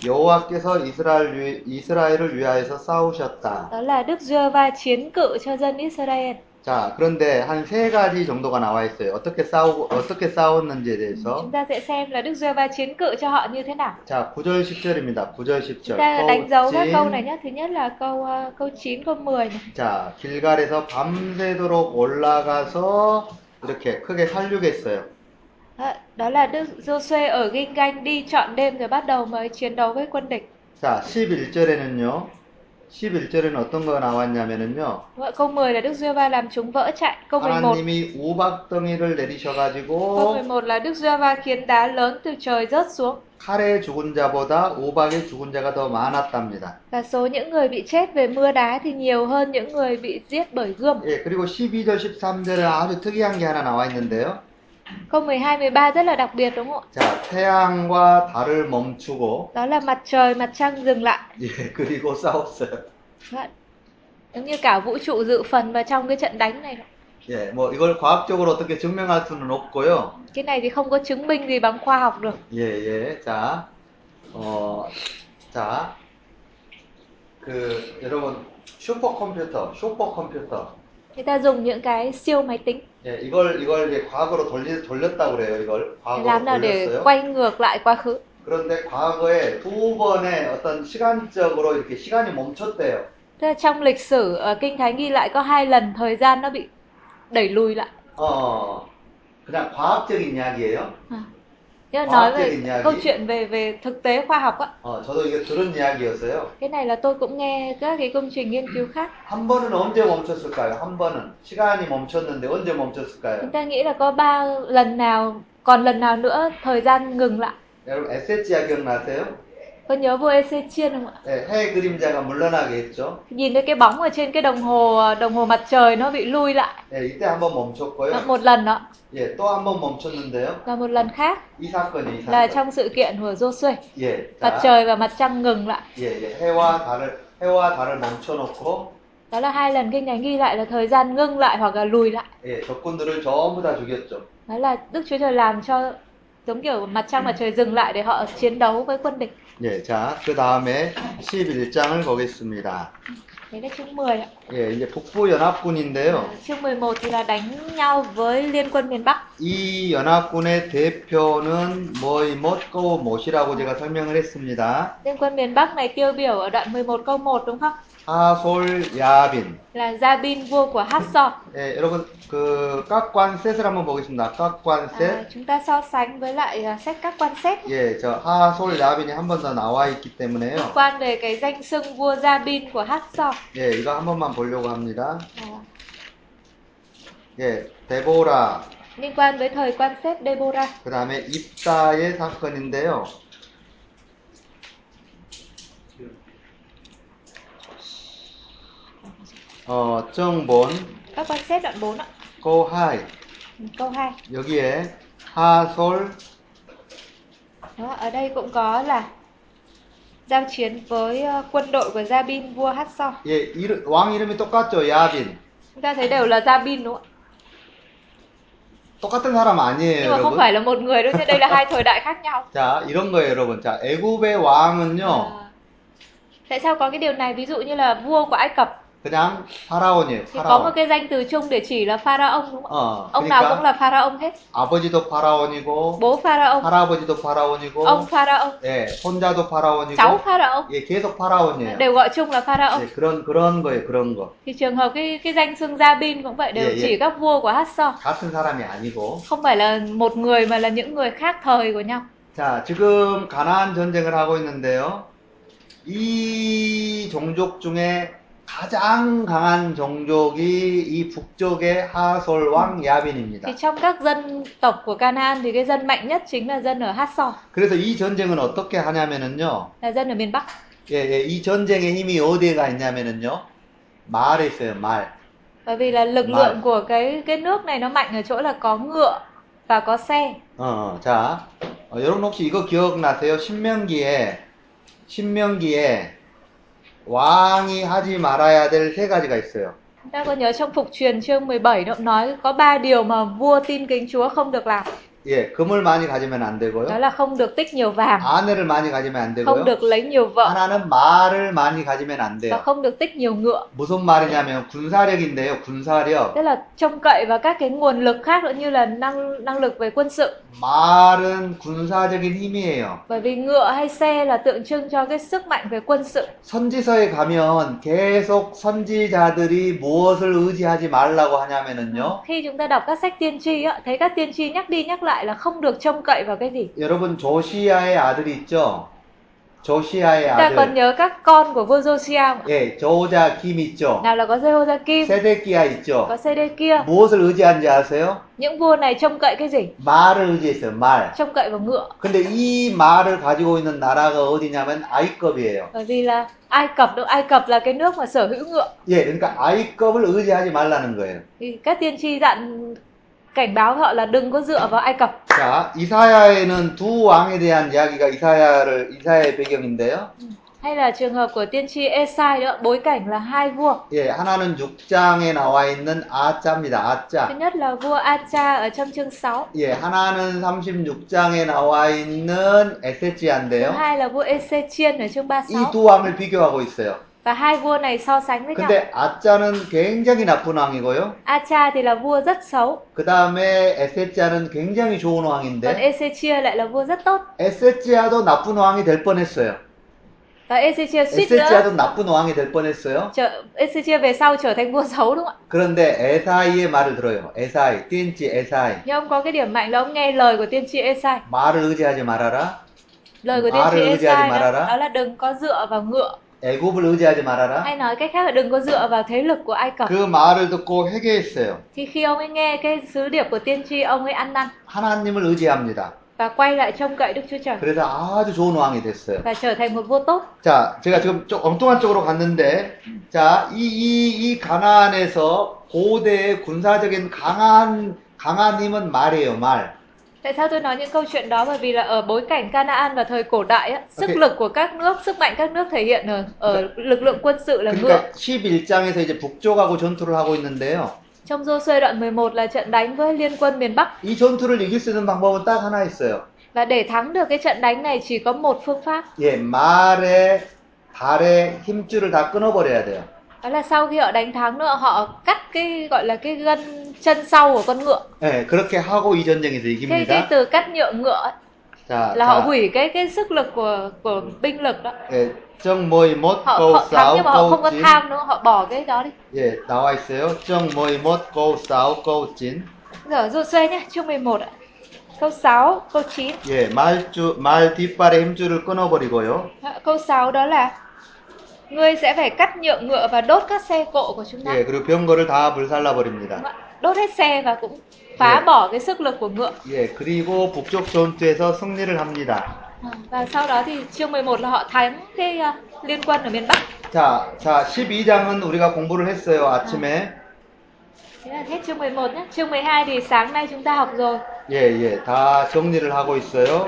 Speaker 2: 여호와께서 이스라엘 위- 이스라엘을 위하여서 싸우셨다.
Speaker 1: Đó là Đức giê va chiến cự cho dân Israel.
Speaker 2: 자, 그런데 한 세 가지 정도가 나와 있어요. 어떻게 싸우고 어떻게 싸웠는지에 대해서.
Speaker 1: Chúng ta sẽ xem là Đức giê va chiến cự cho họ như thế nào.
Speaker 2: 자, 9절 10절입니다. 9절 10절.
Speaker 1: Chúng ta đánh dấu các câu này
Speaker 2: 거친
Speaker 1: nhé. Thứ nhất là câu ờ, câu 9, câu 10 này.
Speaker 2: 자, 길갈에서 밤새도록 올라가서 이렇게 크게 살육했어요.
Speaker 1: Đó- Ờ, Đó là Đức Joshua ở Gingan đi trọn đêm rồi bắt đầu mới chiến đấu với quân địch.
Speaker 2: 자, 11절에는요. 11절에는 어떤 거 나왔냐면은요.
Speaker 1: Đúng ạ, Câu 10 là Đức giê va làm chúng vỡ chạy. Câu 11
Speaker 2: 하나님이 우박덩이를
Speaker 1: Câu
Speaker 2: 내리셔가지고
Speaker 1: 11 là Đức Giê-va khiến đá lớn từ trời rớt xuống
Speaker 2: 칼에 죽은 자보다 우박에 죽은 자가 더 많았답니다.
Speaker 1: và số những người bị chết về mưa đá thì nhiều hơn những người bị giết bởi gươm.
Speaker 2: 예, 그리고 12절, 13절에 아주 특이한 게 하나 나와 있는데요.
Speaker 1: Câu 12, 13 rất là đặc biệt đúng không ạ?
Speaker 2: 자, 태양과 달을 멈추고,
Speaker 1: Đó là mặt trời, mặt trăng dừng lại.
Speaker 2: 예, 그리고 싸웠어요.
Speaker 1: Đúng ạ. Giống như cả vũ trụ dự phần vào trong cái trận đánh này.
Speaker 2: 예, 뭐 이걸 과학적으로 어떻게 증명할 수는 없고요.
Speaker 1: Cái này thì không có chứng minh gì bằng khoa học được.
Speaker 2: 예, 예. 자, 어, 자, 그, 여러분, 슈퍼컴퓨터, 슈퍼컴퓨터.
Speaker 1: Người ta dùng những cái siêu máy tính
Speaker 2: 예, 이걸, 이걸 이제 과거로 돌리, 돌렸다고 그래요, 이걸.
Speaker 1: để
Speaker 2: 과거로
Speaker 1: làm nào để
Speaker 2: 돌렸어요.
Speaker 1: quay ngược lại quá khứ.
Speaker 2: 그런데 과거에 두 번의 어떤 시간적으로 이렇게 시간이 멈췄대요.
Speaker 1: Tức là trong lịch sử ở Kinh Thánh ghi lại có hai lần thời gian nó bị đẩy lùi lại.
Speaker 2: 어, 그냥 과학적인 이야기예요.
Speaker 1: Nhưng mà nói
Speaker 2: Hóa chưa
Speaker 1: về
Speaker 2: À. thì nhà
Speaker 1: câu
Speaker 2: nghĩ.
Speaker 1: chuyện về về thực tế khoa học á,
Speaker 2: 어, 저도 이게 들은 이야기였어요.
Speaker 1: cái này là tôi cũng nghe các cái công trình nghiên cứu khác.
Speaker 2: 한 번은 언제 멈췄을까요? 한 번은 시간이 멈췄는데 언제
Speaker 1: Chúng
Speaker 2: 멈췄을까요?
Speaker 1: ta nghĩ là có ba lần nào, còn lần nào nữa thời gian ngừng lại.
Speaker 2: 여러분 에세치아 기억나세요?
Speaker 1: Có nhớ vua Ê-xê-chiên không ạ?
Speaker 2: 네, 해 그림자가 물러나게 했죠.
Speaker 1: Nhìn thấy cái bóng ở trên cái đồng hồ đồng hồ mặt trời nó bị lùi lại
Speaker 2: 예, 이때 한 번
Speaker 1: Đó,
Speaker 2: 멈췄고요.
Speaker 1: một lần đó
Speaker 2: 예, 또 한 번 멈췄는데요.
Speaker 1: và một lần khác
Speaker 2: 이 사건이 이
Speaker 1: là
Speaker 2: 사건.
Speaker 1: trong sự kiện của Joshua.
Speaker 2: 예,
Speaker 1: Mặt
Speaker 2: 자,
Speaker 1: trời và mặt trăng ngừng lại.
Speaker 2: 예, 예, 해와 달을 해와 달을 멈춰놓고
Speaker 1: Đó là hai lần kinh thánh ghi lại là thời gian ngưng lại hoặc là lùi lại.
Speaker 2: 예, 적군들을 전부 다 죽였죠.
Speaker 1: Đó là Đức Chúa Trời làm cho giống kiểu mặt trăng
Speaker 2: Ừ.
Speaker 1: mặt trời dừng lại để họ chiến đấu với quân địch.
Speaker 2: 예, 자, 그 다음에 11장을 보겠습니다.
Speaker 1: Đấy là chương 10 ạ.
Speaker 2: 예, 이제 북부 연합군인데요.
Speaker 1: Chương 11 thì là đánh nhau với liên quân miền Bắc.
Speaker 2: 이 연합군의 대표는 뭐이 못고 못이라고 제가 설명을 했습니다.
Speaker 1: Liên quân miền Bắc này tiêu biểu ở đoạn 11 câu 1 đúng không?
Speaker 2: 하솔 야빈.
Speaker 1: Là Gia Bin vua của Hassor.
Speaker 2: 예, 여러분 그 깍관셋을 한번 보겠습니다.
Speaker 1: À,
Speaker 2: 깍관셋.
Speaker 1: chúng ta so sánh với lại à, sách các quan xét.
Speaker 2: 예, 저 하솔 야빈이 한 번 더 나와 있기
Speaker 1: Liên
Speaker 2: 때문에요.
Speaker 1: quan về cái danh xưng vua Gia Bin của Hassor.
Speaker 2: 예, 이거 한 번만 보려고 합니다.
Speaker 1: À,
Speaker 2: 예, 데보라.
Speaker 1: liên quan với thời quan xét Deborah.
Speaker 2: 그다음에 입다의 사건인데요. 哦，正本
Speaker 1: Các quan xét đoạn 4 ạ.
Speaker 2: 어, 고하이
Speaker 1: Câu 2.
Speaker 2: 여기에 하솔
Speaker 1: Đó, ở đây cũng có là giao chiến với ờ, quân đội của Gia Bin vua Hassor.
Speaker 2: 예, 이름, 왕 이름이 똑같죠. 야빈.
Speaker 1: Chúng ta thấy đều là Gia Bin đúng không ạ?
Speaker 2: 똑같은 사람 아니에요,
Speaker 1: Nhưng mà không
Speaker 2: 여러분.
Speaker 1: phải là một người đâu nhé, đây là hai thời đại khác nhau.
Speaker 2: 자, 이런 거예요, 여러분. 자, 애굽의 왕은요. 아.
Speaker 1: Ờ. À, tại sao có cái điều này? Ví dụ như là vua của Ai Cập
Speaker 2: 그냥 파라온이에요.
Speaker 1: thì có một
Speaker 2: 파라온.
Speaker 1: cái danh từ chung để chỉ là pharaoh đúng không ạ
Speaker 2: 어,
Speaker 1: ông nào cũng
Speaker 2: 그러니까
Speaker 1: là pharaoh hết
Speaker 2: 아버지도 파라온이고
Speaker 1: bố pharaoh
Speaker 2: 뭐? 할아버지도 파라온이고
Speaker 1: ông pharaoh
Speaker 2: 예, 혼자도 파라온이고
Speaker 1: cháu pharaoh
Speaker 2: 예, 계속 파라온이에요.
Speaker 1: đều gọi chung là pharaoh
Speaker 2: 예, 그런 그런 거예요. 그런 거.
Speaker 1: thì trường hợp cái cái danh xưng gia bin cũng vậy đều
Speaker 2: Dạ, dạ.
Speaker 1: chỉ các vua của hassor
Speaker 2: 같은 사람이 아니고.
Speaker 1: không phải là một người mà là những người khác thời của nhau
Speaker 2: 자, 지금 가나안 전쟁을 하고 있는데요. 이 종족 중에 가장 강한 종족이 이 북쪽의 하솔 왕 야빈입니다.
Speaker 1: thì trong các dân tộc của Canaan thì cái dân mạnh nhất chính là dân ở Hassor
Speaker 2: 그래서 이 전쟁은 어떻게 하냐면은요.
Speaker 1: là dân ở miền Bắc
Speaker 2: 예, 예, 이 전쟁의 힘이 어디에 가 있냐면은요. 말에 있어요, 말.
Speaker 1: bởi vì là lực
Speaker 2: Mà-
Speaker 1: lượng của cái cái nước này nó mạnh ở chỗ là có ngựa và có xe
Speaker 2: 어, 자, 어, 여러분 혹시 이거 기억나세요? 신명기에, 신명기에 왕이 하지 말아야 될 세 가지가 있어요.
Speaker 1: chúng ta có nhớ trong phục truyền chương 17 nó cũng nói có ba điều mà vua tin kính Chúa không được làm
Speaker 2: 예, 금을 많이 가지면
Speaker 1: đó
Speaker 2: 안 되고요.
Speaker 1: là không được tích nhiều vàng
Speaker 2: 아내를 뭐. 많이 가지면 안 되고요.
Speaker 1: không được lấy nhiều vợ
Speaker 2: 하나는 말을 많이 가지면 안
Speaker 1: và
Speaker 2: 돼요.
Speaker 1: không được tích nhiều ngựa
Speaker 2: 무슨 말이냐면 군사력인데요, 군사력.
Speaker 1: tức là trông cậy vào các cái nguồn lực khác cũng như là năng năng lực về quân sự
Speaker 2: 말은 군사적인 힘이에요.
Speaker 1: bởi vì ngựa hay xe là tượng trưng cho cái sức mạnh về quân sự
Speaker 2: 선지서에 가면 계속 선지자들이 무엇을 의지하지 말라고 하냐면은요.
Speaker 1: khi chúng ta đọc các sách tiên tri á, thấy các tiên tri nhắc đi nhắc lại là không được trông cậy vào cái gì
Speaker 2: 여러분 조시아의 아들이 있죠? 조시아의
Speaker 1: chúng ta còn
Speaker 2: 아들.
Speaker 1: nhớ các con của vua Josiah không ạ?
Speaker 2: 예, 저우자 김 있죠?
Speaker 1: nào là có Jehoiakim
Speaker 2: 세데키야 있죠?
Speaker 1: có Sê-đê-kia
Speaker 2: 무엇을 의지하는지 아세요?
Speaker 1: những vua này trông cậy cái gì
Speaker 2: 말을 의지했어요, 말.
Speaker 1: trông cậy vào ngựa
Speaker 2: 근데 이 말을 가지고 있는 나라가 어디냐면 아이컵이에요.
Speaker 1: bởi vì là Ai Cập đâu Ai Cập là cái nước mà sở hữu ngựa
Speaker 2: 예, 그러니까 아이컵을 의지하지 말라는 거예요.
Speaker 1: thì các tiên tri dặn cảnh báo họ là đừng có dựa vào Ai Cập
Speaker 2: 자, 이사야에는 두 왕에 대한 이야기가 이사야를 이사야의 배경인데요.
Speaker 1: hay là trường hợp của tiên tri Esai đó bối cảnh là hai vua
Speaker 2: 예, 하나는 6장에 나와 있는 아짜입니다.
Speaker 1: thứ
Speaker 2: 아짜.
Speaker 1: nhất là vua Acha ở trong chương 6
Speaker 2: 예, 하나는 36장에 나와 있는
Speaker 1: thứ
Speaker 2: 에세치아인데요.
Speaker 1: hai là vua Esechien ở chương
Speaker 2: 이
Speaker 1: 36
Speaker 2: 두 왕을 비교하고 있어요.
Speaker 1: và hai vua này so sánh với nhau
Speaker 2: 근데 아짜는 굉장히 나쁜 왕이고요.
Speaker 1: Acha thì là vua rất xấu,
Speaker 2: 그 다음에 에세치아는 굉장히 좋은
Speaker 1: còn
Speaker 2: 왕인데
Speaker 1: Ezechia lại là vua rất tốt.
Speaker 2: 에세치아도 나쁜 왕이 될 뻔했어요.
Speaker 1: Và Ezechia suýt nữa
Speaker 2: 에세치아도 나쁜 왕이 될 뻔했어요.
Speaker 1: trở Ezechia về sau trở thành vua xấu đúng không ạ?
Speaker 2: 그런데 에사이의 말을 들어요. 에사이, 띠엔치 에사이.
Speaker 1: Nhưng ông có cái điểm mạnh là ông nghe lời của tiên tri Esai.
Speaker 2: 말을 의지하지 말아라.
Speaker 1: Lời của tiên
Speaker 2: Mà
Speaker 1: tri
Speaker 2: Ừ, à, rồi bây giờ thì
Speaker 1: Esai
Speaker 2: mà
Speaker 1: đó,
Speaker 2: ra đó.
Speaker 1: đó là đừng có dựa vào ngựa,
Speaker 2: 애굽을 의지하지 말아라.
Speaker 1: hay nói cách khác là đừng có dựa vào thế lực của Ai Cập.
Speaker 2: 그 말을 듣고 회개했어요.
Speaker 1: Thì khi ông ấy nghe cái sứ điệp của tiên tri, ông ấy ăn năn
Speaker 2: 하나님을 의지합니다.
Speaker 1: và quay lại trông cậy Đức Chúa Trời
Speaker 2: 그래서 아주 좋은 왕이 됐어요.
Speaker 1: và trở thành một vua tốt.
Speaker 2: 자, 제가 지금 좀 엉뚱한 쪽으로 갔는데, 자, 이, 이, 이 가나안에서 고대의 군사적인 강한, 강한 힘은 말이에요, 말.
Speaker 1: Tại sao tôi nói những câu chuyện đó? Bởi vì là ở bối cảnh Canaan và thời cổ đại, á, sức
Speaker 2: Ok. Dạ.
Speaker 1: lực của các nước, sức mạnh các nước thể hiện ở, ở lực lượng quân sự là ngựa.
Speaker 2: 그러니까 11장에서 이제 북쪽하고 전투를 하고 있는데요.
Speaker 1: Trong Joshua đoạn 11 là trận đánh với liên quân miền Bắc
Speaker 2: 이 전투를 이길 수 있는 방법은 딱 하나 있어요.
Speaker 1: và để thắng được cái trận đánh này chỉ có một phương pháp
Speaker 2: 예, 말에, 발에 힘줄을 다 끊어버려야 돼요.
Speaker 1: đó là sau khi họ đánh thắng nữa họ cắt cái gọi là cái gân chân sau của con ngựa
Speaker 2: 예, 그렇게 하고 이 전쟁에서
Speaker 1: cái, cái
Speaker 2: 이깁니다.
Speaker 1: từ cắt nhựa ngựa ấy,
Speaker 2: 자,
Speaker 1: là họ
Speaker 2: 자
Speaker 1: hủy cái cái sức lực của của binh lực đó
Speaker 2: 예, 정모이 못
Speaker 1: họ,
Speaker 2: go
Speaker 1: họ thắng nhưng mà họ không
Speaker 2: south
Speaker 1: có
Speaker 2: go 진.
Speaker 1: tham nữa họ bỏ cái đó đi
Speaker 2: 예, 나와 있어요. 정모이 못 go south go 진.
Speaker 1: giờ Joshua nhé chương 11 ạ câu 6 câu 9
Speaker 2: 예, 말주 말 뒷발의 힘줄을 끊어버리고요.
Speaker 1: câu 6 đó là ngươi sẽ phải cắt nhựa ngựa và đốt các xe cộ của chúng ta
Speaker 2: 예, 그리고 병거를 다
Speaker 1: Đúng
Speaker 2: 불살라버립니다.
Speaker 1: ạ. đốt hết xe và cũng phá
Speaker 2: Yeah.
Speaker 1: bỏ cái sức lực của ngựa
Speaker 2: 예, 그리고 북쪽 전투에서 승리를 합니다.
Speaker 1: và sau đó thì chương 11 là họ thắng cái à, liên quân ở miền Bắc
Speaker 2: 자, 자, 12장은 우리가 공부를 했어요 아침에.
Speaker 1: thế là hết chương 11 nhé chương 12 thì sáng nay chúng ta học rồi
Speaker 2: 예, 예, 다 정리를 하고 있어요.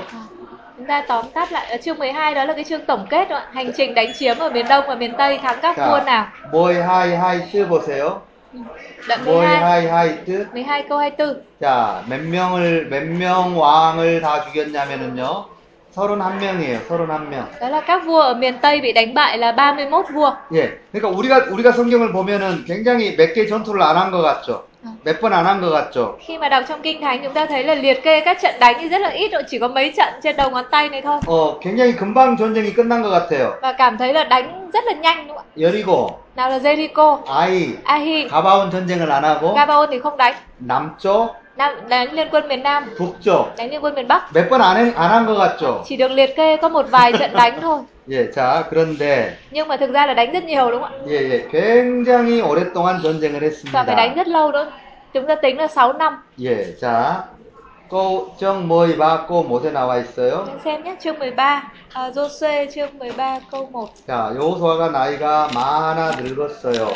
Speaker 1: chúng ta tóm tắt lại ở chương 12 đó là cái chương tổng kết rồi ạ. hành trình đánh chiếm ở miền Đông và miền Tây thắng các vua nào Ừ.
Speaker 2: 자, 모이 하이 하이트 보세요.
Speaker 1: đoạn 12
Speaker 2: 모이 하이 하이트.
Speaker 1: 12 câu 24
Speaker 2: 자, 몇 명을 몇 명 왕을 다 죽였냐면은요. 31명이에요. 31명.
Speaker 1: Đó là các vua ở miền Tây bị đánh bại là 31 vua.
Speaker 2: 예. 그러니까 우리가 우리가 성경을 보면은 굉장히 몇 개 전투를 안 한 것 같죠. 몇 번 안 한 것 같죠.
Speaker 1: Khi mà đọc trong Kinh Thánh chúng ta thấy là liệt kê các trận đánh thì rất là ít, chỉ có mấy trận trên đầu ngón tay này thôi.
Speaker 2: 어, 굉장히 금방 전쟁이 끝난 것 같아요.
Speaker 1: Và cảm thấy là đánh rất là nhanh đúng không ạ?
Speaker 2: 여리고,
Speaker 1: Nào là Jericho,
Speaker 2: 아이,
Speaker 1: Ahi,
Speaker 2: 가바온 전쟁을 안 하고
Speaker 1: Gabaon thì không đánh.
Speaker 2: 남쪽,
Speaker 1: Nam, đánh liên quân miền Nam,
Speaker 2: 북쪽
Speaker 1: đánh liên quân miền Bắc.
Speaker 2: 몇 번 안 한 것 같죠.
Speaker 1: Chỉ được liệt kê có một vài trận đánh thôi.
Speaker 2: 예, 자 그런데
Speaker 1: Nhưng mà thực ra là đánh rất nhiều đúng không ạ?
Speaker 2: 예, 예, 굉장히 오랫동안 전쟁을
Speaker 1: Và phải đánh
Speaker 2: 했습니다.
Speaker 1: rất lâu nữa. Chúng ta tính là 6 năm.
Speaker 2: 예, 자, 꼬정 뭐이 받고 못에 나와 있어요.
Speaker 1: Mình xem nhé, chương 13, à, Joshua chương 13 câu 1.
Speaker 2: 자, 여호수아가 나이가 많아 늙었어요.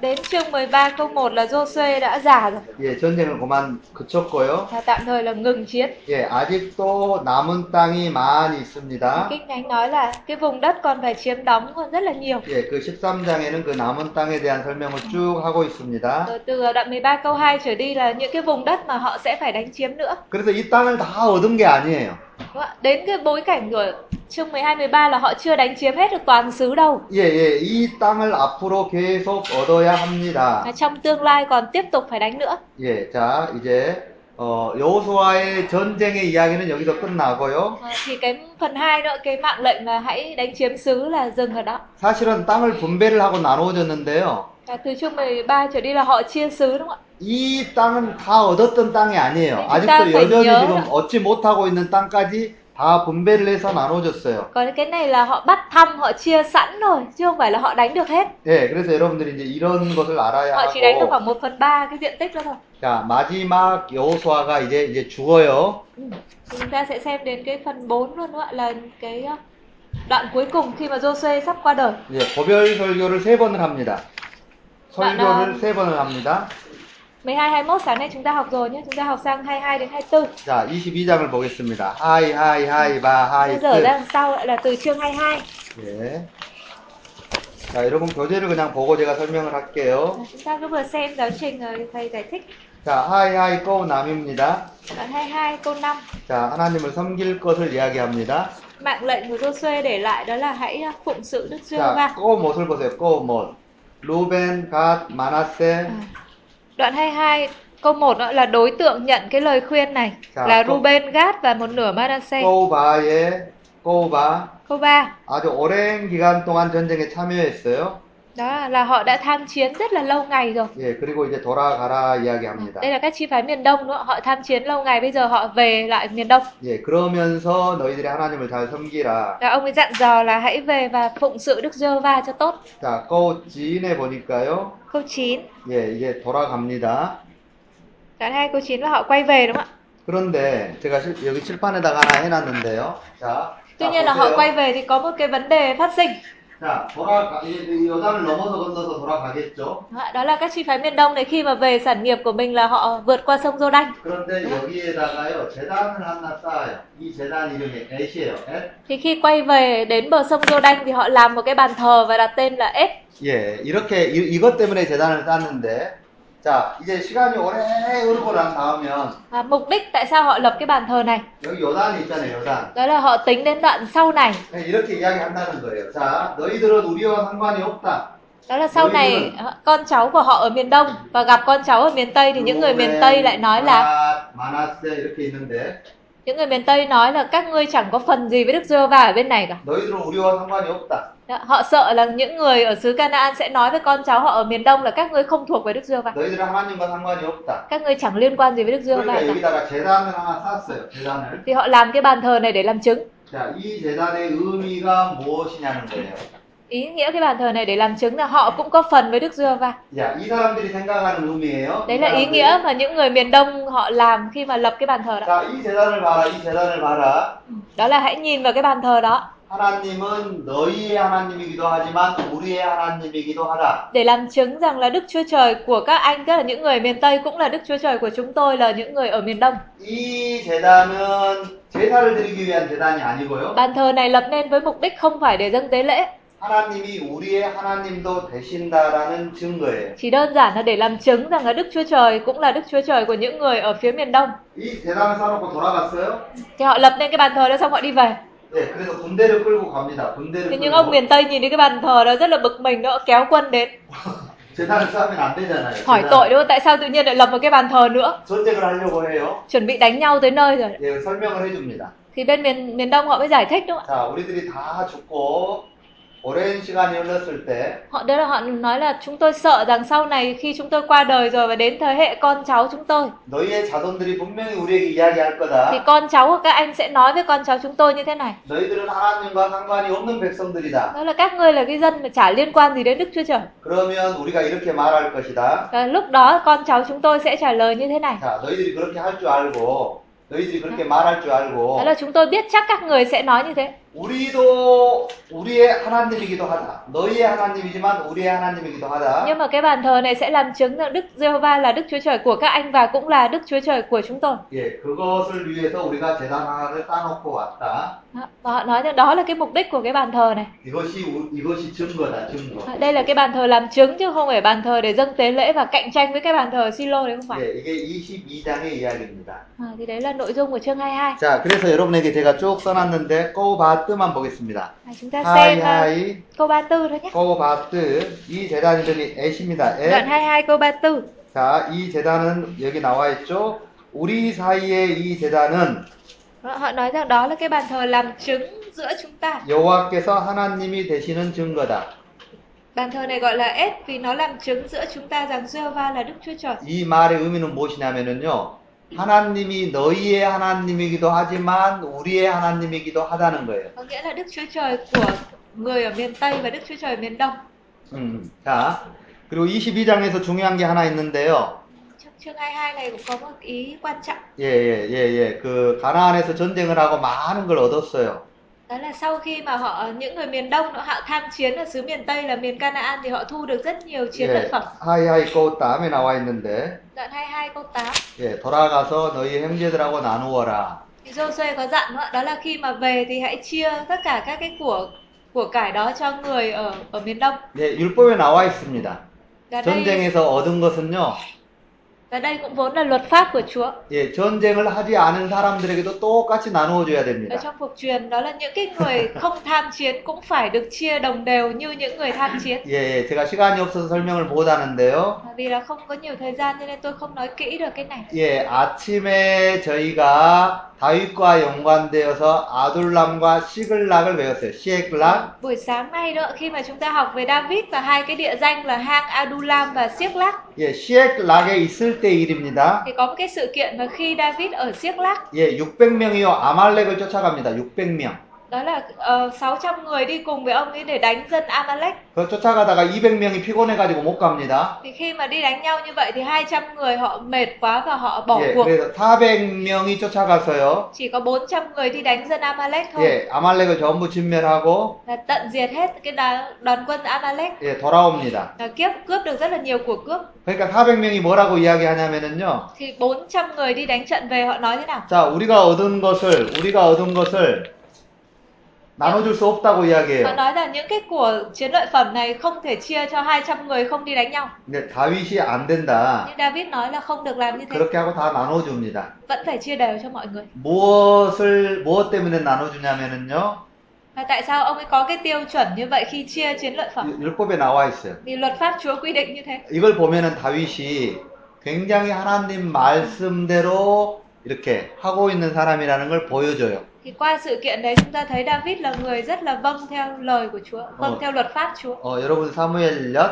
Speaker 1: Đến chương 13 câu 1 là Joshua đã già rồi
Speaker 2: 예, 전쟁을 그만 그쳤고요.
Speaker 1: và tạm thời là ngừng chiến.
Speaker 2: 예, 아직도 남은 땅이 많이 있습니다.
Speaker 1: Kinh Thánh nói là cái vùng đất còn phải chiếm đóng còn rất là nhiều.
Speaker 2: 예, 그 13장에는 그 남은 땅에 대한 설명을 쭉 하고 있습니다.
Speaker 1: Rồi từ à, đoạn 13 câu 2 trở đi là những cái vùng đất mà họ sẽ phải đánh chiếm nữa.
Speaker 2: 그래서 이 땅을 다 얻은 게 아니에요.
Speaker 1: Đúng không ạ? Đến cái bối cảnh của chương 12 13 là họ chưa đánh chiếm hết được toàn xứ đâu.
Speaker 2: 예, 예, 이 땅을 앞으로 계속 얻어야 합니다.
Speaker 1: Mà trong tương lai còn tiếp tục phải đánh nữa.
Speaker 2: 예, 자, 이제 어, 여호수아의 전쟁의 이야기는 여기서 끝나고요.
Speaker 1: À, thì cái phần 2 nữa cái mạng lệnh là hãy đánh chiếm xứ là dừng ở đó.
Speaker 2: 사실은 땅을 분배를 하고 나누어졌는데요.
Speaker 1: Và từ chương 13 trở đi là họ chia xứ đúng không ạ?
Speaker 2: 이 땅은 다 얻었던 땅이 아니에요.
Speaker 1: 네,
Speaker 2: 아직도
Speaker 1: 그
Speaker 2: 여전히
Speaker 1: 땅은요.
Speaker 2: 지금 얻지 못하고 있는 땅까지 다 분배를 해서 나눠줬어요.
Speaker 1: Còn cái này là họ bắt thăm, họ chia sẵn rồi chứ không phải là họ đánh được hết.
Speaker 2: 예, 그래서 여러분들이 이제 이런 것을 알아야
Speaker 1: Họ chỉ đánh được
Speaker 2: 하고,
Speaker 1: khoảng 1 phần 3 cái diện tích đó thôi.
Speaker 2: 자 마지막 여호수아가 이제 이제 죽어요.
Speaker 1: Thì Ừ, Chúng ta sẽ xem đến cái phần 4 luôn đúng không ạ? Là cái ờ, đoạn cuối cùng khi mà Joshua sắp qua đời.
Speaker 2: 예, 고별 설교를 세 번을 합니다. 설교를
Speaker 1: 나는-
Speaker 2: 세 번을 합니다.
Speaker 1: 12 21 sáng nay chúng ta học rồi nhé, chúng ta học sang 22 đến 24.
Speaker 2: 자, 22장을 보겠습니다. 하이 하이 하이 바 하이
Speaker 1: Bây giờ ra
Speaker 2: 끝.
Speaker 1: đằng sau lại là từ chương 22.
Speaker 2: 예. 자, 여러분 교재를 그냥 보고 제가 설명을
Speaker 1: Và
Speaker 2: 할게요.
Speaker 1: chúng ta cứ vừa xem giáo trình rồi thầy giải thích.
Speaker 2: 자, 하이 하이 꼬남입니다.
Speaker 1: Đoạn 22 câu 5.
Speaker 2: 자, 하나님을 섬길 것을 이야기합니다.
Speaker 1: Mạng lệnh của Joshua để lại đó là hãy ờ, phụng sự Đức Chúa
Speaker 2: 자,
Speaker 1: Va.
Speaker 2: 꼬못을 보세요. 꼬못. 루벤, 갓, 마나세.
Speaker 1: 아, À. Đoạn 22 câu 1 đó là đối tượng nhận cái lời khuyên này
Speaker 2: Dạ,
Speaker 1: là
Speaker 2: câu-
Speaker 1: Ruben, Gad và một nửa Manasseh.
Speaker 2: 꼬바예, 꼬바.
Speaker 1: Câu 3
Speaker 2: 아주 오랜 기간 동안 전쟁에 참여했어요.
Speaker 1: đó là- là họ đã tham chiến rất là lâu ngày rồi.
Speaker 2: 예, 그리고 이제 돌아가라 이야기합니다.
Speaker 1: Đây là các chi phái miền Đông đúng không? ạ? Họ tham chiến lâu ngày bây giờ họ về lại miền Đông.
Speaker 2: 예, 그러면서 너희들이 하나님을 잘 섬기라.
Speaker 1: Và ông ấy dặn dò là hãy về và phụng sự Đức giê va cho tốt.
Speaker 2: 자, 꼬지인에 보니까요.
Speaker 1: Câu 9,
Speaker 2: 예, 이제 돌아갑니다.
Speaker 1: đoạn 2 câu 9 là họ quay về đúng không ạ?
Speaker 2: 그런데 제가 실- 여기 칠판에다가 하나 해놨는데요. 자,
Speaker 1: Tuy
Speaker 2: 자,
Speaker 1: nhiên là họ
Speaker 2: 보세요.
Speaker 1: quay về thì có một cái vấn đề phát sinh.
Speaker 2: 자, 돌아가 이- 이 요단을 넘어서 건너서 돌아가겠죠.
Speaker 1: Đúng không Vâng ạ? Đó là các chi phái miền Đông này khi mà về sản nghiệp của mình là họ vượt qua sông Giô Đanh.
Speaker 2: 그런데 여기에다가요 재단을 하나 쌓아요. 이 재단 이름이 엣이에요. 엣.
Speaker 1: Thì khi quay về đến bờ sông Giô Đanh thì họ làm một cái bàn thờ và đặt tên là Ết.
Speaker 2: 예, 이렇게 이, 이것 때문에 재단을 쌓는데, 자 이제 시간이 오래 흐르고 난 다음면
Speaker 1: À, mục đích tại sao họ lập cái bàn thờ này?
Speaker 2: 여기 요단이 있잖아요. 요단.
Speaker 1: Đó là họ tính đến đoạn sau này.
Speaker 2: 예, 이렇게 이야기한다는 거예요. 자, 너희들은 우리와 상관이 없다.
Speaker 1: Đó là sau
Speaker 2: Đối với
Speaker 1: này
Speaker 2: mình.
Speaker 1: à, con cháu của họ ở miền Đông và gặp con cháu ở miền Tây thì những người miền Tây lại nói là
Speaker 2: 아, 마나세 이렇게 있는데
Speaker 1: những người miền Tây nói là các ngươi chẳng có phần gì với Đức Giê-hô-va ở bên này cả.
Speaker 2: 너희들은 우리와 상관이 없다.
Speaker 1: Đó, họ sợ là những người ở xứ Canaan sẽ nói với con cháu họ ở miền Đông là các ngươi không thuộc về Đức Giê-hô-va.
Speaker 2: 너희들은 하나님과 상관이 없다.
Speaker 1: Các ngươi chẳng liên quan gì với Đức Giê-hô-va cả.
Speaker 2: 그러니까 여기다가 재단을 하나 쌌어요. 재단을.
Speaker 1: Thì họ làm cái bàn thờ này để làm chứng.
Speaker 2: 자, 이 재단의 의미가 무엇이냐는 거예요.
Speaker 1: Ý nghĩa cái bàn thờ này để làm chứng là họ cũng có phần với Đức Giê-hô-va.
Speaker 2: 자, 이 사람들이 생각하는 의미예요. 이
Speaker 1: Đấy là ý
Speaker 2: 사람들이.
Speaker 1: nghĩa mà những người miền Đông họ làm khi mà lập cái bàn thờ đó.
Speaker 2: 자, 이 재단을 봐라. 이 재단을 봐라.
Speaker 1: Đó là hãy nhìn vào cái bàn thờ đó
Speaker 2: 하나님은 너희의 하나님이기도 하지만 우리의 하나님이기도 하다.
Speaker 1: để làm chứng rằng là Đức Chúa Trời của các anh tức là những người miền Tây cũng là Đức Chúa Trời của chúng tôi là những người ở miền Đông.
Speaker 2: 이 재단은 제사를 드리기 위한 재단이 아니고요.
Speaker 1: Bàn thờ này lập nên với mục đích không phải để dâng tế lễ,
Speaker 2: 하나님이 우리의 하나님도 되신다라는 증거예요.
Speaker 1: chỉ đơn giản là để làm chứng rằng là Đức Chúa Trời cũng là Đức Chúa Trời của những người ở phía miền Đông.
Speaker 2: 이 재단을 쌓아놓고 돌아갔어요.
Speaker 1: Thì họ lập nên cái bàn thờ đó xong họ đi về.
Speaker 2: 네, 그래서 군대를 끌고 갑니다. 군대를
Speaker 1: Thế nhưng
Speaker 2: 끌고
Speaker 1: ông miền Tây nhìn thấy cái bàn thờ đó rất là bực mình đó, kéo quân đến
Speaker 2: 재단을 쌓으면 안 되잖아요.
Speaker 1: hỏi
Speaker 2: 재단.
Speaker 1: tội đúng không? Tại sao tự nhiên lại lập một cái bàn thờ nữa?
Speaker 2: 전쟁을 하려고 해요.
Speaker 1: Chuẩn bị đánh nhau tới nơi rồi.
Speaker 2: 예, 설명을 해줍니다.
Speaker 1: Thì bên miền miền Đông họ mới giải thích đúng không
Speaker 2: 자, 우리들이 다 죽고 오랜 시간이 흘렀을 때
Speaker 1: ạ? Họ đó là họ nói là chúng tôi sợ rằng sau này khi chúng tôi qua đời rồi và đến thế hệ con cháu chúng tôi
Speaker 2: 너희의 자손들이 분명히 우리에게
Speaker 1: thì
Speaker 2: 이야기할 거다.
Speaker 1: con cháu của các anh sẽ nói với con cháu chúng tôi như thế này.
Speaker 2: 너희들은 하나님과 상관이 없는 백성들이다.
Speaker 1: Đó là các ngươi là cái dân mà chả liên quan gì đến Đức Chúa Trời.
Speaker 2: 그러면 우리가 이렇게 말할 것이다.
Speaker 1: Và lúc đó con cháu chúng tôi sẽ trả lời như thế này.
Speaker 2: 자, 너희들이 그렇게 할 줄 알고 너희들이 그렇게 말할 줄 알고
Speaker 1: Đó là chúng tôi biết chắc các người sẽ nói như thế.
Speaker 2: 우리도 우리의 하나님이기도 하다. 너희의 하나님이지만 우리의 하나님이기도 하다.
Speaker 1: Nhưng mà cái bàn thờ này sẽ làm chứng rằng Đức Giê-hô-va là Đức Chúa Trời của các anh và cũng là Đức Chúa Trời của chúng tôi.
Speaker 2: 예, 그것을 위해서 우리가 재단 하나를 쌓아놓고 왔다.
Speaker 1: Đó, Và họ nói rằng đó là cái mục đích của cái bàn thờ này.
Speaker 2: 이것이 우- 이것이 증거다, 증거.
Speaker 1: Đây là cái bàn thờ làm chứng chứ không phải bàn thờ để dâng tế lễ và cạnh tranh với cái bàn thờ silo đấy không phải.
Speaker 2: 예, 이게 22장의 이야기입니다.
Speaker 1: À, thì đấy là nội dung của chương 22.
Speaker 2: 자, 그래서 여러분에게 제가 쭉 써놨는데 꼬바트만 보겠습니다.
Speaker 1: À, chúng ta xem
Speaker 2: 하이
Speaker 1: uh,
Speaker 2: 하이
Speaker 1: câu 34 thôi nhé.
Speaker 2: 꼬바트 이 재단들이 애십니다. 애.
Speaker 1: Đoạn 22 câu 34.
Speaker 2: 자, 이 재단은 여기 나와 있죠. 우리 사이에 이 재단은
Speaker 1: Đó, Họ nói rằng đó là cái bàn thờ làm chứng giữa chúng ta.
Speaker 2: 여호와께서 하나님이 되시는 증거다.
Speaker 1: Bàn thờ này gọi là S vì nó làm chứng giữa chúng ta rằng Jehovah là Đức Chúa Trời.
Speaker 2: 이 말의 의미는 무엇이냐면요. 하나님이 너희의 하나님이기도 하지만 우리의 하나님이기도 하다는 거예요.
Speaker 1: Có nghĩa là Đức Chúa Trời của người ở miền Tây và Đức Chúa Trời miền Đông.
Speaker 2: 음, 자, 그리고 22장에서 중요한 게 하나 있는데요.
Speaker 1: Trong chương 22 này cũng có một ý quan trọng.
Speaker 2: 예, 예, 예, 예. 그 가나안에서 전쟁을 하고 많은 걸 얻었어요.
Speaker 1: Đó là sau khi mà họ những người miền Đông họ hạ tham chiến ở xứ miền Tây là miền Canaan thì họ thu được rất nhiều chiến lợi
Speaker 2: 예,
Speaker 1: phẩm.
Speaker 2: 하이하이 꼬 다음에 나와 있는데,
Speaker 1: Đoạn 22 câu 8
Speaker 2: 예, 돌아가서 너희 형제들하고 나누어라.
Speaker 1: thì Joshua có dặn đó, đó là khi mà về thì hãy chia tất cả các cái của của cải đó cho người ở ở miền Đông.
Speaker 2: 예, 율법에 나와 있습니다.
Speaker 1: Và đây
Speaker 2: 전쟁에서 얻은 것은요,
Speaker 1: và đây cũng vốn là luật pháp của Chúa.
Speaker 2: 예, 전쟁을 하지 않은 사람들에게도 똑같이 나누어줘야
Speaker 1: Ở
Speaker 2: 됩니다.
Speaker 1: trong cuộc truyền đó là những cái người không tham chiến cũng phải được chia đồng đều như những người tham chiến.
Speaker 2: 예, 예, 제가 시간이 없어서 설명을 못 하는데요.
Speaker 1: Mà Vì là không có nhiều thời gian cho nên tôi không nói kỹ được cái này.
Speaker 2: 예, 아침에 저희가 다윗과 연관되어서 아둘람과 시글락을 외웠어요. 시글락.
Speaker 1: Buổi sáng nay đó khi mà chúng ta học về David và hai cái địa danh là hang Adulam và Siếc Lắc
Speaker 2: 예, 시글락에 있을 때 일입니다.
Speaker 1: thì có một cái sự kiện mà khi David ở Siếc Lắc
Speaker 2: 예, 600명이요. 아말렉을 쫓아갑니다. 600명.
Speaker 1: đó là ờ, 600 người đi cùng với ông ấy để đánh dân Amalek
Speaker 2: 그 쫓아가다가 200명이 피곤해가지고 못 갑니다.
Speaker 1: thì khi mà đi đánh nhau như vậy thì 200 người họ mệt quá và họ bỏ
Speaker 2: 예,
Speaker 1: cuộc
Speaker 2: 그래서 400명이 쫓아가서요.
Speaker 1: chỉ có 400 người đi đánh dân Amalek thôi
Speaker 2: 예, 아말렉을 전부 진멸하고
Speaker 1: là tận diệt hết cái đá- đoàn quân Amalek
Speaker 2: 예, 돌아옵니다.
Speaker 1: là kiếp cướp được rất là nhiều của cướp
Speaker 2: 그러니까 400명이 뭐라고 이야기하냐면은요.
Speaker 1: thì 400 người đi đánh trận về họ nói thế nào
Speaker 2: 자, 우리가 얻은 것을 우리가 얻은 것을 나눠줄 수 없다고
Speaker 1: họ
Speaker 2: 이야기해요.
Speaker 1: nói là những cái của chiến lợi phẩm này không thể chia cho 200 người không đi đánh nhau
Speaker 2: 근데 다윗이 안 된다.
Speaker 1: nhưng David nói là không được làm như thế
Speaker 2: 그렇게 하고 다 나눠줍니다.
Speaker 1: vẫn phải chia đều cho mọi người
Speaker 2: 무엇을 무엇 때문에 나눠주냐면은요.
Speaker 1: và tại sao ông ấy có cái tiêu chuẩn như vậy khi chia chiến lợi phẩm
Speaker 2: 유- 율법에 나와 있어요.
Speaker 1: vì luật pháp Chúa quy định như thế
Speaker 2: 이걸 보면은 다윗이 굉장히 하나님 말씀대로 이렇게 하고 있는 사람이라는 걸 보여줘요.
Speaker 1: thì qua sự kiện đấy chúng ta thấy David là người rất là vâng theo lời của Chúa vâng
Speaker 2: Ờ.
Speaker 1: theo luật pháp Chú어
Speaker 2: 어, 여러분 사무엘력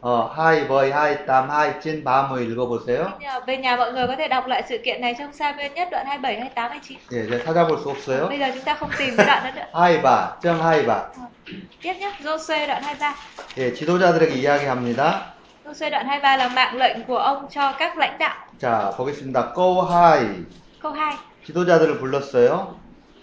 Speaker 2: 어, 하이 버이 하이 땀 하이 찐 밤을 읽어보세요.
Speaker 1: Bây giờ về nhà mọi người có thể đọc lại sự kiện này trong Samuel nhất đoạn 27, 28, 29
Speaker 2: 예, 제가 찾아볼 수 없어요.
Speaker 1: bây giờ chúng ta không tìm cái đoạn đó nữa Ờ,
Speaker 2: 하이바, 정 하이바.
Speaker 1: tiếp nhé Joshua đoạn 23
Speaker 2: 예, 지도자들에게 이야기합니다.
Speaker 1: Joshua đoạn 23 là mạng lệnh của ông cho các lãnh đạo
Speaker 2: 자, 보겠습니다. Go 하이.
Speaker 1: câu 2
Speaker 2: 지도자들을 불렀어요.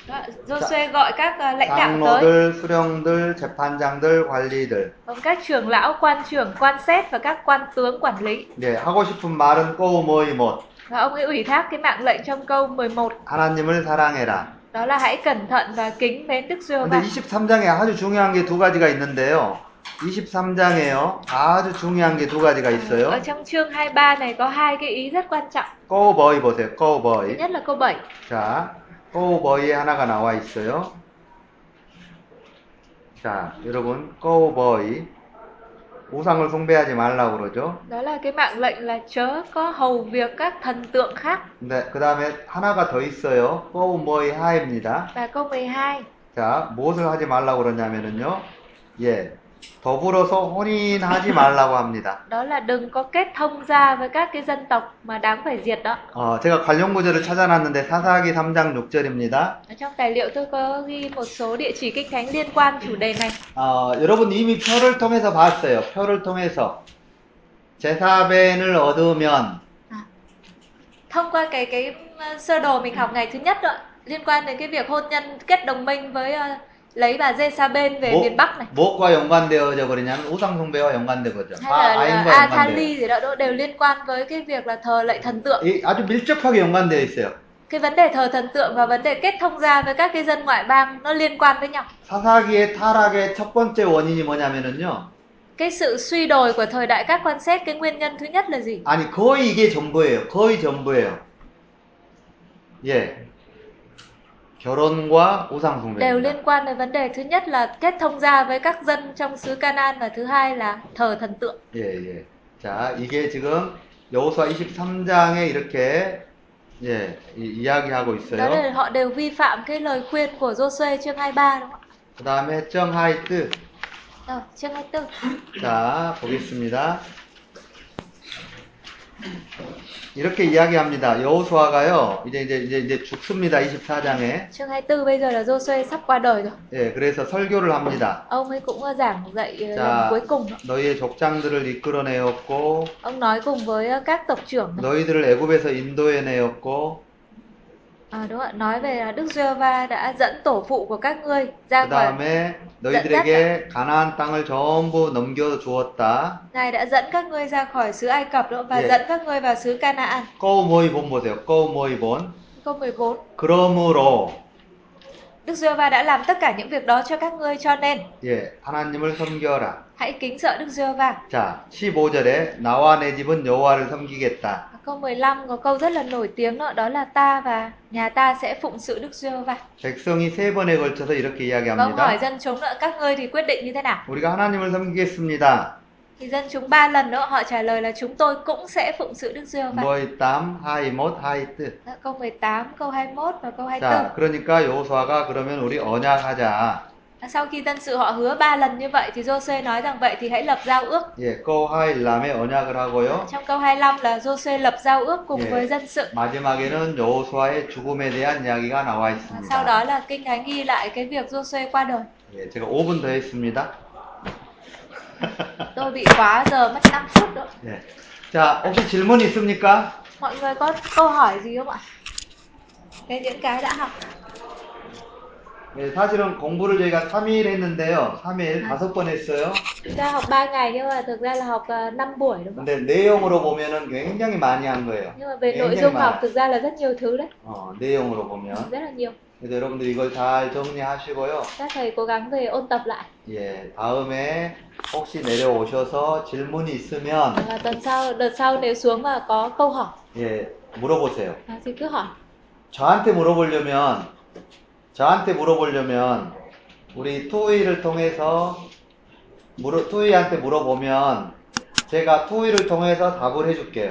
Speaker 1: Đó, Joshua gọi các ờ, lãnh đạo tới
Speaker 2: 장로들, 수령들, 재판장들, 관리들.
Speaker 1: gồm Vâng, các trưởng lão quan trưởng quan xét và các quan tướng quản lý
Speaker 2: 예, 하고 싶은 말은 go 뭐이 못.
Speaker 1: và ông ấy ủy thác cái mạng lệnh trong câu 11
Speaker 2: 하나님을 사랑해라.
Speaker 1: đó là hãy cẩn thận và kính mến Đức giê
Speaker 2: 근데
Speaker 1: va
Speaker 2: 23장에 아주 중요한 게 두 가지가 있는데요. 23장에요. 아주 중요한 게 두 ga지가
Speaker 1: Ờ,
Speaker 2: 있어요.
Speaker 1: ở trong chương 23 này có hai cái ý rất quan trọng
Speaker 2: 꼬버이 보세요.
Speaker 1: thứ
Speaker 2: 꼬버이.
Speaker 1: nhất là câu 7
Speaker 2: 자, 또 뭐에 하나가 나와 있어요. 자, 여러분, cowboy. 우상을 숭배하지 말라고 그러죠.
Speaker 1: đó là cái mạng lệnh là chớ có hầu việc các thần tượng khác
Speaker 2: 근데 그 다음에 하나가 더 있어요. cowboy 하입니다.
Speaker 1: và câu 12
Speaker 2: 자, 무엇을 하지 말라고 그러냐면은요. 예. 더불어서 혼인하지 말라고 합니다.
Speaker 1: đó là đừng có kết thông gia với các cái dân tộc mà đáng phải diệt đó
Speaker 2: 어, 제가 관련 구절을 찾아놨는데 사사기 3장 6절입니다.
Speaker 1: ở trong tài liệu tôi có ghi một số địa chỉ kinh thánh liên quan chủ đề này
Speaker 2: 어, 여러분 이미 표를 통해서 봤어요. 표를 통해서 제사벤을 얻으면
Speaker 1: À. thông qua cái cái uh, sơ đồ mình học ngày thứ nhất rồi liên quan đến cái việc hôn nhân kết đồng minh với uh, lấy bà Jezabel về miền Bắc này
Speaker 2: 뭐, 과 연관되어져 버리냐면 우상 숭배와 연관되거든요.
Speaker 1: hay
Speaker 2: 아,
Speaker 1: là, là
Speaker 2: 아인과 연관돼요.
Speaker 1: Athali gì đó đó đều liên quan với cái việc là thờ lạy thần tượng
Speaker 2: 이 아주 밀접하게 연관되어 있어요.
Speaker 1: cái vấn đề thờ thần tượng và vấn đề kết thông gia với các cái dân ngoại bang nó liên quan với nhau
Speaker 2: 사사기의 타락의 첫 번째 원인이 뭐냐면은요.
Speaker 1: cái sự suy đồi của thời đại các quan xét cái nguyên nhân thứ nhất là gì
Speaker 2: 아니 거의 이게 전부예요. 거의 전부예요. 예. 결혼과 네, 우상
Speaker 1: đều
Speaker 2: 숭배입니다.
Speaker 1: liên quan đến vấn đề thứ nhất là kết thông gia với các dân trong xứ Canaan và thứ hai là thờ thần tượng
Speaker 2: 예, 예. 자, 이게 지금 여호수아 23장에 이렇게 예, 이, 야기하고
Speaker 1: đó
Speaker 2: 있어요.
Speaker 1: là họ đều vi phạm cái lời khuyên của Joshua chương 23 đúng không ạ
Speaker 2: 그다음에 정하이트.
Speaker 1: Rồi, chương 24
Speaker 2: 자, 보겠습니다. 이렇게 이야기합니다. 여호수아가요. 이제 이제 이제 이제 죽습니다. 24장에.
Speaker 1: chương 24 bây giờ là Joshua sắp qua đời rồi
Speaker 2: 예, 그래서 설교를 합니다.
Speaker 1: ông ấy cũng giảng dạy ờ, lần
Speaker 2: 자,
Speaker 1: cuối cùng đó.
Speaker 2: 너희의 족장들을 이끌어내었고
Speaker 1: ông nói cùng với ờ, các tộc trưởng này.
Speaker 2: 너희들을 애굽에서 인도해내었고
Speaker 1: Ờ, đúng ạ nói về là Đức Giê-hô-va đã dẫn tổ phụ của các ngươi ra
Speaker 2: 그
Speaker 1: khỏi
Speaker 2: 다음에 너희들에게 가나안 땅을 전부 넘겨 주었다.
Speaker 1: Ngài đã dẫn các ngươi ra khỏi xứ Ai Cập đó và
Speaker 2: Dạ.
Speaker 1: dẫn các ngươi vào xứ Canaan.
Speaker 2: 꼬우모이 본 보세요. 꼬우모이 본.
Speaker 1: Câu 14.
Speaker 2: 그러므로
Speaker 1: Đức Giê-hô-va đã làm tất cả những việc đó cho các ngươi cho nên
Speaker 2: 예 하나님을 섬겨라.
Speaker 1: hãy kính sợ Đức Giê-hô-va.
Speaker 2: 자 15절에 나와 내 집은 여호와를 섬기겠다.
Speaker 1: Dạ, Câu 15 có câu rất là nổi tiếng đó, đó là ta và nhà ta sẽ phụng sự Đức Giê-hô-va.
Speaker 2: 백성이 세 번에 걸쳐서 이렇게
Speaker 1: Câu hỏi
Speaker 2: 이야기합니다.
Speaker 1: dân chúng nữa các ngươi thì quyết định như thế nào?
Speaker 2: 우리가 하나님을 섬기겠습니다.
Speaker 1: Thì dân chúng ba lần nữa họ trả lời là chúng tôi cũng sẽ phụng sự Đức
Speaker 2: 네.
Speaker 1: Giê-hô-va.
Speaker 2: 모이땀 하이못 하이트.
Speaker 1: Đó, Câu 18, câu 21 và câu 24.
Speaker 2: 자 그러니까 여호수아가 그러면 우리 언약하자.
Speaker 1: À, Sau khi dân sự họ hứa ba lần như vậy thì Giô-suê nói rằng vậy thì hãy lập giao ước.
Speaker 2: 예 꼬하일람의 언약을 하고요.
Speaker 1: Trong câu 25 là Giô-suê lập giao ước cùng
Speaker 2: Dạ.
Speaker 1: với dân sự.
Speaker 2: 마지막에는 여호수아의 죽음에 대한 이야기가 나와
Speaker 1: Và sau
Speaker 2: 있습니다.
Speaker 1: đó là kinh thánh ghi lại cái việc Giô-suê qua đời.
Speaker 2: 예, 제가 5분 더 했습니다.
Speaker 1: Tôi bị quá giờ mất 5 phút nữa.
Speaker 2: 예. 자, 혹시 질문 있습니까?
Speaker 1: Mọi người có câu hỏi gì không ạ? Về những cái đã học.
Speaker 2: 예, 사실은 공부를 저희가 3일 했는데요. 3일 다섯 번 했어요.
Speaker 1: Chúng ta học 3 ngày nhưng mà thực ra là học 5 buổi đúng không?
Speaker 2: 근데 내용으로 보면은 굉장히 많이 한 거예요.
Speaker 1: Nhưng mà Dạ. về nội
Speaker 2: 굉장히
Speaker 1: dung học
Speaker 2: 네, 많아요.
Speaker 1: thực ra là rất nhiều thứ đấy,
Speaker 2: 어, 내용으로 보면.
Speaker 1: rất là nhiều.
Speaker 2: 그래서 여러분들 이걸 잘 정리하시고요.
Speaker 1: Các thầy cố gắng về ôn tập lại.
Speaker 2: 예, 다음에 혹시 내려오셔서 질문이 있으면
Speaker 1: Và tuần sau, đợt sau nếu xuống mà có câu hỏi
Speaker 2: 예, 물어보세요.
Speaker 1: à, thì cứ hỏi.
Speaker 2: 저한테 물어보려면 저한테 물어보려면 우리 토이를 통해서 물어, 토이한테 물어보면 제가 토이를 통해서 답을 해줄게요.